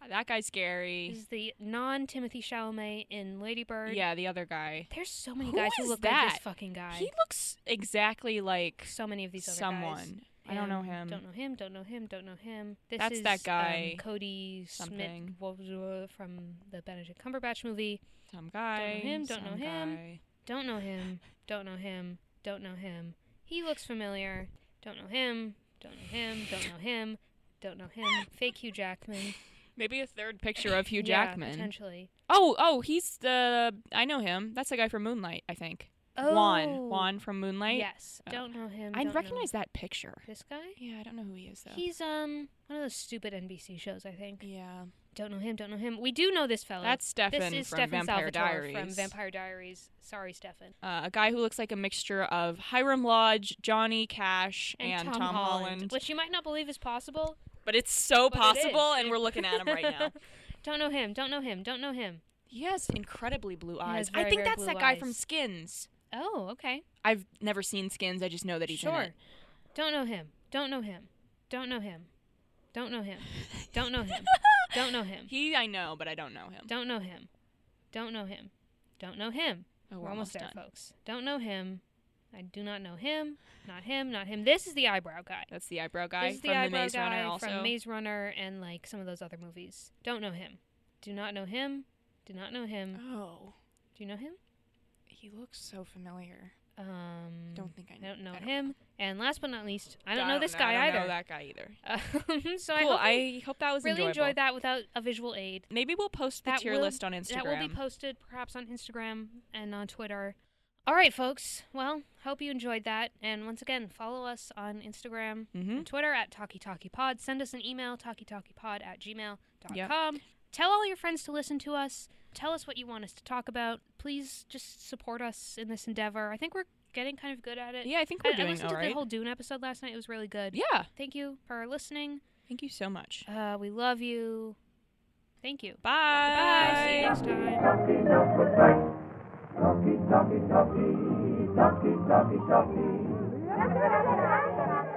Speaker 2: That guy's scary.
Speaker 3: Is the non Timothy Chalamet in Lady Bird?
Speaker 2: Yeah, the other guy.
Speaker 3: There's so many
Speaker 2: Who
Speaker 3: guys who
Speaker 2: is
Speaker 3: look like
Speaker 2: that?
Speaker 3: this fucking guy.
Speaker 2: He looks exactly like
Speaker 3: so many of these other guys.
Speaker 2: someone. I don't know him.
Speaker 3: Don't know him. Don't know him. Don't know him. This
Speaker 2: That's
Speaker 3: is
Speaker 2: that guy.
Speaker 3: Um, Cody
Speaker 2: Something.
Speaker 3: Smith Wobzwa from the Benedict Cumberbatch movie.
Speaker 2: Some guy.
Speaker 3: him, don't know
Speaker 2: some
Speaker 3: him.
Speaker 2: guy.
Speaker 3: Don't know him. Don't know him. Don't know him. He looks familiar. Don't know him. Don't know him. Don't know him. Don't know
Speaker 2: <laughs>
Speaker 3: him. Fake Hugh Jackman.
Speaker 2: Maybe a third picture of Hugh
Speaker 3: <coughs> Yeah,
Speaker 2: Jackman.
Speaker 3: potentially.
Speaker 2: oh, oh, he's the. I know him. That's the guy from Moonlight, I think.
Speaker 3: Oh,
Speaker 2: Juan. Juan from Moonlight.
Speaker 3: Yes.
Speaker 2: Oh.
Speaker 3: Don't know him.
Speaker 2: I
Speaker 3: don't know
Speaker 2: recognize that picture.
Speaker 3: this guy.
Speaker 2: Yeah, I don't know who he is though.
Speaker 3: He's um one of those stupid NBC shows, I think.
Speaker 2: yeah,
Speaker 3: Don't know him. Don't know him. We do know this fellow.
Speaker 2: that's Stefan
Speaker 3: this is
Speaker 2: from
Speaker 3: Stefan Salvatore
Speaker 2: Vampire Diaries.
Speaker 3: from Vampire Diaries. Sorry, Stefan.
Speaker 2: uh, a guy who looks like a mixture of Hiram Lodge, Johnny Cash, and, Tom, Holland.
Speaker 3: which you might not believe is possible.
Speaker 2: But it's so
Speaker 3: But it
Speaker 2: possible,
Speaker 3: is.
Speaker 2: and we're looking at him right now.
Speaker 3: <laughs> Don't know him. Don't know him. Don't know him.
Speaker 2: <laughs> He has incredibly blue eyes.
Speaker 3: has very,
Speaker 2: I think
Speaker 3: very
Speaker 2: that's
Speaker 3: blue
Speaker 2: that guy from
Speaker 3: eyes.
Speaker 2: Skins.
Speaker 3: Oh, okay.
Speaker 2: I've never seen Skins. I just know that he's in
Speaker 3: Sure.
Speaker 2: it.
Speaker 3: Don't know him. Don't know him. Don't know him. Don't know
Speaker 2: <laughs>
Speaker 3: him. Don't know him. Don't know him.
Speaker 2: He, I know, but I don't know him.
Speaker 3: Don't know him. Don't know him. Don't know him.
Speaker 2: Oh,
Speaker 3: We're almost there,
Speaker 2: done.
Speaker 3: folks. Don't know him. I do not know him. Not him. Not him. This is the eyebrow guy.
Speaker 2: That's the eyebrow guy
Speaker 3: this is
Speaker 2: from
Speaker 3: the eyebrow
Speaker 2: the Maze
Speaker 3: guy
Speaker 2: Runner. Also,
Speaker 3: from Maze Runner and like some of those other movies. Don't know him. Do not know him. Do not know him.
Speaker 2: oh,
Speaker 3: Do you know him?
Speaker 2: he looks so familiar.
Speaker 3: Um,
Speaker 2: Don't think I
Speaker 3: I
Speaker 2: know.
Speaker 3: don't know
Speaker 2: I don't
Speaker 3: him. And last but not least, I don't know this guy
Speaker 2: I don't
Speaker 3: either.
Speaker 2: Know that guy
Speaker 3: <laughs>
Speaker 2: either.
Speaker 3: Um, so I
Speaker 2: cool.
Speaker 3: hope
Speaker 2: I
Speaker 3: you
Speaker 2: hope, that was
Speaker 3: really
Speaker 2: enjoyable.
Speaker 3: enjoyed that without a visual aid.
Speaker 2: Maybe we'll post the
Speaker 3: That
Speaker 2: tier
Speaker 3: will-
Speaker 2: list on Instagram.
Speaker 3: That will be posted perhaps on Instagram and on Twitter. All right, folks. Well, hope you enjoyed that. And once again, follow us on Instagram
Speaker 2: hmm
Speaker 3: and Twitter at Talkie Talkie Pod. Send us an email, talkietalkiepod at gmail.com.
Speaker 2: Yep.
Speaker 3: com. Tell all your friends to listen to us. Tell us what you want us to talk about. Please just support us in this endeavor. I think we're getting kind of good at it.
Speaker 2: Yeah, I think
Speaker 3: I,
Speaker 2: we're
Speaker 3: I
Speaker 2: doing
Speaker 3: listened
Speaker 2: all
Speaker 3: to
Speaker 2: right.
Speaker 3: the whole Dune episode last night. It was really good.
Speaker 2: yeah.
Speaker 3: Thank you for listening.
Speaker 2: Thank you so much.
Speaker 3: Uh, we love you. Thank you.
Speaker 2: Bye.
Speaker 3: Bye. See you next time.
Speaker 4: Talkie, no complaint. Talkie, talkie, talkie, talkie, talkie, talkie.